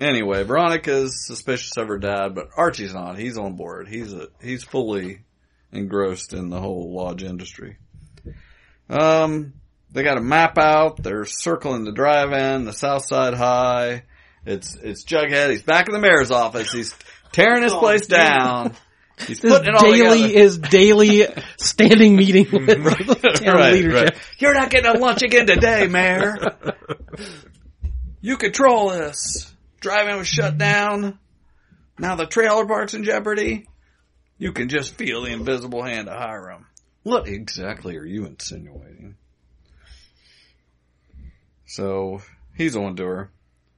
[SPEAKER 4] anyway, Veronica's suspicious of her dad, but Archie's not. He's on board. He's a, he's fully engrossed in the whole lodge industry. Um, they got a map out. They're circling the drive-in, the South Side High, It's it's Jughead. He's back in the mayor's office. He's tearing his
[SPEAKER 3] Oh,
[SPEAKER 4] place
[SPEAKER 3] dude.
[SPEAKER 4] down. He's
[SPEAKER 3] This
[SPEAKER 4] putting it all
[SPEAKER 3] daily
[SPEAKER 4] together.
[SPEAKER 3] is daily
[SPEAKER 4] [laughs]
[SPEAKER 3] standing meeting with the town
[SPEAKER 4] Right,
[SPEAKER 3] leadership.
[SPEAKER 4] right. You're not getting a lunch again today, Mayor. You control this. Driving was shut down. Now the trailer park's in jeopardy. You can just feel the invisible hand of Hiram. What exactly are you insinuating? So he's on to her.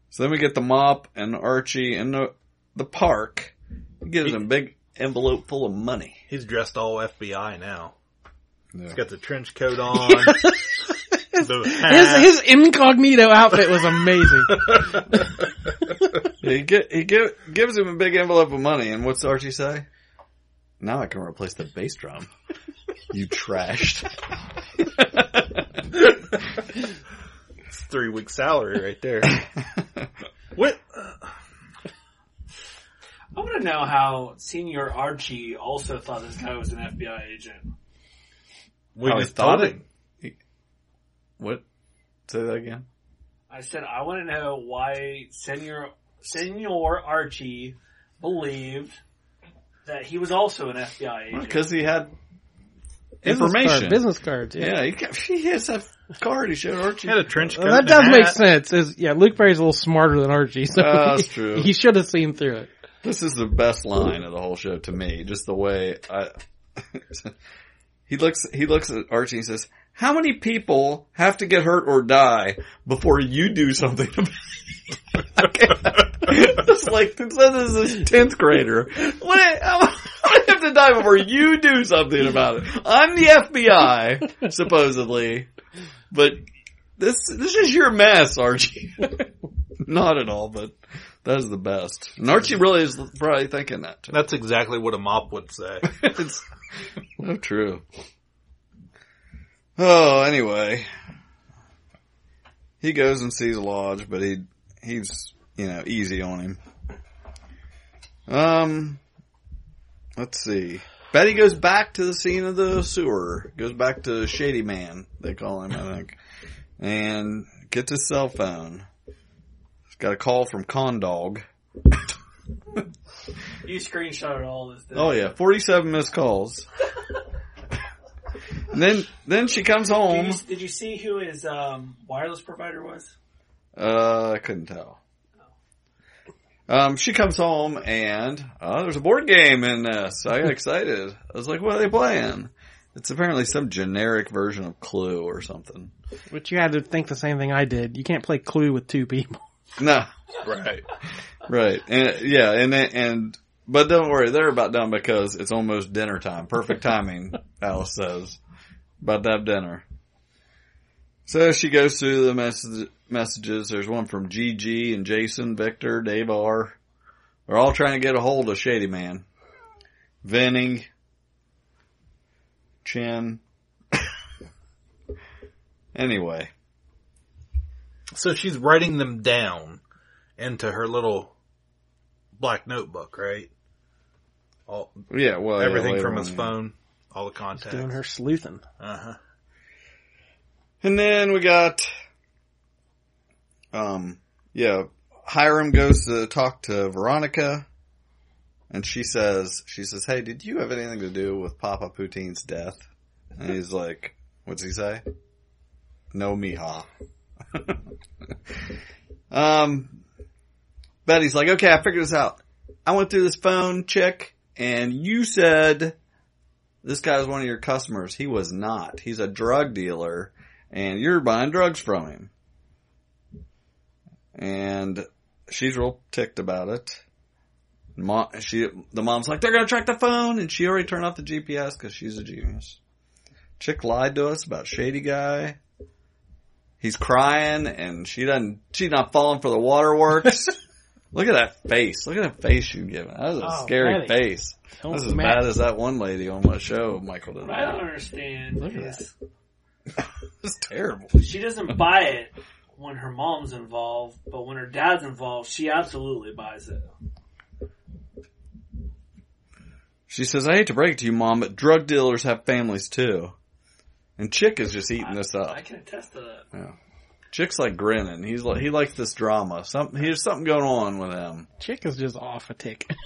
[SPEAKER 4] So then we get the mop and Archie in the, the park. He gives him a big envelope full of money.
[SPEAKER 1] He's dressed all FBI now.
[SPEAKER 4] Yeah.
[SPEAKER 1] He's got the trench coat
[SPEAKER 4] [laughs]
[SPEAKER 1] on. the hat.
[SPEAKER 3] His his incognito outfit was amazing.
[SPEAKER 4] [laughs] he get, he give, gives him a big envelope of money, and what's Archie say? Now I can replace the bass drum. you trashed.
[SPEAKER 1] It's three weeks salary right
[SPEAKER 4] [laughs]
[SPEAKER 1] there. what?
[SPEAKER 2] I want to know how Senior Archie also thought this guy was an FBI agent.
[SPEAKER 1] We
[SPEAKER 4] How he
[SPEAKER 1] just told
[SPEAKER 4] thought it?
[SPEAKER 1] him.
[SPEAKER 4] What? Say that again.
[SPEAKER 2] I said I want to know why Senior Senior Archie believed that he was also an FBI agent.
[SPEAKER 4] Because he had
[SPEAKER 3] Business card,
[SPEAKER 4] information,
[SPEAKER 3] business cards, yeah.
[SPEAKER 4] he, got, he has a card. He showed Archie.
[SPEAKER 1] had a trench
[SPEAKER 3] Well, that does make sense. Is yeah, Luke Perry's a little smarter than Archie, so
[SPEAKER 4] Uh,
[SPEAKER 3] he,
[SPEAKER 4] that's true.
[SPEAKER 3] he should have seen through it.
[SPEAKER 4] This is the best line of the whole show to me. Just the way I. [laughs] he looks. He looks at Archie and says, "How many people have to get hurt or die before you do something?" about it?" [laughs] Just like this is a tenth grader. What? I have to die before you do something about it. I'm the FBI, supposedly, but this this is your mess, Archie. [laughs] Not at all, but that is the best. And Archie really is probably thinking that. Too. [laughs]
[SPEAKER 1] That's exactly what a mop would say.
[SPEAKER 4] it's so true. Oh, anyway, he goes and sees Lodge, but he he's you know easy on him. Um, let's see. Betty goes back to the scene of the sewer. Goes back to Shady Man, they call him, I think, and gets his cell phone. He's got a call from Condog.
[SPEAKER 2] You screenshotted all this. didn't
[SPEAKER 4] Oh
[SPEAKER 2] you?
[SPEAKER 4] yeah, forty-seven missed calls. And then then she comes
[SPEAKER 2] Did
[SPEAKER 4] home.
[SPEAKER 2] you, did you see who his um, wireless provider was?
[SPEAKER 4] Uh, I couldn't tell. Um, she comes home and oh, there's a board game in this. I got excited. I was like, "What are they playing?" It's apparently some generic version of Clue or something.
[SPEAKER 3] But you had to think the same thing I did. You can't play Clue with two people.
[SPEAKER 4] No, right, right, and yeah, and and but don't worry, they're about done because it's almost dinner time.
[SPEAKER 1] [laughs]
[SPEAKER 4] Perfect timing, Alice says. About to have dinner. So she goes through the message, messages. There's one from GG and Jason, Victor, Dave R. They're all trying to get a hold of Shady Man. Venting. Chin. [laughs] anyway.
[SPEAKER 1] [laughs] So she's writing them down into her little black notebook, right? All
[SPEAKER 4] Yeah, well, Oh, yeah,
[SPEAKER 1] everything
[SPEAKER 4] later
[SPEAKER 1] from
[SPEAKER 4] on,
[SPEAKER 1] his
[SPEAKER 4] yeah.
[SPEAKER 1] phone, all the contacts.
[SPEAKER 3] Doing her sleuthing.
[SPEAKER 1] Uh huh.
[SPEAKER 4] And then we got, um, yeah, Hiram goes to talk to Veronica, and she says, she says, "Hey, did you have anything to do with Papa Poutine's death?" And he's like, "What's he say?" No, mija. [laughs] um, Betty's like, "Okay, I figured this out. I went through this phone check, and you said." This guy was one of your customers. He was not. He's a drug dealer and you're buying drugs from him. And she's real ticked about it. Mom, she, the mom's like, they're gonna track the phone, and she already turned off the GPS because she's a genius. Chick lied to us about shady guy. He's crying, and she doesn't. She's not falling for the waterworks. Look at that face. Look at that face you giving. That was a
[SPEAKER 2] Oh,
[SPEAKER 4] scary
[SPEAKER 2] Maddie.
[SPEAKER 4] face.
[SPEAKER 3] Don't
[SPEAKER 4] That's as
[SPEAKER 3] smack
[SPEAKER 4] bad as that one lady on my show, Michael. Did.
[SPEAKER 2] I don't understand.
[SPEAKER 4] Look at
[SPEAKER 2] is
[SPEAKER 4] It's terrible.
[SPEAKER 2] She doesn't buy it when her mom's involved, but when her dad's involved, she absolutely buys it.
[SPEAKER 4] She says, I hate to break it to you, Mom, but drug dealers have families too. And Chick is just eating this up.
[SPEAKER 2] I can attest to that.
[SPEAKER 4] Yeah. Chick's like grinning. He's like he likes this drama. Something here's something going on with him.
[SPEAKER 3] Chick is just off a [laughs] tick.
[SPEAKER 4] [laughs]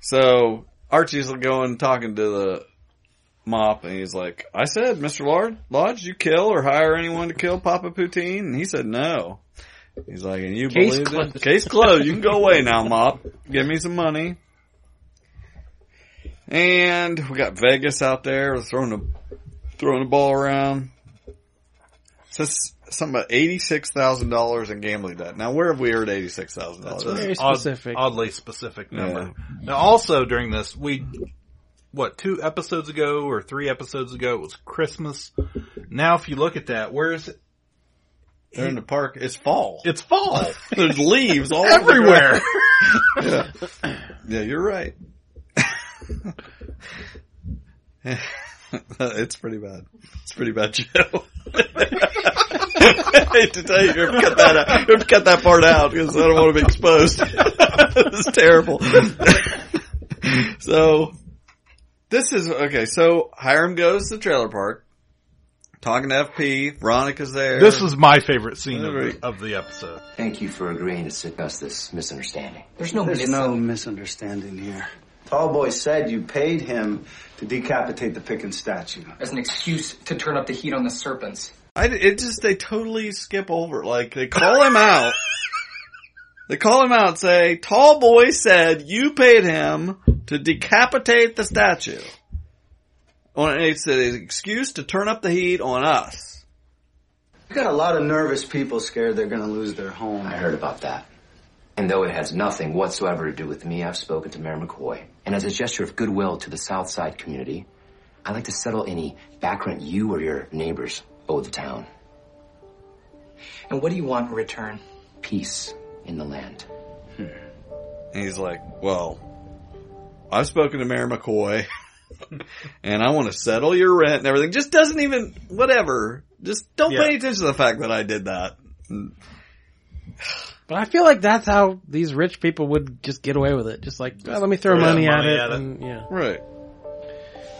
[SPEAKER 4] So Archie's going talking to the mop, and he's like, "I said, Mister Lord Lodge, you kill or hire anyone to kill Papa Poutine?" And he said, "No." He's like, "And you
[SPEAKER 17] Case
[SPEAKER 4] believe
[SPEAKER 17] closed.
[SPEAKER 4] it? Case closed. You can go away now, mop. Give me some money." And we got Vegas out there throwing a throwing a ball around. Says something about eighty six thousand dollars in gambling debt. Now, where have we heard eighty six thousand dollars?
[SPEAKER 1] Odd- oddly specific number. Now, also during this, we what two episodes ago or three episodes ago it was Christmas. Now, if you look at that, where is it?
[SPEAKER 4] They're in the park. It's fall.
[SPEAKER 1] It's fall.
[SPEAKER 4] There's leaves all over the
[SPEAKER 1] everywhere.
[SPEAKER 4] yeah. yeah, you're right. [laughs] it's pretty bad. It's pretty bad, [laughs] Joe. I hate to tell you, you have to cut that out. You have to cut that part out because I don't want to be exposed. [laughs] it's terrible. [laughs] so this is okay. So Hiram goes to the trailer park, talking to FP. Veronica's there.
[SPEAKER 1] This is my favorite scene of the, of the episode.
[SPEAKER 5] Thank you for agreeing to discuss this misunderstanding.
[SPEAKER 7] There's no misunderstanding here. Tall boy said you paid him to decapitate the Pickin statue.
[SPEAKER 5] As an excuse to turn up the heat on the serpents.
[SPEAKER 4] I, it just they totally skip over. it. Like they call
[SPEAKER 1] [laughs]
[SPEAKER 4] him out. they call him out. and Say, tall boy said you paid him to decapitate the statue. On it's an excuse to turn up the heat on us.
[SPEAKER 7] You got a lot of nervous people scared they're going to lose their home.
[SPEAKER 5] I heard about that. And though it has nothing whatsoever to do with me, I've spoken to Mayor McCoy. And as a gesture of goodwill to the South Side community, I'd like to settle any back rent you or your neighbors owe the town. And what do you want in return? Peace in the land.
[SPEAKER 4] And he's like, well, I've spoken to Mayor McCoy [laughs] and I want to settle your rent and everything. Just doesn't even, whatever. Just don't
[SPEAKER 3] Yeah.
[SPEAKER 4] pay attention to the fact that I did that.
[SPEAKER 3] But I feel like that's how these rich people would just get away with it. Just like, "Oh, let me throw
[SPEAKER 4] Yeah,
[SPEAKER 3] money, at
[SPEAKER 4] money
[SPEAKER 3] it.
[SPEAKER 4] at it.
[SPEAKER 3] and- yeah.
[SPEAKER 4] Right.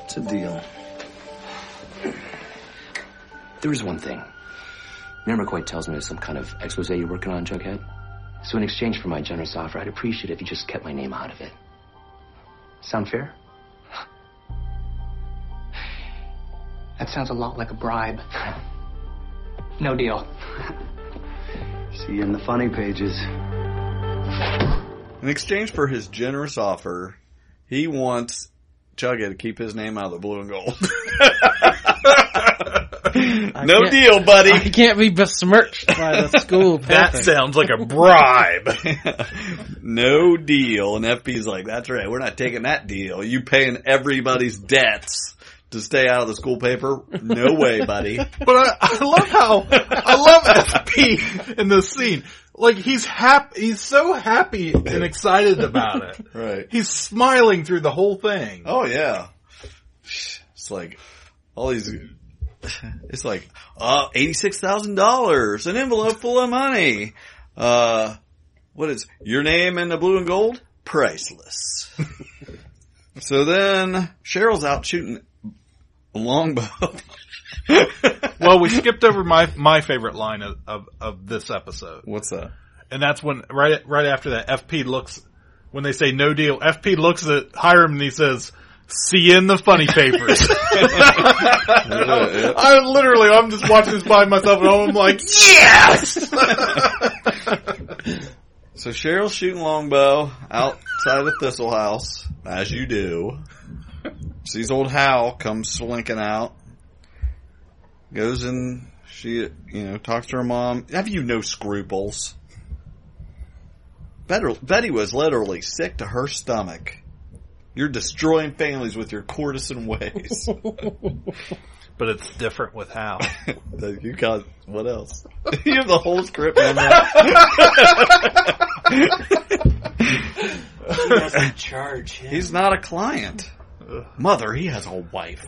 [SPEAKER 7] It's a deal.
[SPEAKER 5] There is one thing. Mayor McCoy tells me there's some kind of expose you're working on, Jughead. So in exchange for my generous offer, I'd appreciate it if you just kept my name out of it. Sound fair? That sounds a lot like a bribe. no [laughs] deal.
[SPEAKER 7] See you in the funny pages.
[SPEAKER 4] In exchange for his generous offer, he wants Chugga to keep his name out of the blue and [laughs] gold. no
[SPEAKER 3] can't-
[SPEAKER 4] deal, buddy.
[SPEAKER 3] [laughs] I can't be besmirched by [laughs] the school. paper.
[SPEAKER 4] like a bribe. [laughs] no deal. And FP's like, that's right. We're not taking that deal. You paying everybody's debts to stay out of the school paper? No way, buddy.
[SPEAKER 1] But I, I love how I love FP in this scene. Like he's happy, he's so happy and excited about it.
[SPEAKER 4] Right.
[SPEAKER 1] He's smiling through the whole thing.
[SPEAKER 4] Oh yeah. It's like all these. It's like uh, eighty six thousand dollars, an envelope full of money. Uh, what is your name in the blue and gold? Priceless. so then Cheryl's out shooting a longbow. [laughs]
[SPEAKER 1] well, we skipped over my my favorite line of, of of this episode.
[SPEAKER 4] What's that?
[SPEAKER 1] And that's when right right after that, FP looks when they say no deal. FP looks at Hiram and he says, "See you in the funny [laughs] papers." I literally, I'm just watching this by myself at home. I'm like, yes.
[SPEAKER 4] So Cheryl's shooting longbow outside of Thistle House, as you do. Sees old Hal come slinking out. Goes and she, you know, talks to her mom. Have you no scruples? Better, Betty was literally sick to her stomach. You're destroying families with your courtesan ways.
[SPEAKER 1] but it's different with Hal.
[SPEAKER 4] you got what else? [laughs] you have the whole script. memorized.
[SPEAKER 2] doesn't charge him.
[SPEAKER 4] He's not a client. Mother, he has a wife.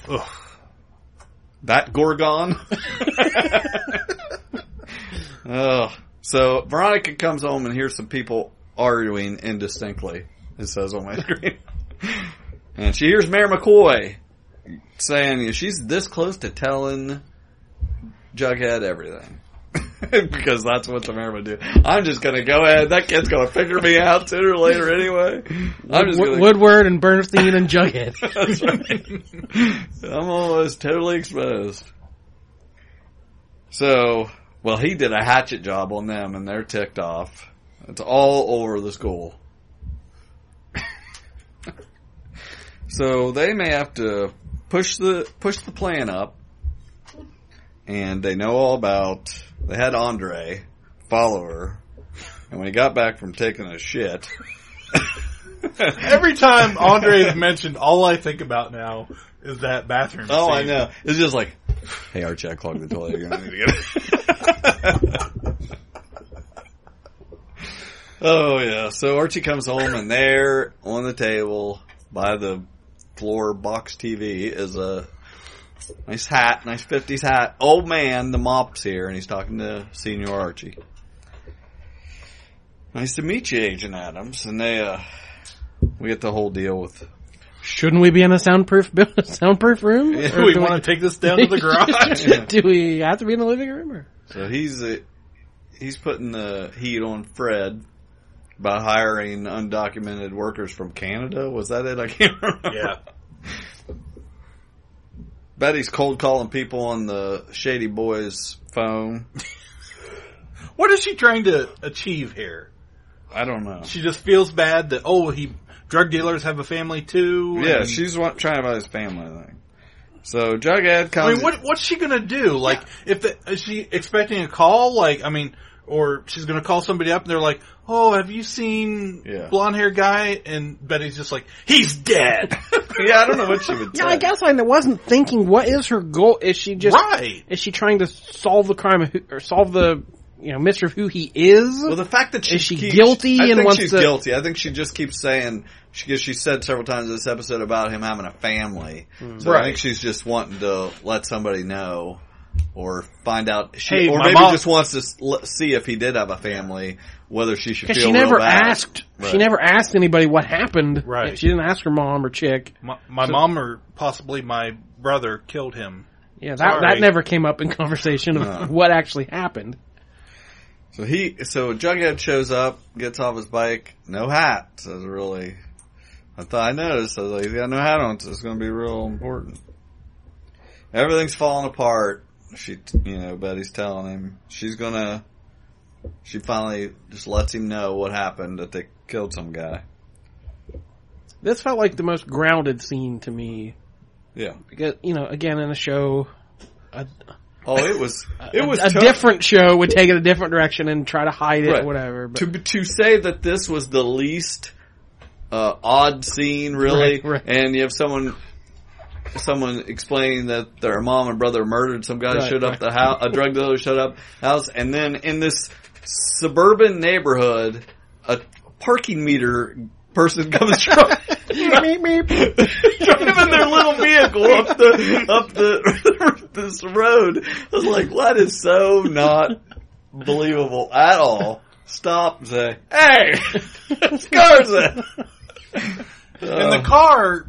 [SPEAKER 4] That Gorgon. Ugh. So Veronica comes home and hears some people arguing indistinctly. It says on my [laughs] screen. and she hears Mayor McCoy saying you know, she's this close to telling Jughead everything. [laughs] because that's what the mayor would do. I'm just gonna go ahead. That kid's gonna figure me out sooner or later anyway. I'm just
[SPEAKER 3] Wood-
[SPEAKER 4] gonna.
[SPEAKER 3] Woodward and Bernstein and [laughs] Jughead.
[SPEAKER 4] That's right. I'm almost totally exposed. So, well, he did a hatchet job on them, and they're ticked off. It's all over the school. [laughs] so they may have to push the push the plan up, and they know all about. They had Andre follow her, and when he got back from taking a shit.
[SPEAKER 1] [laughs] Every time Andre is mentioned, all I think about now is that bathroom.
[SPEAKER 4] Oh,
[SPEAKER 1] scene.
[SPEAKER 4] I know. It's just like, hey, Archie, [laughs] I clogged the toilet. You're gonna need to get [laughs] oh yeah. So Archie comes home, and there on the table by the floor box TV is a nice hat, nice fifties hat. Old man, the mop's here, and he's talking to Senior Archie. Nice to meet you, Agent Adams. And they, uh, we get the whole deal [laughs] with
[SPEAKER 3] Shouldn't we be in a soundproof buil- [laughs] soundproof room?
[SPEAKER 4] Yeah.
[SPEAKER 3] Or
[SPEAKER 4] We
[SPEAKER 3] do
[SPEAKER 4] wanna take this down to [laughs] the garage?
[SPEAKER 3] [laughs] do we have to be in the living room? Or?
[SPEAKER 4] So he's uh he's putting the heat on Fred by hiring undocumented workers from Canada. Was that it? I can't [laughs] remember. Yeah. Betty's cold calling people on the Shady Boys phone.
[SPEAKER 1] What is she trying to achieve here?
[SPEAKER 4] I don't know.
[SPEAKER 1] She just feels bad that oh, he drug dealers have a family too.
[SPEAKER 4] Yeah,
[SPEAKER 1] and-
[SPEAKER 4] she's wa- trying about his family thing. So Jughead comes.
[SPEAKER 1] I mean, what what's she gonna do? Like, if the, is she expecting a call? Like, I mean, or she's gonna call somebody up and they're like, "Oh, have you seen
[SPEAKER 4] Yeah.
[SPEAKER 1] blonde hair guy?" And Betty's just like, "He's dead." [laughs]
[SPEAKER 4] [laughs] yeah, I don't know what she would
[SPEAKER 3] [laughs] Yeah, I guess I wasn't thinking. What is her goal? Is she just
[SPEAKER 1] Right.
[SPEAKER 3] Is she trying to solve the crime of who, or solve the you know mystery of who he is?
[SPEAKER 4] Well, the fact that
[SPEAKER 3] is she
[SPEAKER 4] keeps-
[SPEAKER 3] guilty
[SPEAKER 4] I
[SPEAKER 3] and
[SPEAKER 4] think
[SPEAKER 3] wants
[SPEAKER 4] she's
[SPEAKER 3] to
[SPEAKER 4] guilty. I think she just keeps saying she 'cause she said several times this episode about him having a family. So I
[SPEAKER 1] Right.
[SPEAKER 4] think she's just wanting to let somebody know or find out. She,
[SPEAKER 1] Hey,
[SPEAKER 4] or
[SPEAKER 1] my
[SPEAKER 4] maybe
[SPEAKER 1] mom-
[SPEAKER 4] just wants to s- l- see if he did have a family, whether she should feel
[SPEAKER 3] because she
[SPEAKER 4] real
[SPEAKER 3] never
[SPEAKER 4] bad.
[SPEAKER 3] asked.
[SPEAKER 4] Right.
[SPEAKER 3] She never asked anybody what happened.
[SPEAKER 1] Right.
[SPEAKER 3] She didn't ask her mom or chick.
[SPEAKER 1] My, my
[SPEAKER 3] So-
[SPEAKER 1] mom or possibly my brother killed him.
[SPEAKER 3] Yeah, that that
[SPEAKER 1] Sorry.
[SPEAKER 3] never came up in conversation of
[SPEAKER 4] No.
[SPEAKER 3] what actually happened.
[SPEAKER 4] So he, so Jughead shows up, gets off his bike, no hat. So it's really, I thought I noticed. I was like, he's got no hat on, so it's going to be real important. Everything's falling apart. She, t- you know, Betty's telling him she's gonna. She finally just lets him know what happened that they killed some guy.
[SPEAKER 3] This felt like the most grounded scene to me
[SPEAKER 4] Yeah.
[SPEAKER 3] because you know again in a show. A,
[SPEAKER 4] Oh, it
[SPEAKER 3] [laughs]
[SPEAKER 4] was. It was
[SPEAKER 3] a, a
[SPEAKER 4] tough.
[SPEAKER 3] different show would take it a different direction and try to hide it
[SPEAKER 4] Right.
[SPEAKER 3] or whatever. But
[SPEAKER 4] to to say that this was the least uh, odd scene, really,
[SPEAKER 3] Right, right.
[SPEAKER 4] and you have someone someone explaining that their mom and brother murdered some guy
[SPEAKER 1] Right,
[SPEAKER 4] showed up
[SPEAKER 1] right.
[SPEAKER 4] the house, a drug dealer showed up house, and then in this suburban neighborhood, a parking meter person [laughs] comes driving
[SPEAKER 3] [laughs]
[SPEAKER 4] [laughs]
[SPEAKER 3] meep, meep.
[SPEAKER 4] driving their little vehicle up the up the [laughs] this road. I was like, that is so not believable at all. Stop and say, "Hey, [laughs] Scarza!"
[SPEAKER 1] and
[SPEAKER 4] Um,
[SPEAKER 1] the car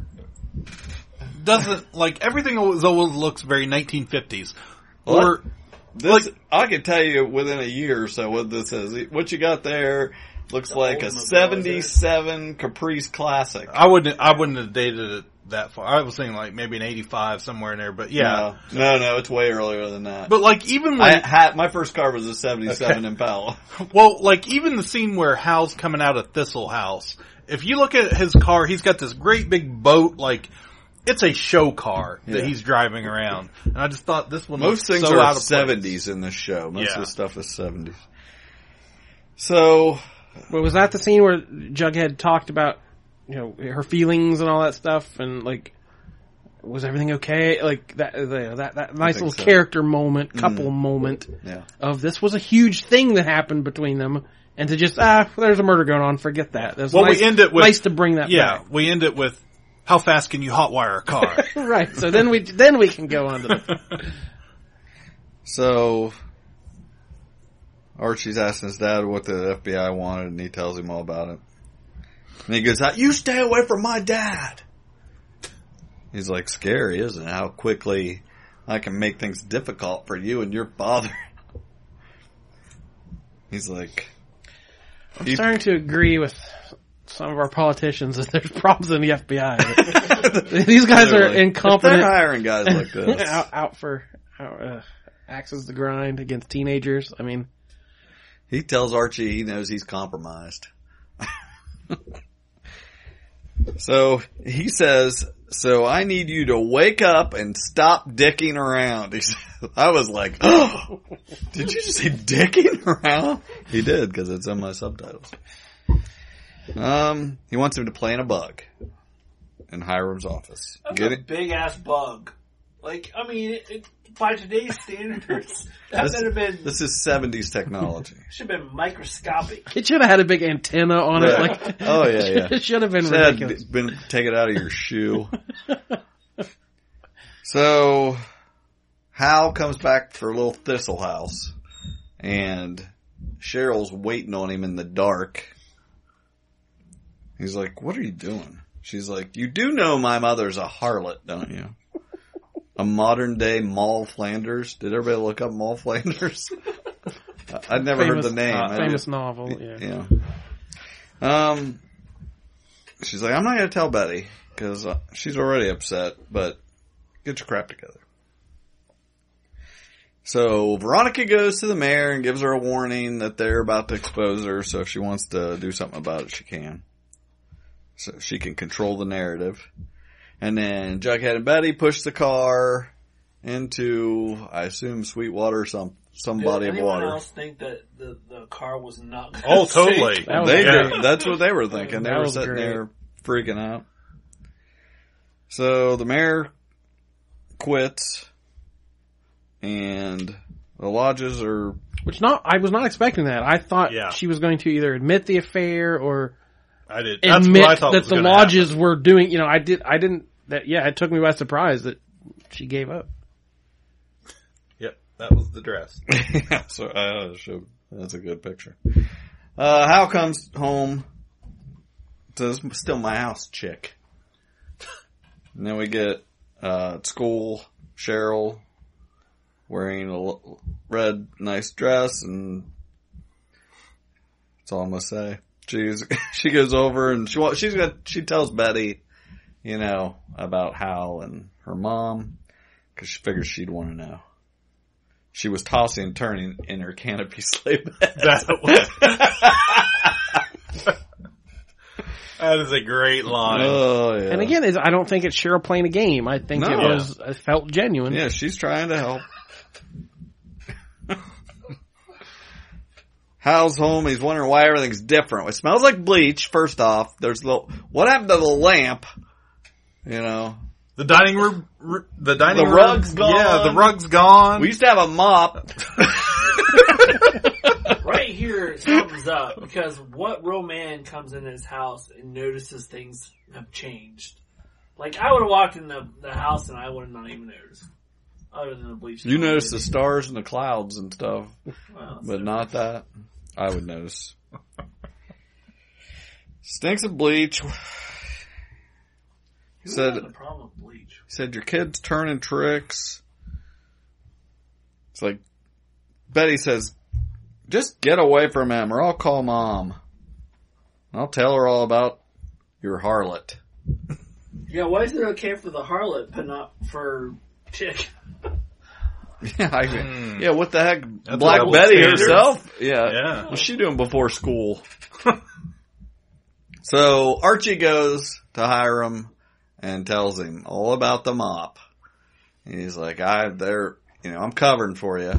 [SPEAKER 1] doesn't like everything always, always looks very 1950s. Or
[SPEAKER 4] This I can tell you within a year or so what this is. What you got there looks like a
[SPEAKER 1] Oldsmobile, is it?
[SPEAKER 4] '77 Caprice Classic.
[SPEAKER 1] I wouldn't I wouldn't have dated it that far. I was thinking like maybe an 85 somewhere in there, but yeah.
[SPEAKER 4] no, no, no, it's way earlier than that.
[SPEAKER 1] But like even when
[SPEAKER 4] I had my first car was a '77 Impala.
[SPEAKER 1] Well, like even the scene where Hal's coming out of Thistle House, if you look at his car, he's got this great big boat, like it's a show car that
[SPEAKER 4] Yeah.
[SPEAKER 1] he's driving around. And I just thought this one
[SPEAKER 4] Most
[SPEAKER 1] looked
[SPEAKER 4] things
[SPEAKER 1] so
[SPEAKER 4] are
[SPEAKER 1] out of place.
[SPEAKER 4] seventies in this show. Most
[SPEAKER 1] Yeah.
[SPEAKER 4] of the stuff is seventies. So
[SPEAKER 3] But was that the scene where Jughead talked about, you know, her feelings and all that stuff, and like, was everything okay? Like that the- that that nice
[SPEAKER 4] think
[SPEAKER 3] little
[SPEAKER 4] so.
[SPEAKER 3] character moment,
[SPEAKER 1] Mm.
[SPEAKER 3] couple moment
[SPEAKER 4] yeah,
[SPEAKER 3] of this was a huge thing that happened between them, and to just ah, there's a murder going on, forget that. That's
[SPEAKER 1] Well,
[SPEAKER 3] nice,
[SPEAKER 1] we end it with
[SPEAKER 3] nice to bring that.
[SPEAKER 1] Yeah,
[SPEAKER 3] back.
[SPEAKER 1] we end it with how fast can you hotwire a [laughs] car?
[SPEAKER 3] right. So then we then we can go on to the
[SPEAKER 1] [laughs]
[SPEAKER 4] so Archie's asking his dad what the FBI wanted, and he tells him all about it. And he goes, "You stay away from my dad." He's like, "Scary, isn't it? How quickly." I can make things difficult for you and your father. [laughs] He's like,
[SPEAKER 3] I'm starting to agree with some of our politicians that there's problems in
[SPEAKER 1] [laughs]
[SPEAKER 3] the FBI. These guys are
[SPEAKER 4] Literally. If
[SPEAKER 3] incompetent.
[SPEAKER 4] they're hiring guys
[SPEAKER 3] [laughs]
[SPEAKER 4] like this.
[SPEAKER 3] out,
[SPEAKER 1] [laughs]
[SPEAKER 3] out for out, uh, axes the grind against teenagers. I mean,
[SPEAKER 4] he tells Archie he knows he's compromised. [laughs] so he says, so I need you to wake up and stop dicking around. [laughs] He says- I was like, [gasps] oh, did you just say dicking around? He did because it's in my subtitles. Um, he wants him to plan a bug in Hiram's office.
[SPEAKER 2] That's
[SPEAKER 4] Get
[SPEAKER 2] a
[SPEAKER 4] it?
[SPEAKER 2] big ass bug. Like, I mean, it, it, by today's standards, [laughs] that
[SPEAKER 4] This,
[SPEAKER 2] should have been
[SPEAKER 4] this is 70s technology.
[SPEAKER 2] should have been microscopic.
[SPEAKER 3] it should have had a big antenna on
[SPEAKER 4] [laughs]
[SPEAKER 3] it.
[SPEAKER 4] Yeah.
[SPEAKER 3] Like, [laughs]
[SPEAKER 4] oh yeah, yeah.
[SPEAKER 3] it should have been
[SPEAKER 4] Should have
[SPEAKER 3] ridiculous.
[SPEAKER 4] Been take it out of your
[SPEAKER 3] [laughs]
[SPEAKER 4] shoe. so, Hal comes back for a little thistle house, and Cheryl's waiting on him in the dark. He's like, "What are you doing?" She's like, "You do know my mother's a harlot, don't you?" A modern day Moll Flanders. Did everybody look up Moll Flanders? [laughs] I- I'd never heard
[SPEAKER 3] Famous-
[SPEAKER 4] the name.
[SPEAKER 3] uh,
[SPEAKER 4] I
[SPEAKER 3] famous
[SPEAKER 4] just-
[SPEAKER 3] novel,
[SPEAKER 4] [laughs]
[SPEAKER 3] yeah.
[SPEAKER 4] yeah. Um, she's like, I'm not gonna tell Betty because she's already upset, but get your crap together. So Veronica goes to the mayor and gives her a warning that they're about to expose her. So if she wants to do something about it, she can. So she can control the narrative. And then Jughead and Betty push the car into, I assume, Sweetwater, or some some
[SPEAKER 2] Did
[SPEAKER 4] body of
[SPEAKER 2] anyone
[SPEAKER 4] water.
[SPEAKER 2] else think that the, the car was not? gonna
[SPEAKER 4] Oh,
[SPEAKER 2] sink?
[SPEAKER 4] totally. they did. That's what they were thinking. They
[SPEAKER 2] That
[SPEAKER 4] were
[SPEAKER 2] was
[SPEAKER 4] sitting
[SPEAKER 2] great.
[SPEAKER 4] there freaking out. So the mayor quits, and the lodges are.
[SPEAKER 3] Which not, I was not expecting that. I thought
[SPEAKER 4] Yeah.
[SPEAKER 3] she was going to either admit the affair or
[SPEAKER 1] I did. That's
[SPEAKER 3] admit
[SPEAKER 1] what I thought
[SPEAKER 3] that
[SPEAKER 1] was
[SPEAKER 3] the
[SPEAKER 1] gonna
[SPEAKER 3] lodges were doing. You know, I did. I didn't. That yeah, it took me by surprise that she gave up.
[SPEAKER 1] Yep, that was the [laughs] dress.
[SPEAKER 4] yeah, [laughs] so I should. That's a good picture. Uh, Hal comes home. So it's still my house, chick. And then we get uh, at school Cheryl wearing a l- red nice dress, and that's all I'm gonna say. She's [laughs] she goes over and she wa- she's got she tells Betty, you know, about Hal and her mom because she figures she'd want to know. She was tossing and turning in her canopy [laughs] sleigh bed.
[SPEAKER 1] [laughs] That is a great line.
[SPEAKER 4] Uh, Oh,
[SPEAKER 3] And again, it's, I don't think it's Cheryl playing a game. I think it
[SPEAKER 4] No.
[SPEAKER 3] was it felt genuine.
[SPEAKER 4] Yeah, she's trying to help. Hal's home. He's wondering why everything's different. It smells like bleach. First off, there's the what happened to the lamp? You know,
[SPEAKER 1] the dining room, r- the dining
[SPEAKER 4] the
[SPEAKER 1] room-
[SPEAKER 4] rug's gone.
[SPEAKER 1] Yeah, the rug's gone.
[SPEAKER 3] Um,
[SPEAKER 4] We used to have a mop.
[SPEAKER 2] Right here, something's up because what real man comes in his house and notices things have changed? Like I would have walked in the, the house and I would have not even noticed, other than the bleach.
[SPEAKER 4] You notice the stars and the clouds and stuff,
[SPEAKER 2] Wow,
[SPEAKER 4] but not that. I would notice. Stinks of bleach. [sighs] He said,
[SPEAKER 2] the problem with bleach.
[SPEAKER 4] He said your kid's turning tricks. It's like Betty says, just get away from him or I'll call mom. And I'll tell her all about your harlot. [laughs]
[SPEAKER 2] Yeah, why is it okay for the harlot but not for chick?
[SPEAKER 4] Yeah, I, yeah, what the heck?
[SPEAKER 2] Hmm. That's
[SPEAKER 4] Black
[SPEAKER 2] double
[SPEAKER 4] Betty
[SPEAKER 2] standards.
[SPEAKER 4] herself? Yeah.
[SPEAKER 1] Yeah.
[SPEAKER 4] What's she doing before school? [laughs] so Archie goes to Hiram and tells him all about the mop. And he's like, I, they're, you know, I'm covering for you.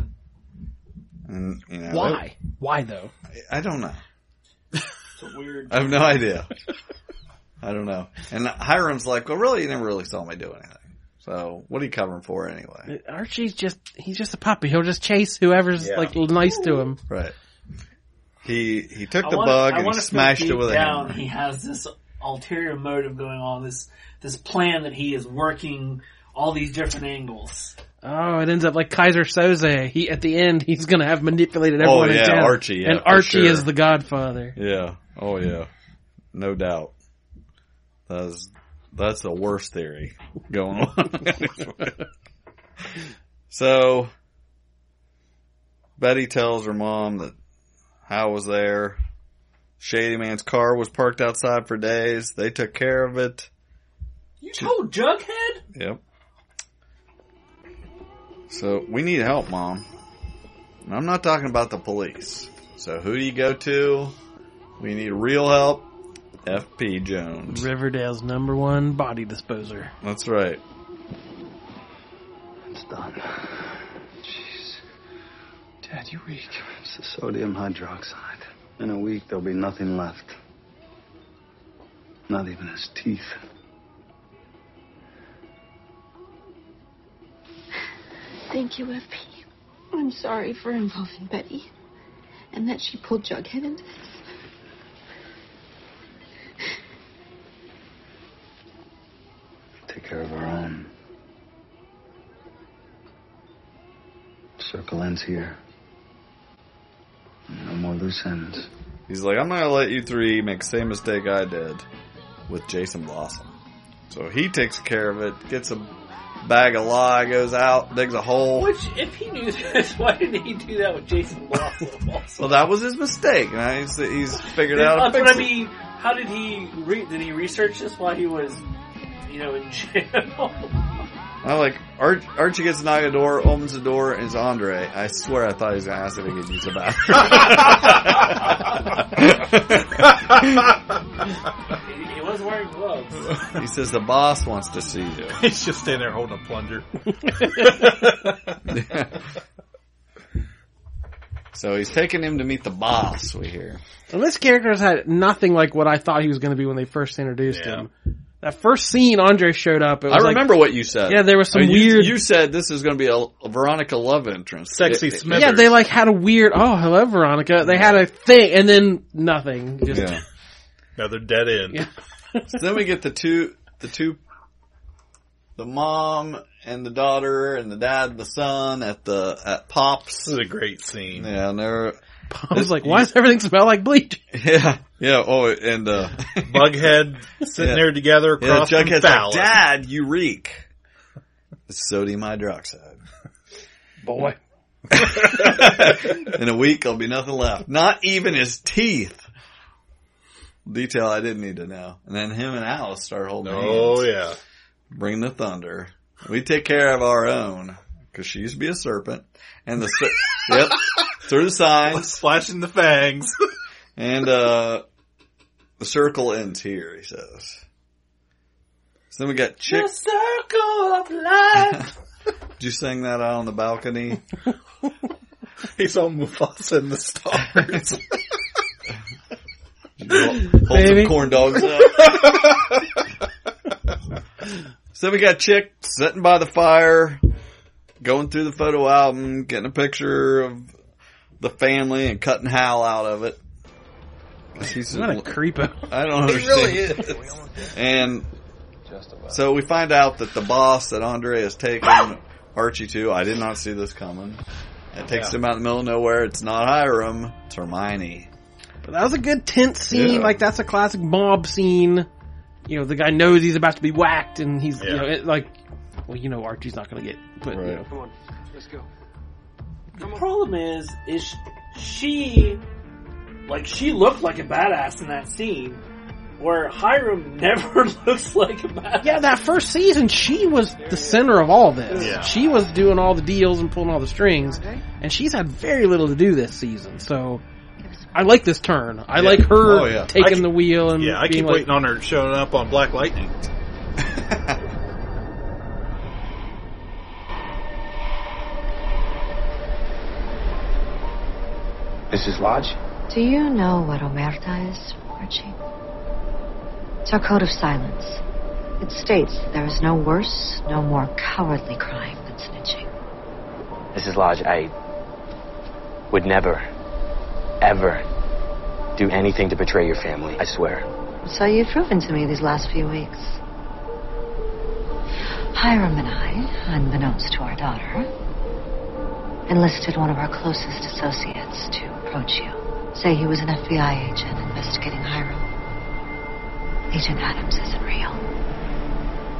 [SPEAKER 4] And, you know,
[SPEAKER 3] Why? Why though?
[SPEAKER 4] I don't know.
[SPEAKER 2] It's a weird.
[SPEAKER 4] I have no idea. [laughs] I don't know. And Hiram's like, well, really, you never really saw me do anything. So what are you covering for anyway?
[SPEAKER 3] Archie's just he's just a puppy. He'll just chase whoever's
[SPEAKER 4] Yeah.
[SPEAKER 3] like nice to him.
[SPEAKER 4] Right. He he took
[SPEAKER 2] I
[SPEAKER 4] the
[SPEAKER 2] wanna-
[SPEAKER 4] bug
[SPEAKER 2] I
[SPEAKER 4] and he
[SPEAKER 2] wanna feel
[SPEAKER 4] smashed it
[SPEAKER 2] deep
[SPEAKER 4] with a
[SPEAKER 2] down
[SPEAKER 4] hammer.
[SPEAKER 2] He has this ulterior motive going on. This this plan that he is working all these different angles.
[SPEAKER 3] Oh, it ends up like Kaiser Soze. He at the end he's gonna have manipulated
[SPEAKER 4] Oh,
[SPEAKER 3] everyone
[SPEAKER 4] yeah,
[SPEAKER 3] in town.
[SPEAKER 4] Archie, yeah,
[SPEAKER 3] and
[SPEAKER 4] for
[SPEAKER 3] Archie
[SPEAKER 4] sure.
[SPEAKER 3] is the Godfather.
[SPEAKER 4] Yeah. Oh yeah. No doubt. That's that's the worst theory going on. [laughs] So Betty tells her mom that Hal was there. Shady Man's car was parked outside for days. They took care of it.
[SPEAKER 2] You told Jughead?
[SPEAKER 4] Yep. So we need help, Mom. And I'm not talking about the police. So who do you go to? We need real help. FP Jones.
[SPEAKER 3] Riverdale's number one body disposer.
[SPEAKER 4] That's right.
[SPEAKER 7] It's done. Jeez. Dad, you reek. It's the sodium hydroxide. In a week, there'll be nothing left. Not even his teeth.
[SPEAKER 23] Thank you, FP. I'm sorry for involving Betty and that she pulled Jughead into this.
[SPEAKER 7] Take care of our own. Circle ends here. No more loose ends.
[SPEAKER 4] He's like, I'm not gonna let you three make the same mistake I did with Jason Blossom. So he takes care of it, gets a bag of lie, goes out, digs a hole.
[SPEAKER 2] Which, if he knew this, [laughs] why didn't he do that with Jason
[SPEAKER 4] [laughs]
[SPEAKER 2] Blossom? also?
[SPEAKER 4] Well, that was his mistake. and he's, he's figured out. how
[SPEAKER 2] That's
[SPEAKER 4] to
[SPEAKER 2] what I
[SPEAKER 4] fix it.
[SPEAKER 2] mean. How did he re- did he research this while he was, you know, in jail? [laughs]
[SPEAKER 4] I like Arch, Archie gets knocked at the door, opens the door, and it's Andre. I swear I thought he was gonna ask if he could use the bathroom.
[SPEAKER 2] he, he was wearing gloves.
[SPEAKER 4] [laughs] he says the boss wants to see you.
[SPEAKER 1] [laughs]
[SPEAKER 4] [laughs]
[SPEAKER 1] He's just standing there holding a plunger.
[SPEAKER 4] So he's taking him to meet the boss. We hear.
[SPEAKER 3] And this character has had nothing like what I thought he was going to be when they first introduced him. That first scene Andre showed up, it was
[SPEAKER 4] I
[SPEAKER 3] like-
[SPEAKER 4] remember what you said.
[SPEAKER 3] Yeah, there was some
[SPEAKER 4] Oh, you-
[SPEAKER 3] weird-
[SPEAKER 4] You said this is going to be a, a Veronica love interest,
[SPEAKER 1] Sexy
[SPEAKER 4] It- it-
[SPEAKER 1] Smith.
[SPEAKER 3] Yeah, they like had a weird, oh, hello Veronica. They had a thing and then nothing. Just,
[SPEAKER 4] Yeah.
[SPEAKER 1] Another dead end.
[SPEAKER 4] so then we get the two, the two, the mom and the daughter and the dad, and the son at the at Pops.
[SPEAKER 1] This is a great scene.
[SPEAKER 4] Yeah, and they're
[SPEAKER 3] [laughs] I was like, why does everything smell like bleach?
[SPEAKER 4] [laughs] yeah, yeah. Oh, and uh,
[SPEAKER 1] Bughead sitting
[SPEAKER 4] Yeah.
[SPEAKER 1] there together
[SPEAKER 4] yeah,
[SPEAKER 1] across from
[SPEAKER 4] Jughead's like,
[SPEAKER 1] Fowler.
[SPEAKER 4] Dad, you reek. It's sodium hydroxide.
[SPEAKER 3] Boy.
[SPEAKER 4] [laughs] In a week, there'll be nothing left. Not even his teeth. Detail I didn't need to know. And then him and Alice start holding hands.
[SPEAKER 1] Oh yeah.
[SPEAKER 4] Bring the thunder. We take care of our own. Cause she used to be a serpent. And the, ser- [laughs] yep, through the signs.
[SPEAKER 1] Flashing the [laughs] fangs.
[SPEAKER 4] And, uh, the circle ends here, he says. So then we got Chick.
[SPEAKER 2] The circle of life.
[SPEAKER 4] [laughs] Did you sing that out on
[SPEAKER 2] [laughs]
[SPEAKER 4] the balcony?
[SPEAKER 1] He's on Mufasa in the stars.
[SPEAKER 4] Did you Hold hold some
[SPEAKER 3] Baby.
[SPEAKER 4] corn
[SPEAKER 2] [laughs]
[SPEAKER 4] dogs up. So we got Chick sitting by the fire, going through the photo album, getting a picture of the family and cutting Hal out of it. He's
[SPEAKER 3] What a creepo.
[SPEAKER 4] I don't understand. And so we find out that the boss that Andre has taken Archie to, I did not see this coming. It takes
[SPEAKER 1] Yeah.
[SPEAKER 4] him out in the middle of nowhere. It's not Hiram, it's Hermione.
[SPEAKER 3] But that was a good tense scene.
[SPEAKER 4] Yeah.
[SPEAKER 3] Like that's a classic mob scene. You know, the guy knows he's about to be whacked, and he's you
[SPEAKER 1] Yeah.
[SPEAKER 3] know it, like, well, you know, Archie's not going to get put. You
[SPEAKER 4] Right.
[SPEAKER 3] know.
[SPEAKER 20] Come on, let's go.
[SPEAKER 2] The problem is, is she, like, she looked like a badass in that scene, where Hiram [laughs] never looks like a badass.
[SPEAKER 3] Yeah, that first season, she was the center of all this.
[SPEAKER 1] Yeah.
[SPEAKER 3] She was doing all the deals and pulling all the strings, and she's had very little to do this season. So, I like this turn.
[SPEAKER 1] Yeah.
[SPEAKER 3] I like her
[SPEAKER 4] Oh, yeah.
[SPEAKER 1] I
[SPEAKER 3] taking
[SPEAKER 1] keep-
[SPEAKER 3] the wheel and
[SPEAKER 1] [laughs] Yeah, I
[SPEAKER 3] being
[SPEAKER 1] keep
[SPEAKER 3] like,
[SPEAKER 1] waiting on her showing up on Black Lightning.
[SPEAKER 18] Mrs. Lodge?
[SPEAKER 8] Do you know what omerta is, Archie? It's our code of silence. It states that there is no worse, no more cowardly crime than snitching.
[SPEAKER 5] Mrs. Lodge, I would never, ever do anything to betray your family. I swear.
[SPEAKER 8] So you've proven to me these last few weeks. Hiram and I, unbeknownst to our daughter, enlisted one of our closest associates to approach you. Say he was an FBI agent investigating Hiram. Agent Adams isn't real.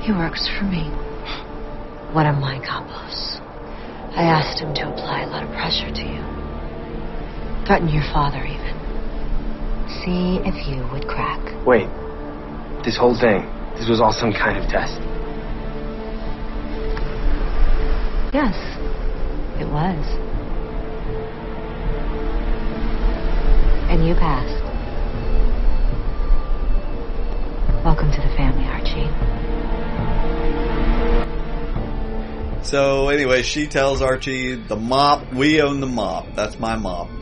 [SPEAKER 8] He works for me. One of my capos. I asked him to apply a lot of pressure to you. Threaten your father, even. See if you would crack.
[SPEAKER 6] Wait. This whole thing, this was all some kind of test.
[SPEAKER 8] Yes, it was. And you passed. Welcome to the family, Archie.
[SPEAKER 4] So anyway, she tells Archie, "The mop, we own the mop. That's my mop."
[SPEAKER 9] [laughs]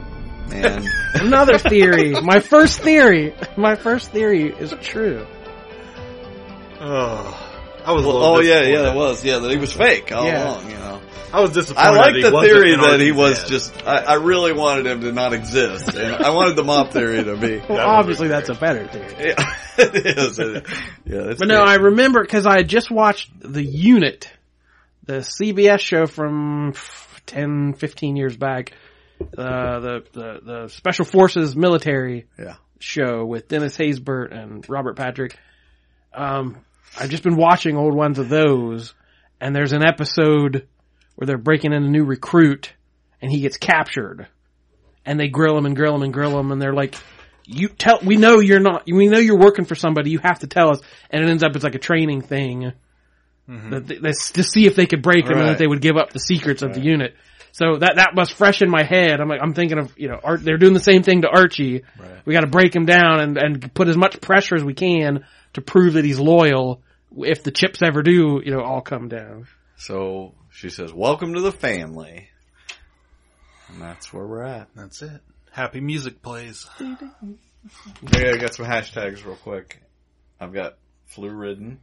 [SPEAKER 4] And
[SPEAKER 3] [laughs]
[SPEAKER 1] [laughs]
[SPEAKER 3] Another theory. My first theory. My first theory is true.
[SPEAKER 4] oh,
[SPEAKER 9] I was a little
[SPEAKER 4] oh yeah,
[SPEAKER 9] disappointed.
[SPEAKER 4] yeah, that was yeah that he was fake all
[SPEAKER 9] Yeah.
[SPEAKER 4] along. You know,
[SPEAKER 9] I was disappointed.
[SPEAKER 4] I like
[SPEAKER 9] he
[SPEAKER 4] the
[SPEAKER 9] wasn't
[SPEAKER 4] theory
[SPEAKER 9] an
[SPEAKER 4] that he
[SPEAKER 9] Archie's
[SPEAKER 4] was
[SPEAKER 9] dad.
[SPEAKER 4] just. I, I really wanted him to not exist, and I wanted the mop theory to be.
[SPEAKER 3] Well, obviously that's a better theory.
[SPEAKER 4] Yeah,
[SPEAKER 9] [laughs]
[SPEAKER 4] it is. It is. Yeah, that's
[SPEAKER 3] But no,
[SPEAKER 4] true.
[SPEAKER 3] I remember because I had just watched The Unit, the CBS show from pff, 10, 15 years back, uh, the, the, the Special Forces military show with Dennis Haysbert and Robert Patrick. Um, I've just been watching old ones of those, and there's an episode where they're breaking in a new recruit, and he gets captured and they grill him and grill him and grill him and they're like, you tell, we know you're not, we know you're working for somebody, you have to tell us. And it ends up, it's like a training thing that they, that's to see if they could break him and
[SPEAKER 4] Right.
[SPEAKER 3] that they would give up the secrets of the unit. So that, that was fresh in my head. I'm like, I'm thinking of, you know, Art, they're doing the same thing to Archie. We gotta break him down and, and put as much pressure as we can to prove that he's loyal. If the chips ever do, you know, all come down.
[SPEAKER 4] So she says, "Welcome to the family," and that's where we're at.
[SPEAKER 1] That's it. Happy music plays.
[SPEAKER 4] Yeah, I got some hashtags real quick. I've got flu [laughs] ridden,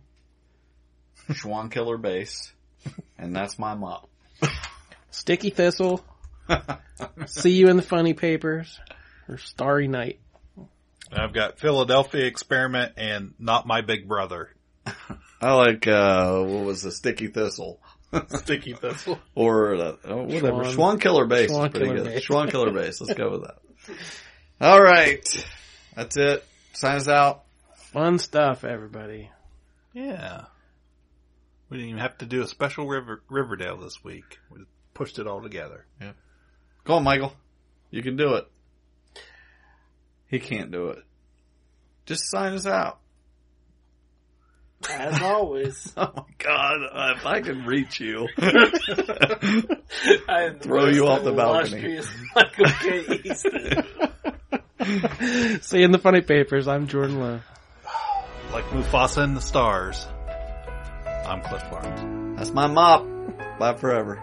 [SPEAKER 4] Schwan killer base, and that's my mop.
[SPEAKER 3] Sticky Thistle. See you in the funny papers. Or Starry Night.
[SPEAKER 1] And I've got Philadelphia Experiment and Not My Big Brother.
[SPEAKER 4] I like uh what was the sticky [laughs] thistle
[SPEAKER 1] Sticky Thistle.
[SPEAKER 4] or uh, oh, whatever
[SPEAKER 1] Schwan-
[SPEAKER 4] Schwan killer base
[SPEAKER 1] Schwan
[SPEAKER 4] is pretty
[SPEAKER 1] Killer
[SPEAKER 4] good.
[SPEAKER 1] Base.
[SPEAKER 4] Schwan killer base. Let's go with that. All right, that's it. Sign us out.
[SPEAKER 3] Fun stuff, everybody. [laughs]
[SPEAKER 1] Yeah. We didn't even have to do a special River, Riverdale this week. We pushed it all together.
[SPEAKER 4] Yeah.
[SPEAKER 1] [laughs]
[SPEAKER 4] Go on, Michael. You can do it. He can't do it. Just sign us out.
[SPEAKER 2] As always.
[SPEAKER 4] oh my god, if I can reach you.
[SPEAKER 2] [laughs] I am the
[SPEAKER 4] Throw you
[SPEAKER 2] most
[SPEAKER 4] off the balcony.
[SPEAKER 2] illustrious Michael K. Easton.
[SPEAKER 3] See you in the funny papers. I'm Jordan Lowe.
[SPEAKER 1] Like Mufasa and the Stars. I'm Cliff Barnes.
[SPEAKER 4] That's my mop. Bye forever.